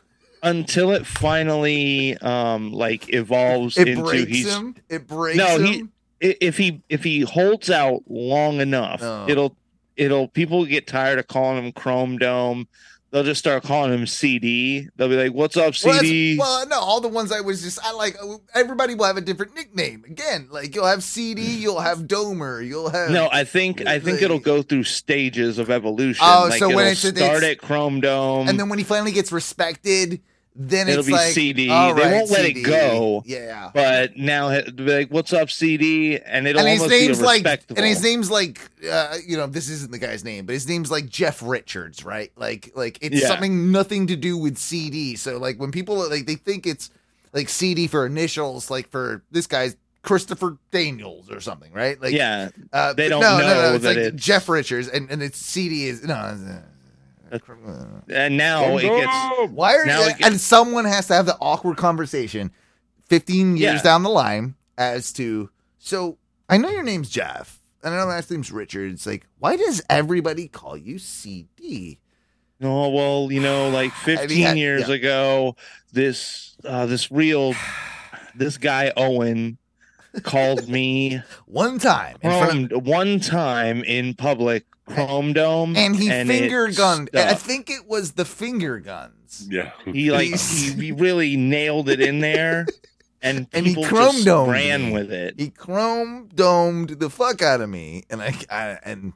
Speaker 4: Until it finally, um, like evolves
Speaker 3: it
Speaker 4: into
Speaker 3: breaks
Speaker 4: he's
Speaker 3: him. It breaks
Speaker 4: no
Speaker 3: him.
Speaker 4: he i- if he if he holds out long enough,
Speaker 3: Oh.
Speaker 4: it'll it'll people get tired of calling him Chrome Dome. They'll just start calling him CD. They'll be like, "What's up,
Speaker 3: Well, that's-
Speaker 4: CD?"
Speaker 3: well, no, all the ones I was just, I like, uh, everybody will have a different nickname. Again, like, you'll have
Speaker 4: [sighs]
Speaker 3: CD, you'll have Domer, you'll have.
Speaker 4: No, I think I think it'll go through stages of evolution.
Speaker 3: Oh,
Speaker 4: like
Speaker 3: so when
Speaker 4: it'll
Speaker 3: it's- it's-
Speaker 4: start at Chrome Dome,
Speaker 3: and then when he finally gets respected, then
Speaker 4: it'll
Speaker 3: it's
Speaker 4: be
Speaker 3: like.
Speaker 4: CD.
Speaker 3: all
Speaker 4: they
Speaker 3: right,
Speaker 4: won't let
Speaker 3: CD.
Speaker 4: it go.
Speaker 3: Yeah.
Speaker 4: But now it- they'll be like, "What's up, CD?" And it'll
Speaker 3: and his
Speaker 4: almost
Speaker 3: name's
Speaker 4: be
Speaker 3: like
Speaker 4: respectable.
Speaker 3: and his name's like uh, you know this isn't the guy's name but his name's like jeff richards right like like it's
Speaker 4: Yeah.
Speaker 3: something nothing to do with cd so like when people like they think it's like cd for initials like for this guy's christopher daniels or something right like
Speaker 4: yeah,
Speaker 3: uh,
Speaker 4: they
Speaker 3: but
Speaker 4: don't
Speaker 3: no,
Speaker 4: know
Speaker 3: no, no, it's
Speaker 4: that
Speaker 3: like
Speaker 4: it's-
Speaker 3: jeff richards and and it's cd is no uh,
Speaker 4: and now Oh, it gets
Speaker 3: why are
Speaker 4: Now
Speaker 3: you,
Speaker 4: it gets-
Speaker 3: and someone has to have the awkward conversation 15 years
Speaker 4: Yeah.
Speaker 3: down the line as to so I know your name's Jeff and I know my last name's Richard. It's like, why does everybody call you CD?
Speaker 4: no. "Oh, Well, you know,
Speaker 3: [sighs]
Speaker 4: like fifteen
Speaker 3: had-
Speaker 4: years
Speaker 3: yeah.
Speaker 4: ago, this uh,
Speaker 3: [sighs]
Speaker 4: this real this guy Owen called me
Speaker 3: One time [laughs] in front of
Speaker 4: Chrome one time in public Chrome Dome,
Speaker 3: and he
Speaker 4: it
Speaker 3: finger gunned. I
Speaker 4: stuck.
Speaker 3: think it was the finger guns.
Speaker 5: Yeah.
Speaker 4: he like he,
Speaker 3: He's-
Speaker 4: he really nailed it in
Speaker 3: [laughs]
Speaker 4: there, and
Speaker 3: And he
Speaker 4: people
Speaker 3: chrome
Speaker 4: just
Speaker 3: domed
Speaker 4: ran
Speaker 3: me.
Speaker 4: with it.
Speaker 3: He chrome domed the fuck out of me. And I, I and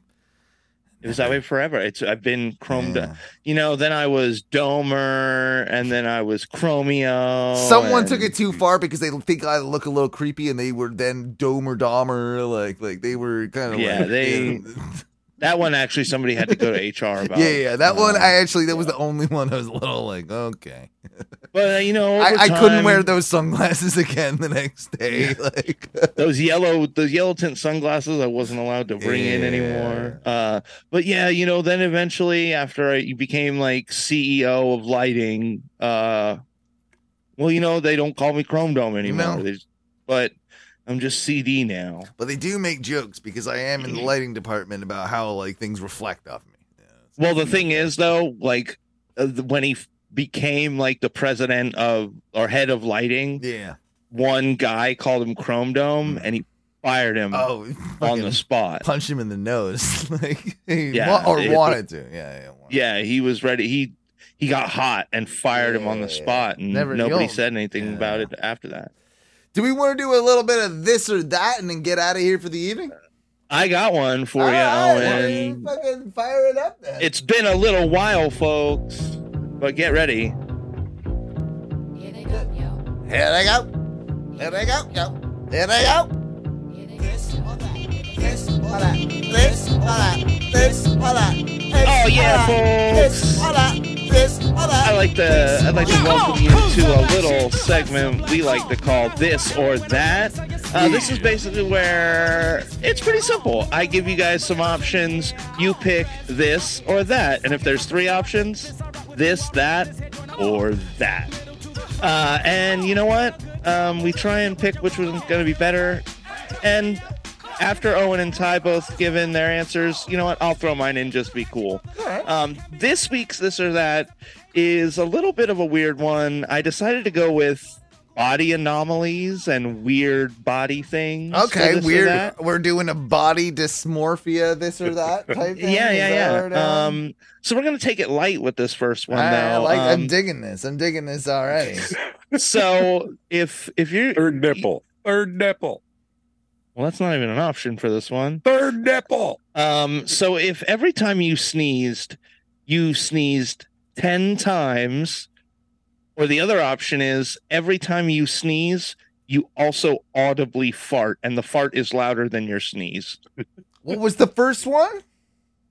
Speaker 4: It was that way forever. It's I've been chromed.
Speaker 3: Yeah.
Speaker 4: You know, then I was Domer, and then I was Chromio.
Speaker 3: Someone
Speaker 4: and-
Speaker 3: took it too far because they think I look a little creepy, and they were then dome or Dahmer, like like they were kind of
Speaker 4: Yeah,
Speaker 3: like,
Speaker 4: they- [laughs] That one actually, somebody had to go to HR
Speaker 3: [laughs]
Speaker 4: about.
Speaker 3: yeah yeah that one
Speaker 4: Um,
Speaker 3: I actually that was the only one I was a little like okay
Speaker 4: But uh, you know, over
Speaker 3: I, I couldn't wear
Speaker 4: time,
Speaker 3: those sunglasses [laughs] again the next day [laughs] like
Speaker 4: those yellow those yellow tint sunglasses I wasn't allowed to bring in anymore. Uh but yeah, you know, then eventually after I you became like CEO of lighting, uh well, you know, they don't call me Chrome Dome anymore.
Speaker 3: No.
Speaker 4: They just- but I'm just CD now.
Speaker 3: but they do make jokes because I am in the lighting department about how like things reflect off me
Speaker 4: Well, the thing is though, like uh, th- when he f- became like the president of or head of lighting,
Speaker 3: yeah
Speaker 4: one guy called him Chrome Dome and he fired him
Speaker 3: Hmm. oh
Speaker 4: um, on
Speaker 3: fucking
Speaker 4: the spot.
Speaker 3: punch him in the nose [laughs] like
Speaker 4: Yeah,
Speaker 3: yeah, or
Speaker 4: it-
Speaker 3: wanted to yeah yeah
Speaker 4: Yeah, he was ready. He he got hot and fired him on the spot, and
Speaker 3: Never-
Speaker 4: nobody
Speaker 3: you'll-
Speaker 4: said anything about it after that.
Speaker 3: Do we want to do a little bit of this or that and then get out of here for the evening?
Speaker 4: I got one for you,
Speaker 3: All right,
Speaker 4: Owen.
Speaker 3: well, you fucking fire it up then.
Speaker 4: It's been a little while, folks, but get ready.
Speaker 3: Here they go. Here they go. Yo. Here they go. This or that. This or that. This or that. This or that. This
Speaker 4: Oh, yeah,
Speaker 3: or that.
Speaker 4: folks.
Speaker 3: This or that. this. All that.
Speaker 4: I like to I'd like to welcome you to a little segment we like to call this or that. Uh, this is basically where it's pretty simple. I give you guys some options. You pick this or that, and if there's three options, this, that, or that. Uh, and you know what? Um, we try and pick which one's going to be better. And after Owen and Ty both give in their answers, you know what? I'll throw mine in just to be cool. Um, this week's this or that is a little bit of a weird one. I decided to go with body anomalies and weird body things. for
Speaker 3: Okay,
Speaker 4: this or that.
Speaker 3: weird. We're doing a body dysmorphia, this or that
Speaker 4: [laughs]
Speaker 3: type thing.
Speaker 4: Yeah,
Speaker 3: Is that
Speaker 4: yeah,
Speaker 3: what it is?
Speaker 4: yeah. Um, so we're gonna take it light with this first one,
Speaker 3: I, I
Speaker 4: though.
Speaker 3: like,
Speaker 4: Um,
Speaker 3: I'm digging this. I'm digging this
Speaker 4: [laughs]
Speaker 3: already. [laughs]
Speaker 4: so if if you're
Speaker 5: third nipple, third nipple.
Speaker 4: Well, that's not even an option for this one.
Speaker 5: Third nipple.
Speaker 4: Um, so if every time you sneezed, you sneezed ten times, or the other option is every time you sneeze, you also audibly fart, and the fart is louder than your sneeze.
Speaker 3: what was the first one?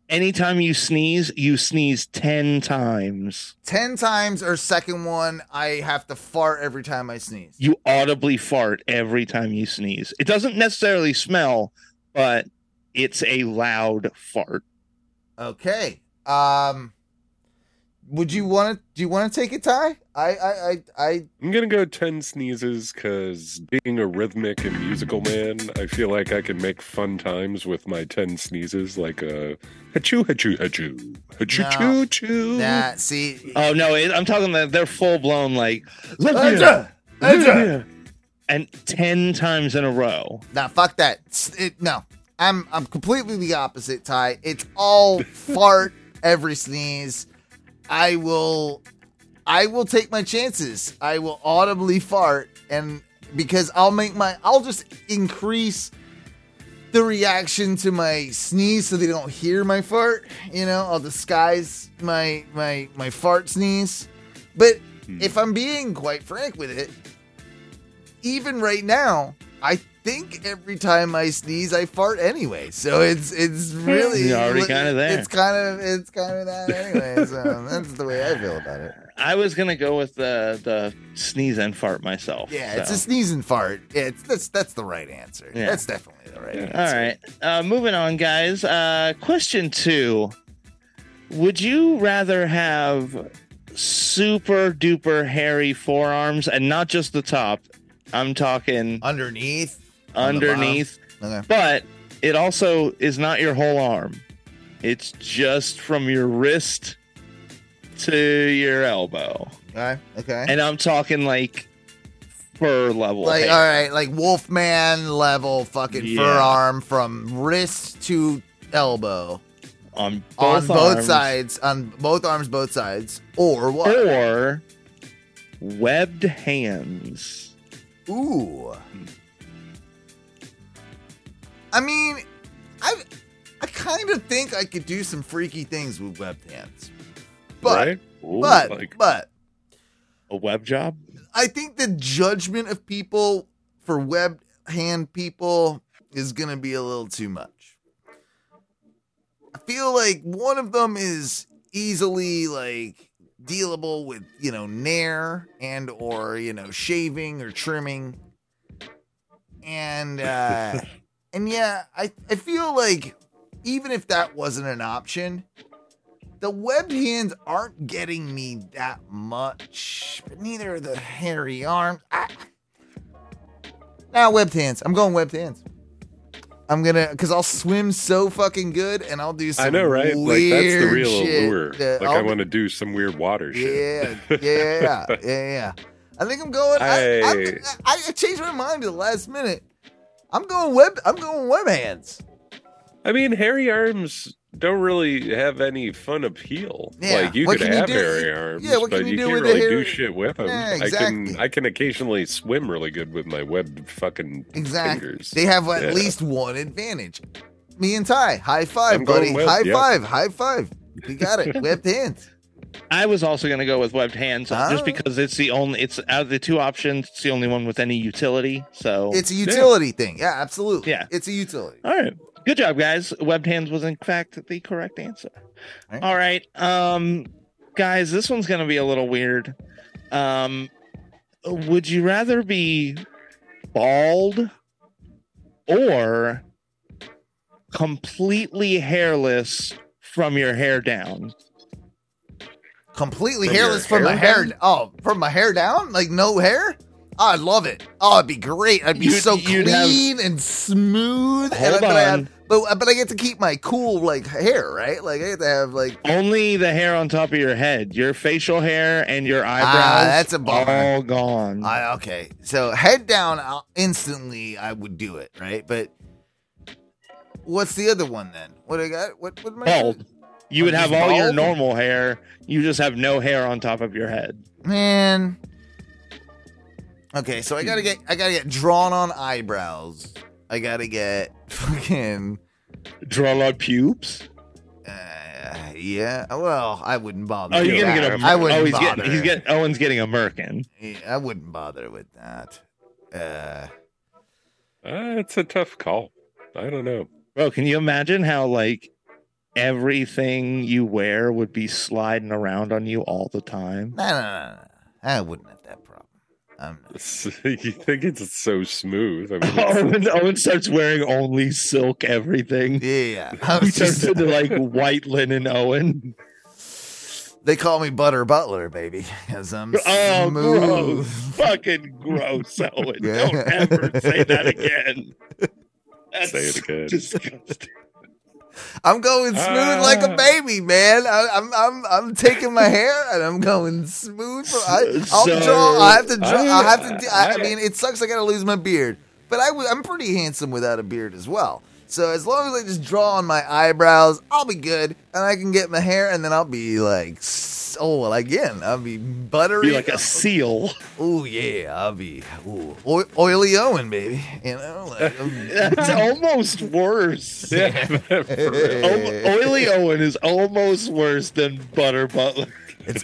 Speaker 4: Anytime you sneeze, you sneeze ten times.
Speaker 3: Ten times or second one, I have to fart every time I sneeze.
Speaker 4: you audibly fart every time you sneeze. It doesn't necessarily smell, but it's a loud fart.
Speaker 3: Okay. Um, would you want to? Do you want to take it, Ty? I, I, I, I
Speaker 5: I'm gonna go ten sneezes because being a rhythmic and musical man, I feel like I can make fun times with my ten sneezes, like a hachoo hachoo hachoo hachoo choo choo.
Speaker 3: Nah, see,
Speaker 4: Oh no, it, I'm talking that they're full blown like "Look
Speaker 3: That's
Speaker 4: here,
Speaker 3: it, that's
Speaker 4: look
Speaker 3: it."
Speaker 4: here," and ten times in a row.
Speaker 3: nah, fuck that. S- It, no, I'm, I'm completely the opposite, Ty. It's all [laughs] fart every sneeze. I will, I will take my chances. I will audibly fart, and because I'll make my, I'll just increase the reaction to my sneeze so they don't hear my fart. You know, I'll disguise my my my fart sneeze. But
Speaker 4: Hmm.
Speaker 3: if I'm being quite frank with it, even right now, I think every time I sneeze, I fart anyway. So it's it's really
Speaker 4: You're already kinda there.
Speaker 3: It's kind of it's kind of that anyway. so [laughs] that's the way I feel about it.
Speaker 4: I was gonna go with the the sneeze and fart myself.
Speaker 3: Yeah, it's
Speaker 4: so.
Speaker 3: a sneeze and fart. Yeah, it's, that's that's the right answer.
Speaker 4: Yeah.
Speaker 3: That's definitely the right answer.
Speaker 4: All right. Uh, moving on, guys. Uh, question two Would you rather have super duper hairy forearms and not just the top? I'm talking
Speaker 3: Underneath. on the bottom.
Speaker 4: underneath,
Speaker 3: Okay.
Speaker 4: but it also is not your whole arm, it's just from your wrist to your elbow.
Speaker 3: All right. Okay.
Speaker 4: And I'm talking like fur level.
Speaker 3: like uh,
Speaker 4: hair.
Speaker 3: all right, like Wolfman level fucking
Speaker 4: Yeah.
Speaker 3: fur arm from wrist to elbow
Speaker 4: on
Speaker 3: on
Speaker 4: both,
Speaker 3: both
Speaker 4: arms.
Speaker 3: sides, on both arms, both sides, or what?
Speaker 4: or webbed hands.
Speaker 3: Ooh. I mean, I I kind of think I could do some freaky things with webbed hands, but
Speaker 5: right? Ooh,
Speaker 3: but
Speaker 5: like
Speaker 3: but
Speaker 4: A web job?
Speaker 3: I think the judgment of people for webbed hand people is gonna be a little too much. I feel like one of them is easily like dealable with you know nair and or you know shaving or trimming, and
Speaker 5: [laughs]
Speaker 3: uh, and yeah, I I feel like even if that wasn't an option, the webbed hands aren't getting me that much, but neither are the hairy arms. Ah. Now webbed hands. I'm going webbed hands. I'm gonna, cause I'll swim so fucking good, and I'll do some.
Speaker 5: I know, right? Like
Speaker 3: Weird
Speaker 5: that's the real
Speaker 3: shit
Speaker 5: allure.
Speaker 3: that
Speaker 5: like
Speaker 3: I'll
Speaker 5: i
Speaker 3: do-
Speaker 5: want to do some weird water shit.
Speaker 3: yeah, yeah, yeah, yeah,
Speaker 5: [laughs]
Speaker 3: yeah. I think I'm going. I, I,
Speaker 5: I-
Speaker 3: I, I changed my mind to the last minute. I'm going web. I'm going web hands.
Speaker 5: I mean, hairy arms don't really have any fun appeal.
Speaker 3: Yeah,
Speaker 5: Like you
Speaker 3: what
Speaker 5: could
Speaker 3: can you
Speaker 5: have
Speaker 3: do-
Speaker 5: hairy arms,
Speaker 3: yeah, what
Speaker 5: but
Speaker 3: can you
Speaker 5: you
Speaker 3: do
Speaker 5: can't
Speaker 3: with a
Speaker 5: really do
Speaker 3: hairy-
Speaker 5: shit with them.
Speaker 3: Yeah,
Speaker 5: I
Speaker 3: exactly.
Speaker 5: can I can occasionally swim really good with my webbed fucking
Speaker 3: Exactly.
Speaker 5: fingers.
Speaker 3: They have at
Speaker 5: Yeah.
Speaker 3: least one advantage. Me and Ty, high 5
Speaker 5: I'm going
Speaker 3: buddy.
Speaker 5: webbed,
Speaker 3: high
Speaker 5: yeah.
Speaker 3: five. High five. We got
Speaker 5: [laughs]
Speaker 3: it. Webbed hands.
Speaker 4: I was also going to go with webbed hands
Speaker 3: Ah.
Speaker 4: just because it's the only it's out of the two options, it's the only one with any utility. So
Speaker 3: It's a utility thing. Yeah, absolutely.
Speaker 4: Oh, Yeah.
Speaker 3: It's a utility.
Speaker 4: All right. Good job, guys. Webbed hands was in fact the correct answer. All right. Um guys, this one's going to be a little weird. Um, would you rather be bald or completely hairless from your hair down?
Speaker 3: Completely
Speaker 4: From your
Speaker 3: hairless from my
Speaker 4: hair
Speaker 3: hair. Oh, from my hair down, like no hair. I'd love it. Oh, it'd be great. I'd be
Speaker 4: You'd-
Speaker 3: so
Speaker 4: you'd have-
Speaker 3: clean and smooth. and I,
Speaker 4: Hold
Speaker 3: but, I have-
Speaker 4: on.
Speaker 3: but but I get to keep my cool like hair, right? Like I get to have like
Speaker 4: Only the hair on top of your head, your facial hair, and your eyebrows.
Speaker 3: Ah,
Speaker 4: Um,
Speaker 3: that's a bummer.
Speaker 4: All gone.
Speaker 3: I, okay, so head down I'll, instantly, I would do it, right? But what's the other one then? What I got? What what am I?
Speaker 4: bald. You would
Speaker 3: I'm
Speaker 4: have
Speaker 3: just
Speaker 4: all your
Speaker 3: bald?
Speaker 4: normal hair. You just have no hair on top of your head.
Speaker 3: Man. Okay, so I gotta get I gotta get drawn on eyebrows. I gotta get [laughs] fucking
Speaker 4: drawn on pubes.
Speaker 3: Uh, yeah. Well, I wouldn't bother.
Speaker 4: Oh, you're
Speaker 3: with
Speaker 4: gonna
Speaker 3: that.
Speaker 4: get a.
Speaker 3: I wouldn't
Speaker 4: oh, he's
Speaker 3: bother.
Speaker 4: getting. He's getting. Owen's getting a merkin.
Speaker 3: Yeah, I wouldn't bother with that. Uh,
Speaker 5: Uh, it's a tough call. I don't know.
Speaker 4: Bro, can you imagine how like everything you wear would be sliding around on you all
Speaker 3: [laughs]
Speaker 4: the time?
Speaker 3: No, no, no, no. I wouldn't have that problem.
Speaker 4: [laughs]
Speaker 5: [laughs] you think it's so smooth? I mean, it's- [laughs]
Speaker 4: Owen, Owen starts wearing only silk everything.
Speaker 3: Yeah,
Speaker 4: he turns into like white
Speaker 3: [laughs]
Speaker 4: linen Owen.
Speaker 3: They call me Butter Butler, baby, because I'm
Speaker 4: Oh, gross!
Speaker 3: smooth.
Speaker 4: Fucking gross, Owen!
Speaker 3: Yeah.
Speaker 4: Don't ever say that again. That's
Speaker 5: Say it again. [laughs]
Speaker 4: disgusting.
Speaker 3: I'm going smooth like
Speaker 4: Ah.
Speaker 3: a baby, man. I, I'm I'm I'm taking my hair and I'm going smooth. For, I, I'll
Speaker 4: So-
Speaker 3: draw. I have to draw. I,
Speaker 4: I-
Speaker 3: have to. do- I, I
Speaker 4: I-
Speaker 3: mean, it sucks. I got to lose my beard, but I, am pretty handsome without a beard as well. So as long as I just draw on my eyebrows, I'll be good, and I can get my hair, and then I'll be like, s- oh well, again, I'll be buttery,
Speaker 4: Be like a seal.
Speaker 3: [laughs] Oh yeah, I'll be ooh, oi- oily Owen, baby. You know, like, I'm-
Speaker 4: [laughs] That's almost worse. O-
Speaker 5: Eh.
Speaker 4: Oily Owen is almost worse than Butter Butler. [laughs]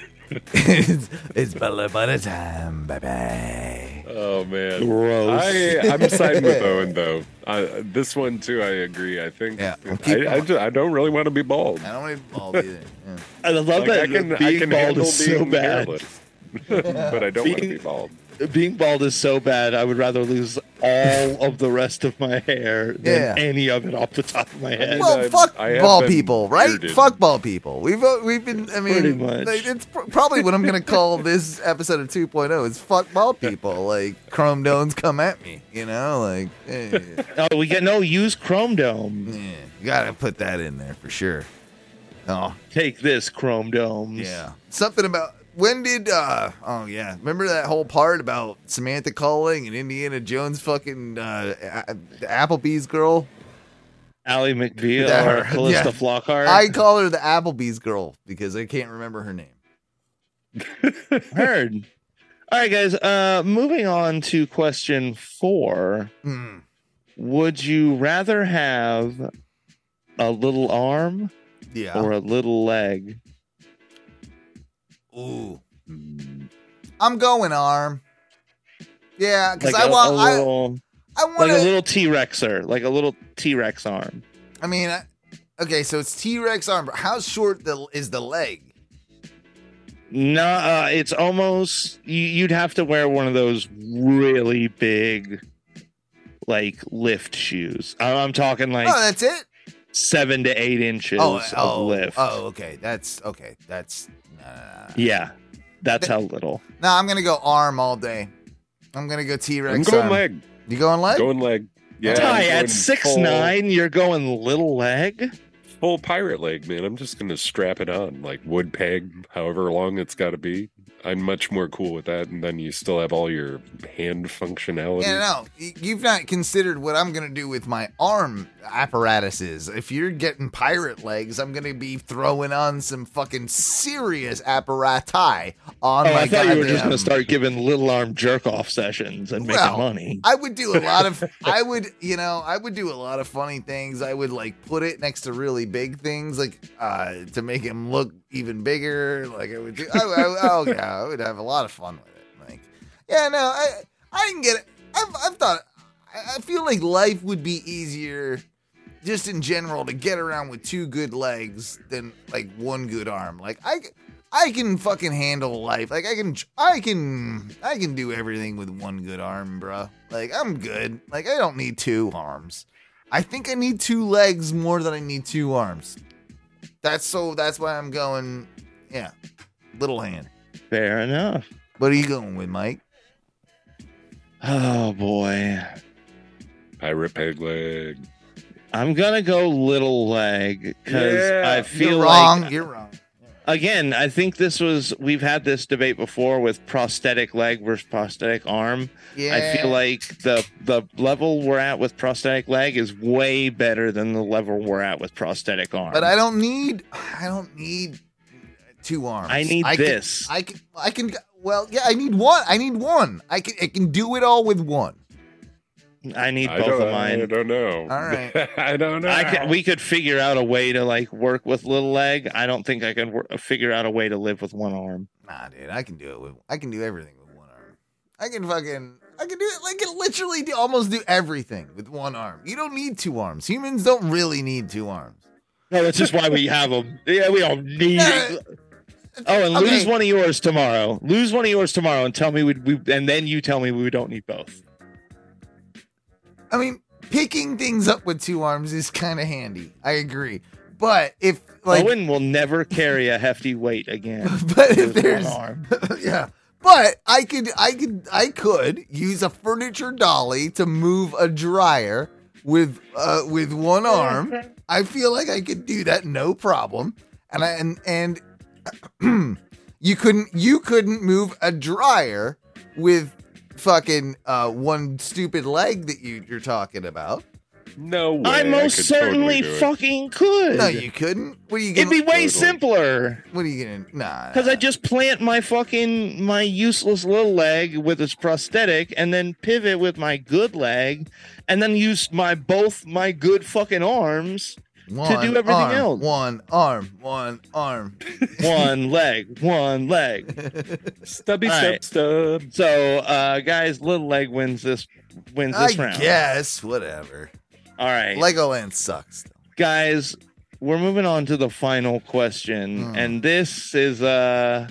Speaker 3: it's, it's Butler Butter time, baby.
Speaker 5: Oh man,
Speaker 4: Gross.
Speaker 5: I, I'm
Speaker 3: [laughs]
Speaker 5: siding with Owen though. I, this one too, I agree. I think.
Speaker 3: Yeah, we'll keep
Speaker 5: I, I,
Speaker 3: going.
Speaker 5: ju- I don't really want to be bald.
Speaker 3: I don't want to be bald either. Yeah.
Speaker 4: I love
Speaker 5: Like,
Speaker 4: that
Speaker 5: I can,
Speaker 4: being
Speaker 5: I can
Speaker 4: bald
Speaker 5: handle
Speaker 4: is so
Speaker 5: being
Speaker 4: bad.
Speaker 5: hairless, but [laughs] I don't want to be
Speaker 4: Being-
Speaker 5: bald.
Speaker 4: Being bald is so bad. I would rather lose all of the rest of my hair than
Speaker 3: Yeah.
Speaker 4: any of it off the top of my head.
Speaker 3: Well, fuck
Speaker 4: have
Speaker 3: ball
Speaker 4: been
Speaker 3: people, right?
Speaker 4: bearded.
Speaker 3: Fuck ball people. We've uh, we've been. I mean,
Speaker 4: Pretty much.
Speaker 3: Like, it's pr- probably what I'm gonna call this episode of 2.0 is fuck ball people. Like Chrome Dones come at me, you know? Like eh,
Speaker 4: Oh, we get no use Chrome Dome.
Speaker 3: you gotta put that in there for sure. Oh,
Speaker 4: Take this Chrome Domes.
Speaker 3: Yeah. something about when did? uh Oh yeah, remember that whole part about Samantha calling and Indiana Jones fucking uh, A- Applebee's girl.
Speaker 4: Allie McBeal
Speaker 3: That-
Speaker 4: or Callista
Speaker 3: yeah.
Speaker 4: Flockhart.
Speaker 3: I call her the Applebee's girl because I can't remember her name.
Speaker 4: heard. All right, guys. Uh, moving on to question four. Would you rather have a little arm
Speaker 3: Yeah.
Speaker 4: or a little leg?
Speaker 3: Ooh. I'm going arm. Yeah, because
Speaker 4: Like
Speaker 3: I
Speaker 4: a-
Speaker 3: want.
Speaker 4: a
Speaker 3: I,
Speaker 4: little-
Speaker 3: I want
Speaker 4: like a
Speaker 3: to.
Speaker 4: little T Rexer, like a little T Rex arm.
Speaker 3: I mean, I, okay, so it's T Rex arm. But how short the, is the leg?
Speaker 4: No, uh, it's almost you, you'd have to wear one of those really big, like lift shoes. I- I'm talking like
Speaker 3: oh, that's it.
Speaker 4: seven to eight inches
Speaker 3: Oh,
Speaker 4: of
Speaker 3: oh,
Speaker 4: lift.
Speaker 3: oh, okay. That's okay. That's
Speaker 4: Yeah, that's how little.
Speaker 3: no. I'm gonna go arm all day. I'm gonna go T Rex. um,
Speaker 5: I'm going leg.
Speaker 3: You going leg?
Speaker 5: Going leg. Yeah.
Speaker 4: Ty,
Speaker 5: I'm going
Speaker 4: at six
Speaker 5: full-
Speaker 4: nine, you're going little leg.
Speaker 5: Full pirate leg, man. I'm just gonna strap it on like wood peg, however long it's got to be. I'm much more cool with that, and then you still have all your hand functionality.
Speaker 3: Yeah, no, y- you've not considered what I'm gonna do with my arm apparatuses. If you're getting pirate legs, I'm gonna be throwing on some fucking serious apparati on
Speaker 4: oh,
Speaker 3: my
Speaker 4: I thought you were just
Speaker 3: goddamn-
Speaker 4: going to start giving little arm jerk off sessions and making
Speaker 3: Well,
Speaker 4: money.
Speaker 3: I would do a lot of I would you know I would do a lot of funny things. I would like put it next to really big things, like uh to make him look even bigger. Like I would do. I, I, oh yeah, I would have a lot of fun with it. Like yeah, no, I I can get it. I've I've thought. I, I feel like life would be easier. Just in general, to get around with two good legs than like one good arm. Like I, I can fucking handle life. Like I can, I can, I can do everything with one good arm, bruh. Like I'm good. Like I don't need two arms. I think I need two legs more than I need two arms. That's so. That's why I'm going. Yeah, little hand.
Speaker 4: Fair enough.
Speaker 3: What are you going with, Mike?
Speaker 4: Oh boy.
Speaker 5: Pirate peg leg.
Speaker 4: I'm gonna go little leg because
Speaker 3: Yeah,
Speaker 4: I feel
Speaker 3: you're wrong.
Speaker 4: like
Speaker 3: you're wrong.
Speaker 4: again. I think this was we've had this debate before with prosthetic leg versus prosthetic arm. I
Speaker 3: Yeah.
Speaker 4: feel like the the level we're at with prosthetic leg is way better than the level we're at with prosthetic arm.
Speaker 3: But I don't need. I don't need two arms.
Speaker 4: I need
Speaker 3: can-
Speaker 4: this.
Speaker 3: I can. I can. Well, yeah. I need one. I need one. I can. I can do it all with one.
Speaker 4: I need
Speaker 5: I
Speaker 4: both
Speaker 5: don't-
Speaker 4: of mine.
Speaker 5: I don't know. All
Speaker 3: right.
Speaker 5: [laughs] I don't know.
Speaker 4: I could, we could figure out a way to like work with little leg. I don't think I can wor- figure out a way to live with one arm.
Speaker 3: Nah, dude. I can do it with. I can do everything with one arm. I can fucking. I can do it. I can literally do almost do everything with one arm. You don't need two arms. Humans don't really need two arms.
Speaker 4: No, that's just
Speaker 3: [laughs]
Speaker 4: why we have them. Yeah, we don't need. Oh, and lose
Speaker 3: Okay.
Speaker 4: one of yours tomorrow. Lose one of yours tomorrow, and tell me we, we and then you tell me we don't need both.
Speaker 3: I mean, picking things up with two arms is kind of handy. I agree. But if like,
Speaker 4: Owen will never carry a hefty weight again.
Speaker 3: [laughs] but if
Speaker 4: with one
Speaker 3: there's
Speaker 4: arm.
Speaker 3: [laughs] yeah. But I could I could I could use a furniture dolly to move a dryer with uh with one arm. I feel like I could do that no problem. And I and and [clears throat] you couldn't you couldn't move a dryer with fucking uh one stupid leg that you you're talking about.
Speaker 5: No way.
Speaker 4: I most
Speaker 5: could totally
Speaker 4: certainly
Speaker 5: do it.
Speaker 4: fucking could.
Speaker 3: No, you couldn't. What are you?
Speaker 4: It'd
Speaker 3: gonna-
Speaker 4: be way simpler
Speaker 3: What are you gonna? Nah.
Speaker 4: because I just plant my fucking my useless little leg with its prosthetic, and then pivot with my good leg, and then use my both my good
Speaker 3: [laughs]
Speaker 4: fucking arms to do everything
Speaker 3: arm,
Speaker 4: else.
Speaker 3: One arm, one
Speaker 4: [laughs]
Speaker 3: arm.
Speaker 4: one leg, one leg.
Speaker 5: Stubby
Speaker 4: All
Speaker 5: step
Speaker 4: right.
Speaker 5: stub.
Speaker 4: So, uh, guys, little leg wins this wins
Speaker 3: I
Speaker 4: this round.
Speaker 3: guess whatever.
Speaker 4: All right,
Speaker 3: Legoland sucks.
Speaker 4: guys, we're moving on to the final question,
Speaker 3: Hmm.
Speaker 4: and this is uh,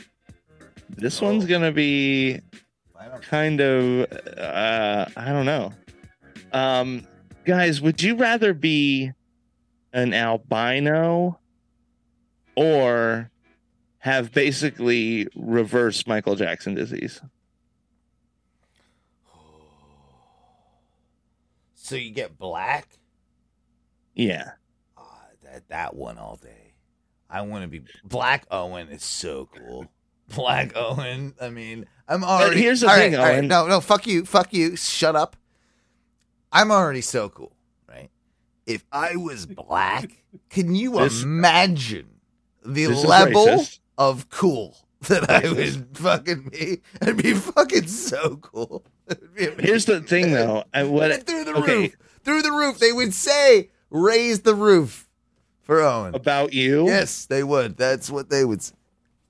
Speaker 4: this
Speaker 3: Oh.
Speaker 4: one's gonna be kind of uh, I don't know. Um, guys, would you rather be an albino or have basically reverse Michael Jackson disease?
Speaker 3: [sighs] So you get black?
Speaker 4: Yeah.
Speaker 3: Ah, That that one all day. I want to be Black Owen is so cool. Black Owen. I mean, I'm already.
Speaker 4: here's the
Speaker 3: all
Speaker 4: thing,
Speaker 3: right, all right,
Speaker 4: Owen.
Speaker 3: no, no, fuck you, fuck you. Shut up. I'm already so cool, right? If I was black, can you
Speaker 4: This-
Speaker 3: imagine the
Speaker 4: this is
Speaker 3: level
Speaker 4: racist.
Speaker 3: of cool that I would fucking be? I'd be fucking so cool. [laughs] It'd be
Speaker 4: Here's the thing, though. I, what,
Speaker 3: through the
Speaker 4: okay,
Speaker 3: roof. Through the roof. They would say, raise the roof for Owen.
Speaker 4: about you?
Speaker 3: Yes, they would. That's what they would say.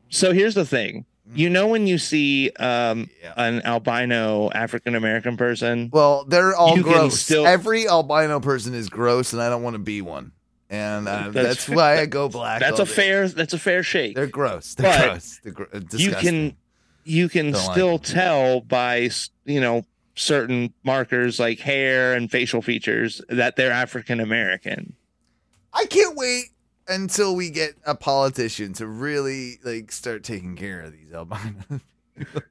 Speaker 4: So here's the thing.
Speaker 3: Mm.
Speaker 4: You know when you see um, an albino African American person,
Speaker 3: Well, they're all
Speaker 4: You can
Speaker 3: gross.
Speaker 4: still-
Speaker 3: Every albino person is gross, and I don't want to be one. And uh,
Speaker 4: That's-
Speaker 3: that's, why I go black.
Speaker 4: that's
Speaker 3: all
Speaker 4: a
Speaker 3: day.
Speaker 4: fair that's a fair shake.
Speaker 3: They're gross. They're
Speaker 4: But
Speaker 3: gross. They're gr- uh,
Speaker 4: you
Speaker 3: disgusting.
Speaker 4: can you can
Speaker 3: Don't like
Speaker 4: still tell by s- you know certain markers like hair and facial features that they're
Speaker 3: [laughs]
Speaker 4: African American.
Speaker 3: I can't wait until we get a politician to really like start taking care of these albinos. [laughs]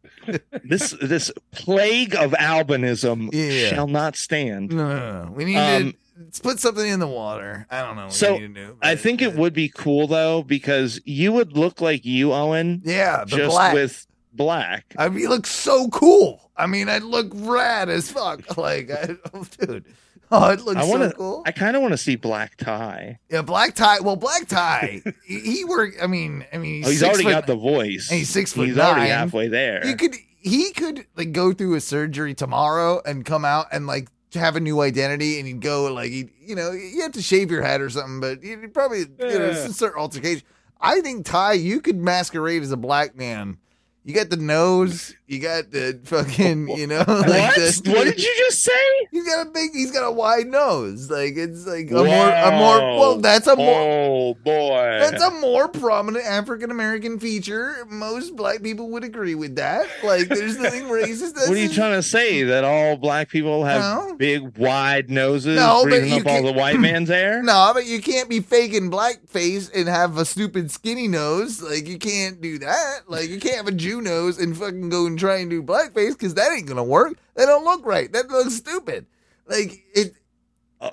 Speaker 4: This this plague of albinism
Speaker 3: Yeah.
Speaker 4: shall not stand.
Speaker 3: No, no, no. We need
Speaker 4: Um,
Speaker 3: to put something in the water. I don't know. What
Speaker 4: So
Speaker 3: we need to do,
Speaker 4: I
Speaker 3: but-
Speaker 4: think it would be cool though because you would look like you, Owen.
Speaker 3: Yeah, the
Speaker 4: just
Speaker 3: black.
Speaker 4: with black.
Speaker 3: I mean, he looks so cool. I mean, I look rad as fuck. [laughs] Like, I, oh, dude, oh, it looks
Speaker 4: I wanna,
Speaker 3: so cool.
Speaker 4: I kind of want to see black tie.
Speaker 3: Yeah, black tie. Well, black tie. he, he work. I mean, I mean,
Speaker 4: oh, he's
Speaker 3: six
Speaker 4: already
Speaker 3: foot-
Speaker 4: got the voice.
Speaker 3: and he's six foot
Speaker 4: He's already
Speaker 3: nine.
Speaker 4: halfway there.
Speaker 3: You could. [laughs] He could like go through a surgery tomorrow and come out and like have a new identity, and he'd go like he'd, you know you have to shave your head or something, but you'd probably you know
Speaker 5: Yeah.
Speaker 3: some sort of altercation. I think Ty, you could masquerade as a black man. You got the nose. You got the fucking. You know, [laughs] like
Speaker 4: What?
Speaker 3: the-
Speaker 4: What did you just say?
Speaker 3: He's got a big. He's got a wide nose. Like it's like a more. A more. Well, that's a more.
Speaker 4: Oh boy.
Speaker 3: That's
Speaker 4: [laughs]
Speaker 3: a more prominent African American feature. Most black people would agree with that. Like, there's nothing racist. That's
Speaker 4: What are you
Speaker 3: just-
Speaker 4: trying to say? That all black people have
Speaker 3: No.
Speaker 4: big, wide noses,
Speaker 3: No, but
Speaker 4: breathing
Speaker 3: you
Speaker 4: up all
Speaker 3: can-
Speaker 4: the
Speaker 3: [clears throat]
Speaker 4: white man's air?
Speaker 3: No, but you can't be faking blackface and have a stupid skinny nose. Like you can't do that. Like you can't have a Jew nose and fucking go and try and do blackface because that ain't gonna work. That don't look right. That looks stupid. Like it.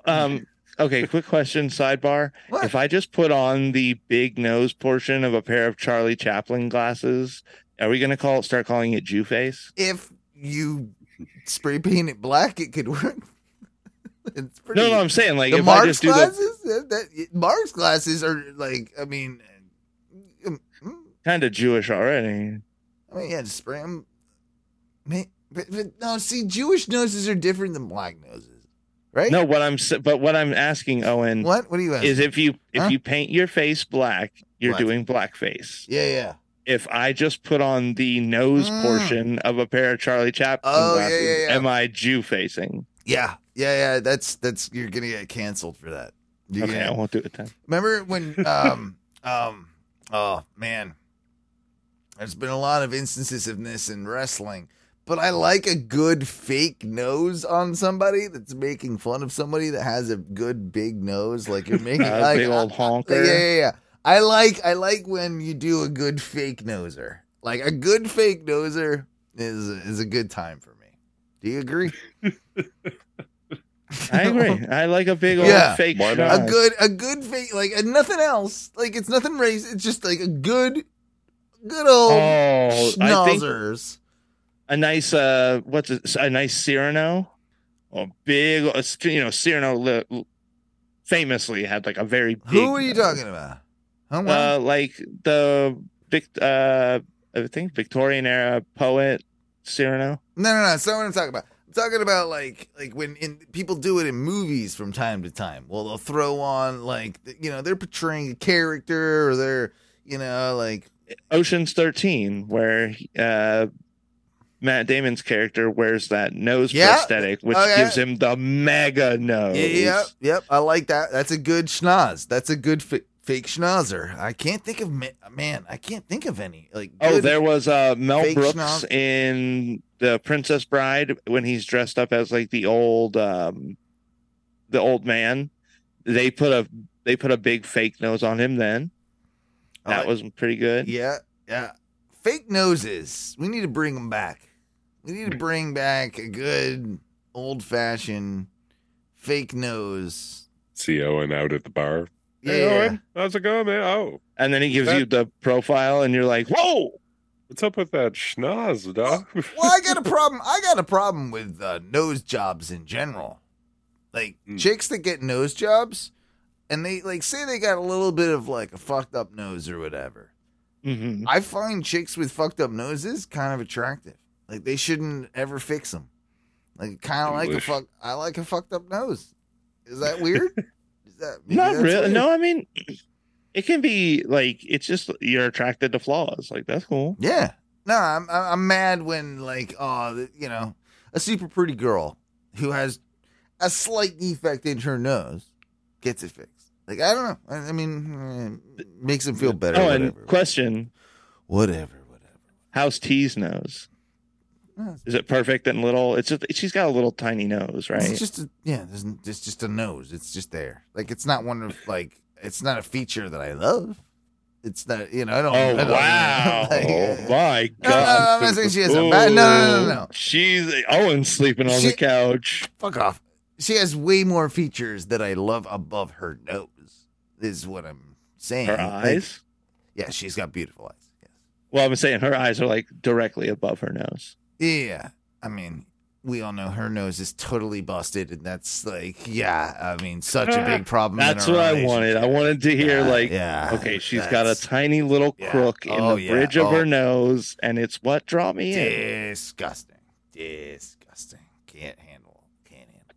Speaker 4: Um, okay, quick question, sidebar. If I just put on the big nose portion of a pair of Charlie Chaplin glasses, are we going to call start calling it Jew face?
Speaker 3: If you spray paint it black, it could work. [laughs] it's pretty.
Speaker 4: No, no, I'm saying like
Speaker 3: the
Speaker 4: if I
Speaker 3: Marx
Speaker 4: just do the
Speaker 3: glasses. That, that- Marx glasses are like. I mean, um, hmm,
Speaker 4: kind of Jewish already.
Speaker 3: I mean, yeah, just spray them. But, but no, see, Jewish noses are different than black noses. Right?
Speaker 4: No, what I'm s- but what I'm asking, Owen,
Speaker 3: What? What are you asking?
Speaker 4: is if you if
Speaker 3: Huh?
Speaker 4: you paint your face black, you're
Speaker 3: Black.
Speaker 4: doing blackface.
Speaker 3: Yeah, yeah.
Speaker 4: If I just put on the nose
Speaker 3: Mm.
Speaker 4: portion of a pair of Charlie Chaplin
Speaker 3: Oh, yeah,
Speaker 4: glasses,
Speaker 3: yeah, yeah.
Speaker 4: am I Jew facing?
Speaker 3: Yeah, yeah, yeah. That's that's you're gonna get canceled for that. You're
Speaker 4: okay,
Speaker 3: gonna-
Speaker 4: I won't do it
Speaker 3: [laughs]
Speaker 4: then.
Speaker 3: Remember when? Um, um, oh man, there's been a lot of instances of this in wrestling, but I like a good fake nose on somebody that's making fun of somebody that has a good big nose. Like
Speaker 4: [laughs]
Speaker 3: you're making
Speaker 4: Uh,
Speaker 3: like
Speaker 4: big old honker.
Speaker 3: Yeah, yeah, yeah. I like I like when you do a good fake noser. Like a good fake noser is is a good time for me. Do you agree?
Speaker 4: [laughs] I agree. I like a big old fake
Speaker 3: a
Speaker 4: schnoz.
Speaker 3: good a good fake like and nothing else. Like it's nothing race. It's just like a good, good old
Speaker 4: Oh, I think-
Speaker 3: schnozzers.
Speaker 4: a nice uh what's it, a nice Cyrano, a big uh, you know Cyrano li- li- famously had like a very big
Speaker 3: Who are you talking about? Oh, wow.
Speaker 4: uh like the Vic- uh I think Victorian era poet Cyrano.
Speaker 3: No, no, no. That's not what I'm talking about. I'm talking about like like when in, people do it in movies from time to time. Well, they'll throw on like th- you know they're portraying a character or they're you know like
Speaker 4: Ocean's 13 where uh Matt Damon's character wears that nose
Speaker 3: Yeah.
Speaker 4: prosthetic, which
Speaker 3: Okay.
Speaker 4: gives him the mega nose.
Speaker 3: Yep, yep. I like that. That's a good schnoz. That's a good fa- fake schnozzer. I can't think of ma- man. I can't think of any like.
Speaker 4: Oh,
Speaker 3: good-
Speaker 4: there was uh, Mel
Speaker 3: fake
Speaker 4: Brooks
Speaker 3: schnoz-
Speaker 4: in the Princess Bride when he's dressed up as like the old, um, the old man. They put a they put a big fake nose on him. Then that
Speaker 3: Oh,
Speaker 4: was pretty good.
Speaker 3: Yeah, yeah. Fake noses. We need to bring them back. We need to bring back a good old fashioned fake nose.
Speaker 5: See Owen out at the bar.
Speaker 3: Yeah.
Speaker 5: how's it going, man? Oh,
Speaker 4: and then he gives
Speaker 5: That-
Speaker 4: you the profile, and you're like, "Whoa,
Speaker 5: what's up with that schnoz, dog? [laughs]
Speaker 3: Well, I got a problem. I got a problem with uh, nose jobs in general. Like chicks that get nose jobs, and they like say they got a little bit of like a fucked up nose or whatever.
Speaker 4: Mhm.
Speaker 3: I find chicks with fucked up noses kind of attractive. Like they shouldn't ever fix them. Like kind of like a
Speaker 4: English.
Speaker 3: fuck. I like a fucked up nose. Is that
Speaker 4: [laughs]
Speaker 3: weird? Is that maybe
Speaker 4: not
Speaker 3: that's
Speaker 4: really."
Speaker 3: weird.
Speaker 4: No, I mean, it can be like it's just you're attracted to flaws. Like that's cool.
Speaker 3: Yeah. No, I'm I'm I'm mad when like oh th- you know a super pretty girl who has a slight defect in her nose gets it fixed. Like I don't know. I, I mean, eh, makes them feel better.
Speaker 4: Oh,
Speaker 3: whatever.
Speaker 4: and question:
Speaker 3: Whatever.
Speaker 4: How's T's nose?
Speaker 3: No,
Speaker 4: Is it perfect and little? It's just she's got a little tiny nose, right?
Speaker 3: It's just a, yeah. There's, n- it's just a nose. It's just there. Like it's not one of like it's not a feature that I love. It's not you know I don't.
Speaker 4: Oh,
Speaker 3: I don't-
Speaker 4: wow.
Speaker 3: [laughs] like,
Speaker 4: oh, my God.
Speaker 3: no, no, I'm not saying she has a bad- no, no, no, no, no.
Speaker 4: She's Owen's sleeping on the
Speaker 3: She-
Speaker 4: couch.
Speaker 3: fuck off. She has way more features that I love above her nose. Is what I'm saying.
Speaker 4: Her
Speaker 3: Like,
Speaker 4: eyes?
Speaker 3: yeah, she's got beautiful eyes.
Speaker 4: Well, I'm saying her eyes are like directly above her nose.
Speaker 3: Yeah. I mean, we all know her nose is totally busted, and that's like, yeah, I mean, such a
Speaker 4: [laughs]
Speaker 3: big problem. in
Speaker 4: That's
Speaker 3: our
Speaker 4: what I
Speaker 3: relationship.
Speaker 4: wanted. I wanted to hear,
Speaker 3: Yeah,
Speaker 4: like,
Speaker 3: yeah,
Speaker 4: okay, she's got a tiny little crook in
Speaker 3: Oh,
Speaker 4: the
Speaker 3: Ah, yeah.
Speaker 4: bridge of
Speaker 3: Oh.
Speaker 4: her nose, and it's what draw me in.
Speaker 3: Disgusting. Disgusting. Can't handle. Can't handle it.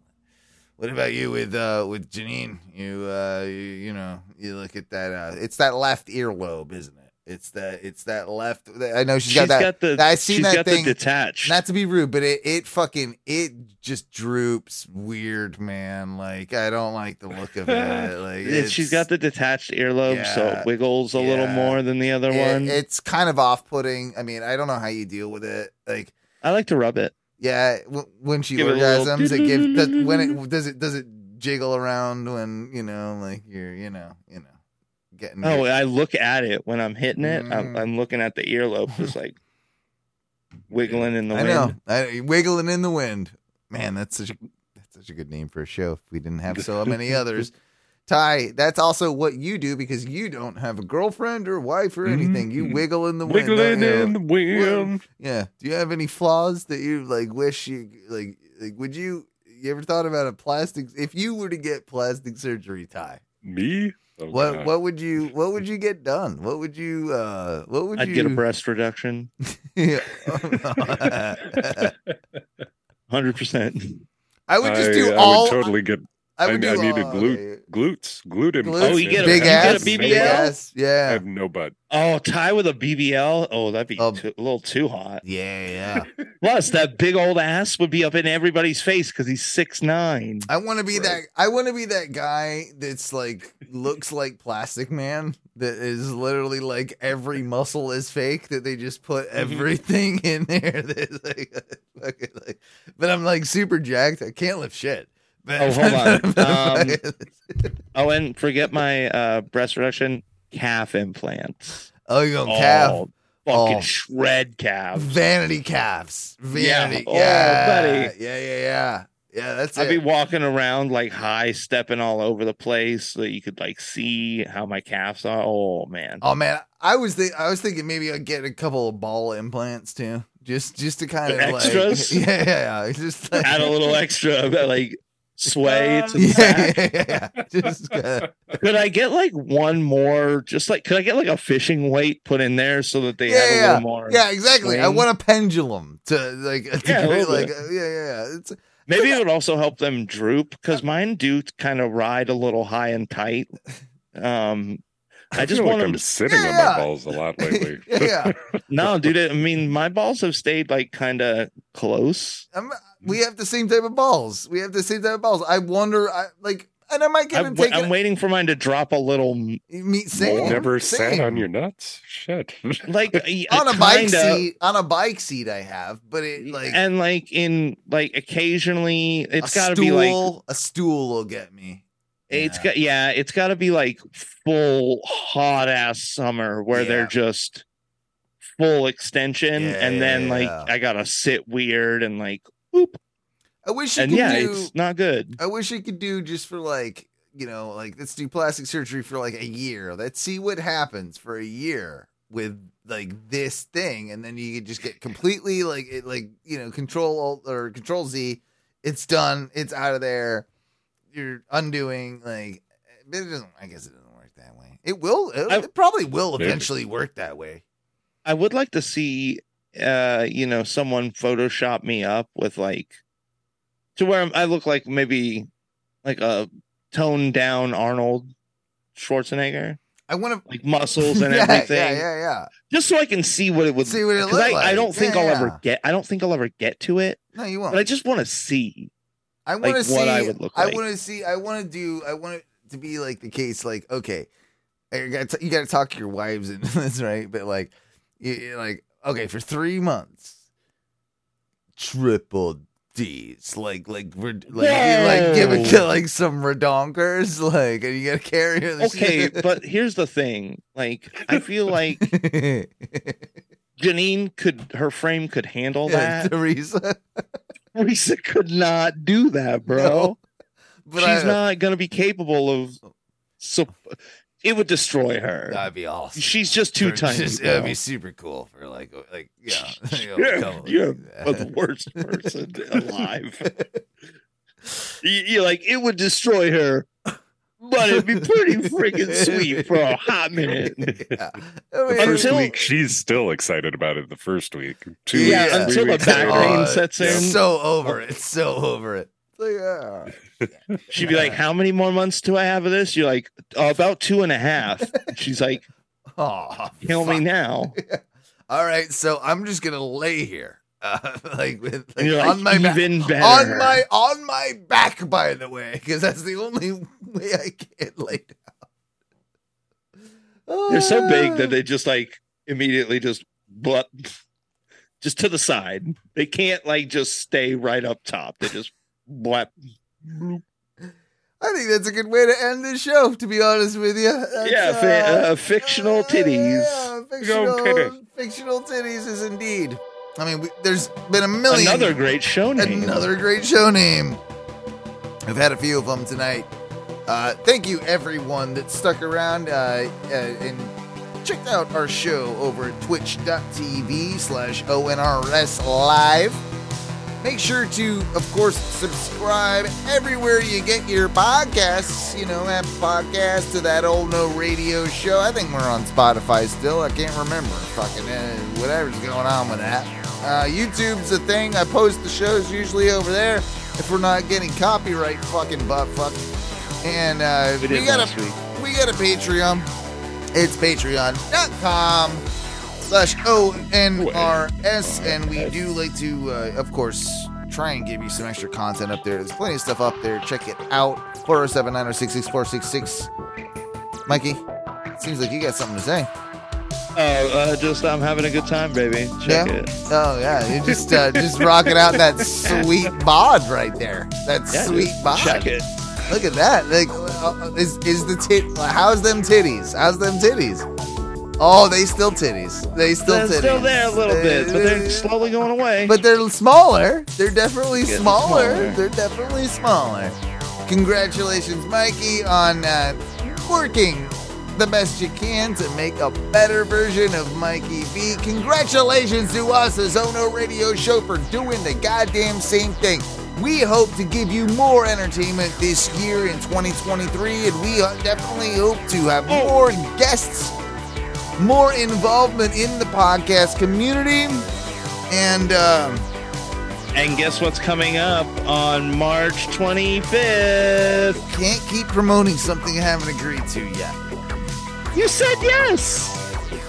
Speaker 3: What about you with uh with Janine? You uh you, you know you look at that. uh It's that left earlobe, isn't it? It's that it's that left. I know she's got
Speaker 4: She's
Speaker 3: that.
Speaker 4: got the-
Speaker 3: I seen
Speaker 4: she's
Speaker 3: that
Speaker 4: got the
Speaker 3: thing
Speaker 4: detached.
Speaker 3: Not to be rude, but it it fucking it just droops weird, man. Like I don't like the look of
Speaker 4: [laughs]
Speaker 3: it. Like
Speaker 4: Yeah, she's got the detached earlobe, so
Speaker 3: Yeah,
Speaker 4: it wiggles a little
Speaker 3: yeah.
Speaker 4: more than the other
Speaker 3: it-
Speaker 4: one.
Speaker 3: It's kind of off-putting. I mean, I don't know how you deal with it. Like
Speaker 4: I like to rub it.
Speaker 3: Yeah, w- when she
Speaker 4: Give it a little
Speaker 3: orgasms, it gives does, when
Speaker 4: [laughs]
Speaker 3: it does it does it jiggle around when you know like you're you know you know getting.
Speaker 4: Oh,
Speaker 3: your-
Speaker 4: I look at it when I'm hitting it. I'm,
Speaker 3: Mm.
Speaker 4: I'm looking at the earlobe, just like wiggling in the
Speaker 3: I
Speaker 4: wind.
Speaker 3: know. I, wiggling in the wind. Man, that's such a that's such a good name for a show. If we didn't have so
Speaker 4: [laughs]
Speaker 3: many others. Ty, that's also what you do because you don't have a girlfriend or wife or
Speaker 4: Mm-hmm.
Speaker 3: anything. You wiggle in the wind.
Speaker 5: Wiggling
Speaker 3: don't you?
Speaker 5: in the wind.
Speaker 3: Yeah. Do you have any flaws that you like wish you like like would you you ever thought about a plastic if you were to get plastic surgery tie?
Speaker 5: Me? Oh,
Speaker 3: What
Speaker 5: God. [laughs]
Speaker 3: what would you what would you get done? What would you uh what would
Speaker 4: I'd
Speaker 3: you
Speaker 4: get a breast reduction.
Speaker 3: [laughs] Yeah.
Speaker 4: Hundred percent.
Speaker 3: I would just
Speaker 5: I-
Speaker 3: do
Speaker 5: I
Speaker 3: all
Speaker 5: Would totally get.
Speaker 3: I
Speaker 5: I,
Speaker 3: would
Speaker 5: I
Speaker 3: do
Speaker 5: needed
Speaker 3: all
Speaker 5: glute, glutes, glute
Speaker 3: Glutes,
Speaker 5: implants.
Speaker 4: Oh, you get a-
Speaker 3: big
Speaker 4: you get a
Speaker 3: ass,
Speaker 4: BBL?
Speaker 3: big ass,
Speaker 5: I
Speaker 3: yeah.
Speaker 5: have no butt.
Speaker 4: Oh, tie with a BBL. Oh, that'd be too, a little too hot.
Speaker 3: Yeah, yeah.
Speaker 4: Plus, that big old ass would be up in everybody's face because he's six nine.
Speaker 3: I want to be that. I want to be that guy that's like looks like Plastic Man. That is literally like
Speaker 4: [laughs]
Speaker 3: every muscle is fake. That they just put
Speaker 4: Mm-hmm.
Speaker 3: everything in there. [laughs] That's like, fucking like, but I'm like super jacked. I can't lift shit. [laughs] But,
Speaker 4: Oh, hold on. Um, oh, and forget my uh, breast reduction calf implants.
Speaker 3: Oh, you going calf?
Speaker 4: fucking
Speaker 3: Oh.
Speaker 4: shred calves,
Speaker 3: vanity calves, vanity.
Speaker 4: Yeah.
Speaker 3: Yeah,
Speaker 4: Oh, buddy.
Speaker 3: yeah, yeah, yeah, yeah. That's
Speaker 4: I'd
Speaker 3: it.
Speaker 4: be walking around like high stepping all over the place so that you could like see how my calves are. Oh man.
Speaker 3: Oh [laughs] man, I was think I was thinking maybe I'd get a couple of ball implants too, just just to kind of
Speaker 4: Extras?
Speaker 3: Like, [laughs] yeah, yeah, yeah. Just like,
Speaker 4: Add a little extra [laughs] of that, like sway to the
Speaker 3: [laughs] Yeah,
Speaker 4: back.
Speaker 3: yeah, yeah, yeah. Just
Speaker 4: [laughs]
Speaker 3: kinda-
Speaker 4: Could I get like one more just like could I get like a fishing weight put in there so that they have a
Speaker 3: yeah,
Speaker 4: little more
Speaker 3: yeah, exactly. I
Speaker 4: swing?
Speaker 3: want a pendulum to like, [laughs] to
Speaker 4: Yeah, a
Speaker 3: create,
Speaker 4: little
Speaker 3: like
Speaker 4: bit.
Speaker 3: uh, yeah, yeah. yeah. It's
Speaker 4: Maybe it would also help them droop because mine do kind of ride a little high and tight. Um, I,
Speaker 5: [laughs] I,
Speaker 4: just
Speaker 5: feel
Speaker 4: want
Speaker 5: like
Speaker 4: them.
Speaker 5: I'm sitting on
Speaker 4: Yeah.
Speaker 5: my balls a lot lately.
Speaker 3: [laughs] yeah.
Speaker 4: no, dude. I mean, my balls have stayed like kind of close. [laughs]
Speaker 3: I'm, uh, we have the same type of balls. We have the same type of balls. I wonder, I like, and I might get
Speaker 4: I'm,
Speaker 3: them
Speaker 4: wa-
Speaker 3: taken.
Speaker 4: I'm waiting for mine to drop a little. m-
Speaker 3: Me,
Speaker 5: You
Speaker 3: same,
Speaker 5: Never
Speaker 3: same.
Speaker 5: sat on your nuts.
Speaker 4: [laughs]
Speaker 5: Shit.
Speaker 4: Like
Speaker 3: on a bike
Speaker 4: kinda-
Speaker 3: seat. On a bike seat, I have, but it like
Speaker 4: and like in like occasionally,
Speaker 3: a
Speaker 4: it's got to be like
Speaker 3: stool- a stool will get me.
Speaker 4: it's got yeah, it's got to be like full hot ass summer where they're just full extension, and then like I gotta sit weird and like
Speaker 3: I wish you
Speaker 4: and
Speaker 3: could
Speaker 4: yeah,
Speaker 3: do.
Speaker 4: it's not good.
Speaker 3: I wish you could do just for like you know like let's do plastic surgery for like a year. Let's see what happens for a year with like this thing, and then you could just get completely like it like you know control alt or control Z. It's done. It's out of there. You're undoing like. eh, But it doesn't. I guess it doesn't work that way. It will. It, it probably will
Speaker 4: Maybe.
Speaker 3: eventually work that way.
Speaker 4: I would like to see, uh, you know, someone Photoshop me up with like to where I'm- I look like maybe like a toned down Arnold Schwarzenegger,
Speaker 3: I want to
Speaker 4: like muscles and
Speaker 3: [laughs]
Speaker 4: everything.
Speaker 3: Yeah, yeah, yeah.
Speaker 4: Just so I can see what it would
Speaker 3: See what it
Speaker 4: 'cause
Speaker 3: looked
Speaker 4: I, I
Speaker 3: like.
Speaker 4: don't think
Speaker 3: Yeah,
Speaker 4: I'll
Speaker 3: yeah.
Speaker 4: ever get. I don't think I'll ever get to it.
Speaker 3: No, you won't.
Speaker 4: But I just want
Speaker 3: [laughs]
Speaker 4: to see.
Speaker 3: I
Speaker 4: like,
Speaker 3: want to see.
Speaker 4: what I would look
Speaker 3: I
Speaker 4: like.
Speaker 3: want to see. I want to do. I want it to be like the case. Like, okay, you got you got to talk to your wives and [laughs] this, right? But like, you, you're like, okay, for three months, triple D's. Like, like we're like you like give it to
Speaker 4: Whoa.
Speaker 3: like some redonkers. Like, and you got to carry her. this-
Speaker 4: Okay, but here's the thing. Like, I
Speaker 3: [laughs]
Speaker 4: feel like Janine could her frame could handle
Speaker 3: Yeah,
Speaker 4: that.
Speaker 3: Teresa.
Speaker 4: Teresa could not do that, bro.
Speaker 3: but
Speaker 4: She's
Speaker 3: I-
Speaker 4: not going to be capable of. So it would destroy her.
Speaker 3: That'd be awesome.
Speaker 4: She's just too
Speaker 3: For-
Speaker 4: tiny.
Speaker 3: just-
Speaker 4: bro.
Speaker 3: That'd be super cool for like, like yeah, you know, [laughs] a
Speaker 4: you're,
Speaker 3: couple-
Speaker 4: you're the worst person
Speaker 3: [laughs]
Speaker 4: alive. You- You're like it would destroy her, but it'd be pretty freaking sweet for a
Speaker 3: [laughs]
Speaker 4: hot minute.
Speaker 5: The first
Speaker 4: Until-
Speaker 5: week, she's still excited about it. The first week, two
Speaker 4: Yeah,
Speaker 5: weeks,
Speaker 3: [laughs]
Speaker 4: until
Speaker 5: three
Speaker 4: the
Speaker 5: weeks
Speaker 4: back
Speaker 5: later.
Speaker 4: pain sets in.
Speaker 3: Oh, So over it. So over it. Like, yeah. [laughs]
Speaker 4: She'd be like, "How many more months do I have of this?" You're like, "Uh, "About two and a half." And She's like,
Speaker 3: Oh,
Speaker 4: Kill
Speaker 3: [laughs]
Speaker 4: me now.
Speaker 3: All right, so I'm just gonna lay here, [laughs] uh, like, with,
Speaker 4: And you're like,
Speaker 3: on my back,
Speaker 4: "Even better."
Speaker 3: on my on my back. By the way, because that's the only way I can lay down.
Speaker 4: They're so big that they just like immediately just but just to the side. They can't like just stay right up top. They just blap.
Speaker 3: I think that's a good way to end this show. To be honest with you, That's,
Speaker 4: Yeah, fa- uh, fictional titties.
Speaker 3: yeah, fictional,
Speaker 4: titties.
Speaker 3: fictional titties is indeed. I mean, we, there's been a million.
Speaker 4: Another great show name.
Speaker 3: Another great show name. I've had a few of them tonight. Uh, thank you, everyone that stuck around uh, uh, and checked out our show over at twitch.tv slash ONRS live. Make sure to, of course, subscribe everywhere you get your podcasts. You know, that podcast to that old no radio show. I think we're on Spotify still. I can't remember. Fucking uh, whatever's going on with that. Uh, YouTube's a thing. I post the shows usually over there if we're not getting copyright fucking butt fuck. And uh,
Speaker 4: We did
Speaker 3: got
Speaker 4: last
Speaker 3: a
Speaker 4: week.
Speaker 3: we got a Patreon. It's patreon.com slash ONRS. And we do like to, uh, of course, try and give you some extra content up there. There's plenty of stuff up there. Check it out. 407 906 6466. Mikey, seems like you got something to say.
Speaker 4: Oh, uh, just I'm having a good time, baby. Check
Speaker 3: yeah.
Speaker 4: it.
Speaker 3: Oh yeah, you just uh, just rocking out
Speaker 4: [laughs]
Speaker 3: that sweet bod right there. That
Speaker 4: Yeah,
Speaker 3: sweet
Speaker 4: dude.
Speaker 3: bod.
Speaker 4: Check it.
Speaker 3: Look at that. Like, uh, is is the tit? How's them titties? How's them titties? Oh, they still titties. They still
Speaker 4: They're
Speaker 3: titties.
Speaker 4: still there a little bit, but they're slowly going away.
Speaker 3: But they're smaller. They're definitely
Speaker 4: Getting
Speaker 3: smaller.
Speaker 4: smaller.
Speaker 3: They're definitely smaller. Congratulations, Mikey, on uh, working the best you can to make a better version of Mikey B. Congratulations to us as Ono Radio Show for doing the goddamn same thing. We hope to give you more entertainment this year in 2023, and we uh, definitely hope to have more guests, more involvement in the podcast community, and um,
Speaker 4: And guess what's coming up on March 25th?
Speaker 3: can't keep promoting something I haven't agreed to yet.
Speaker 4: You said yes.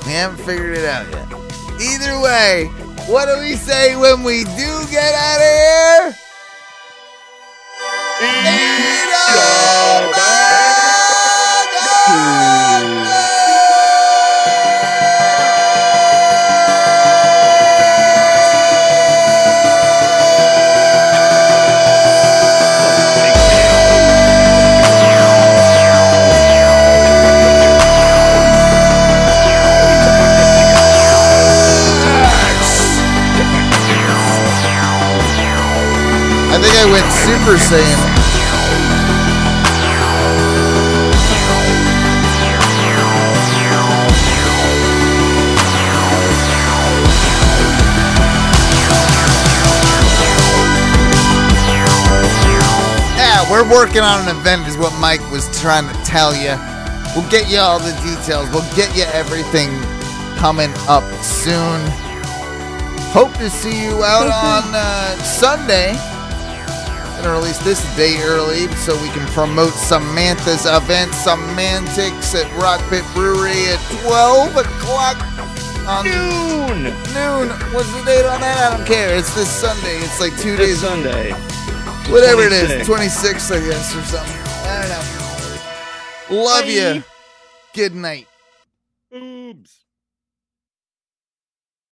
Speaker 3: We haven't figured it out yet. Either way, what do we say when we do get out of here? I think I went Super Saiyan. Yeah, we're working on an event, is what Mike was trying to tell you. We'll get you all the details. We'll get you everything coming up soon. Hope to see you out on uh, Sunday. Gonna release this day early so we can promote Samantha's event, Semantics at Rock Pit Brewery at 12 o'clock on
Speaker 4: noon.
Speaker 3: Noon. What's the date on that? I don't care. It's this Sunday. It's like two days.
Speaker 4: This Sunday.
Speaker 3: Whatever it is,
Speaker 4: 26th.
Speaker 3: 26, I guess, or something. I don't know. Love you. Good night.
Speaker 5: Boobs.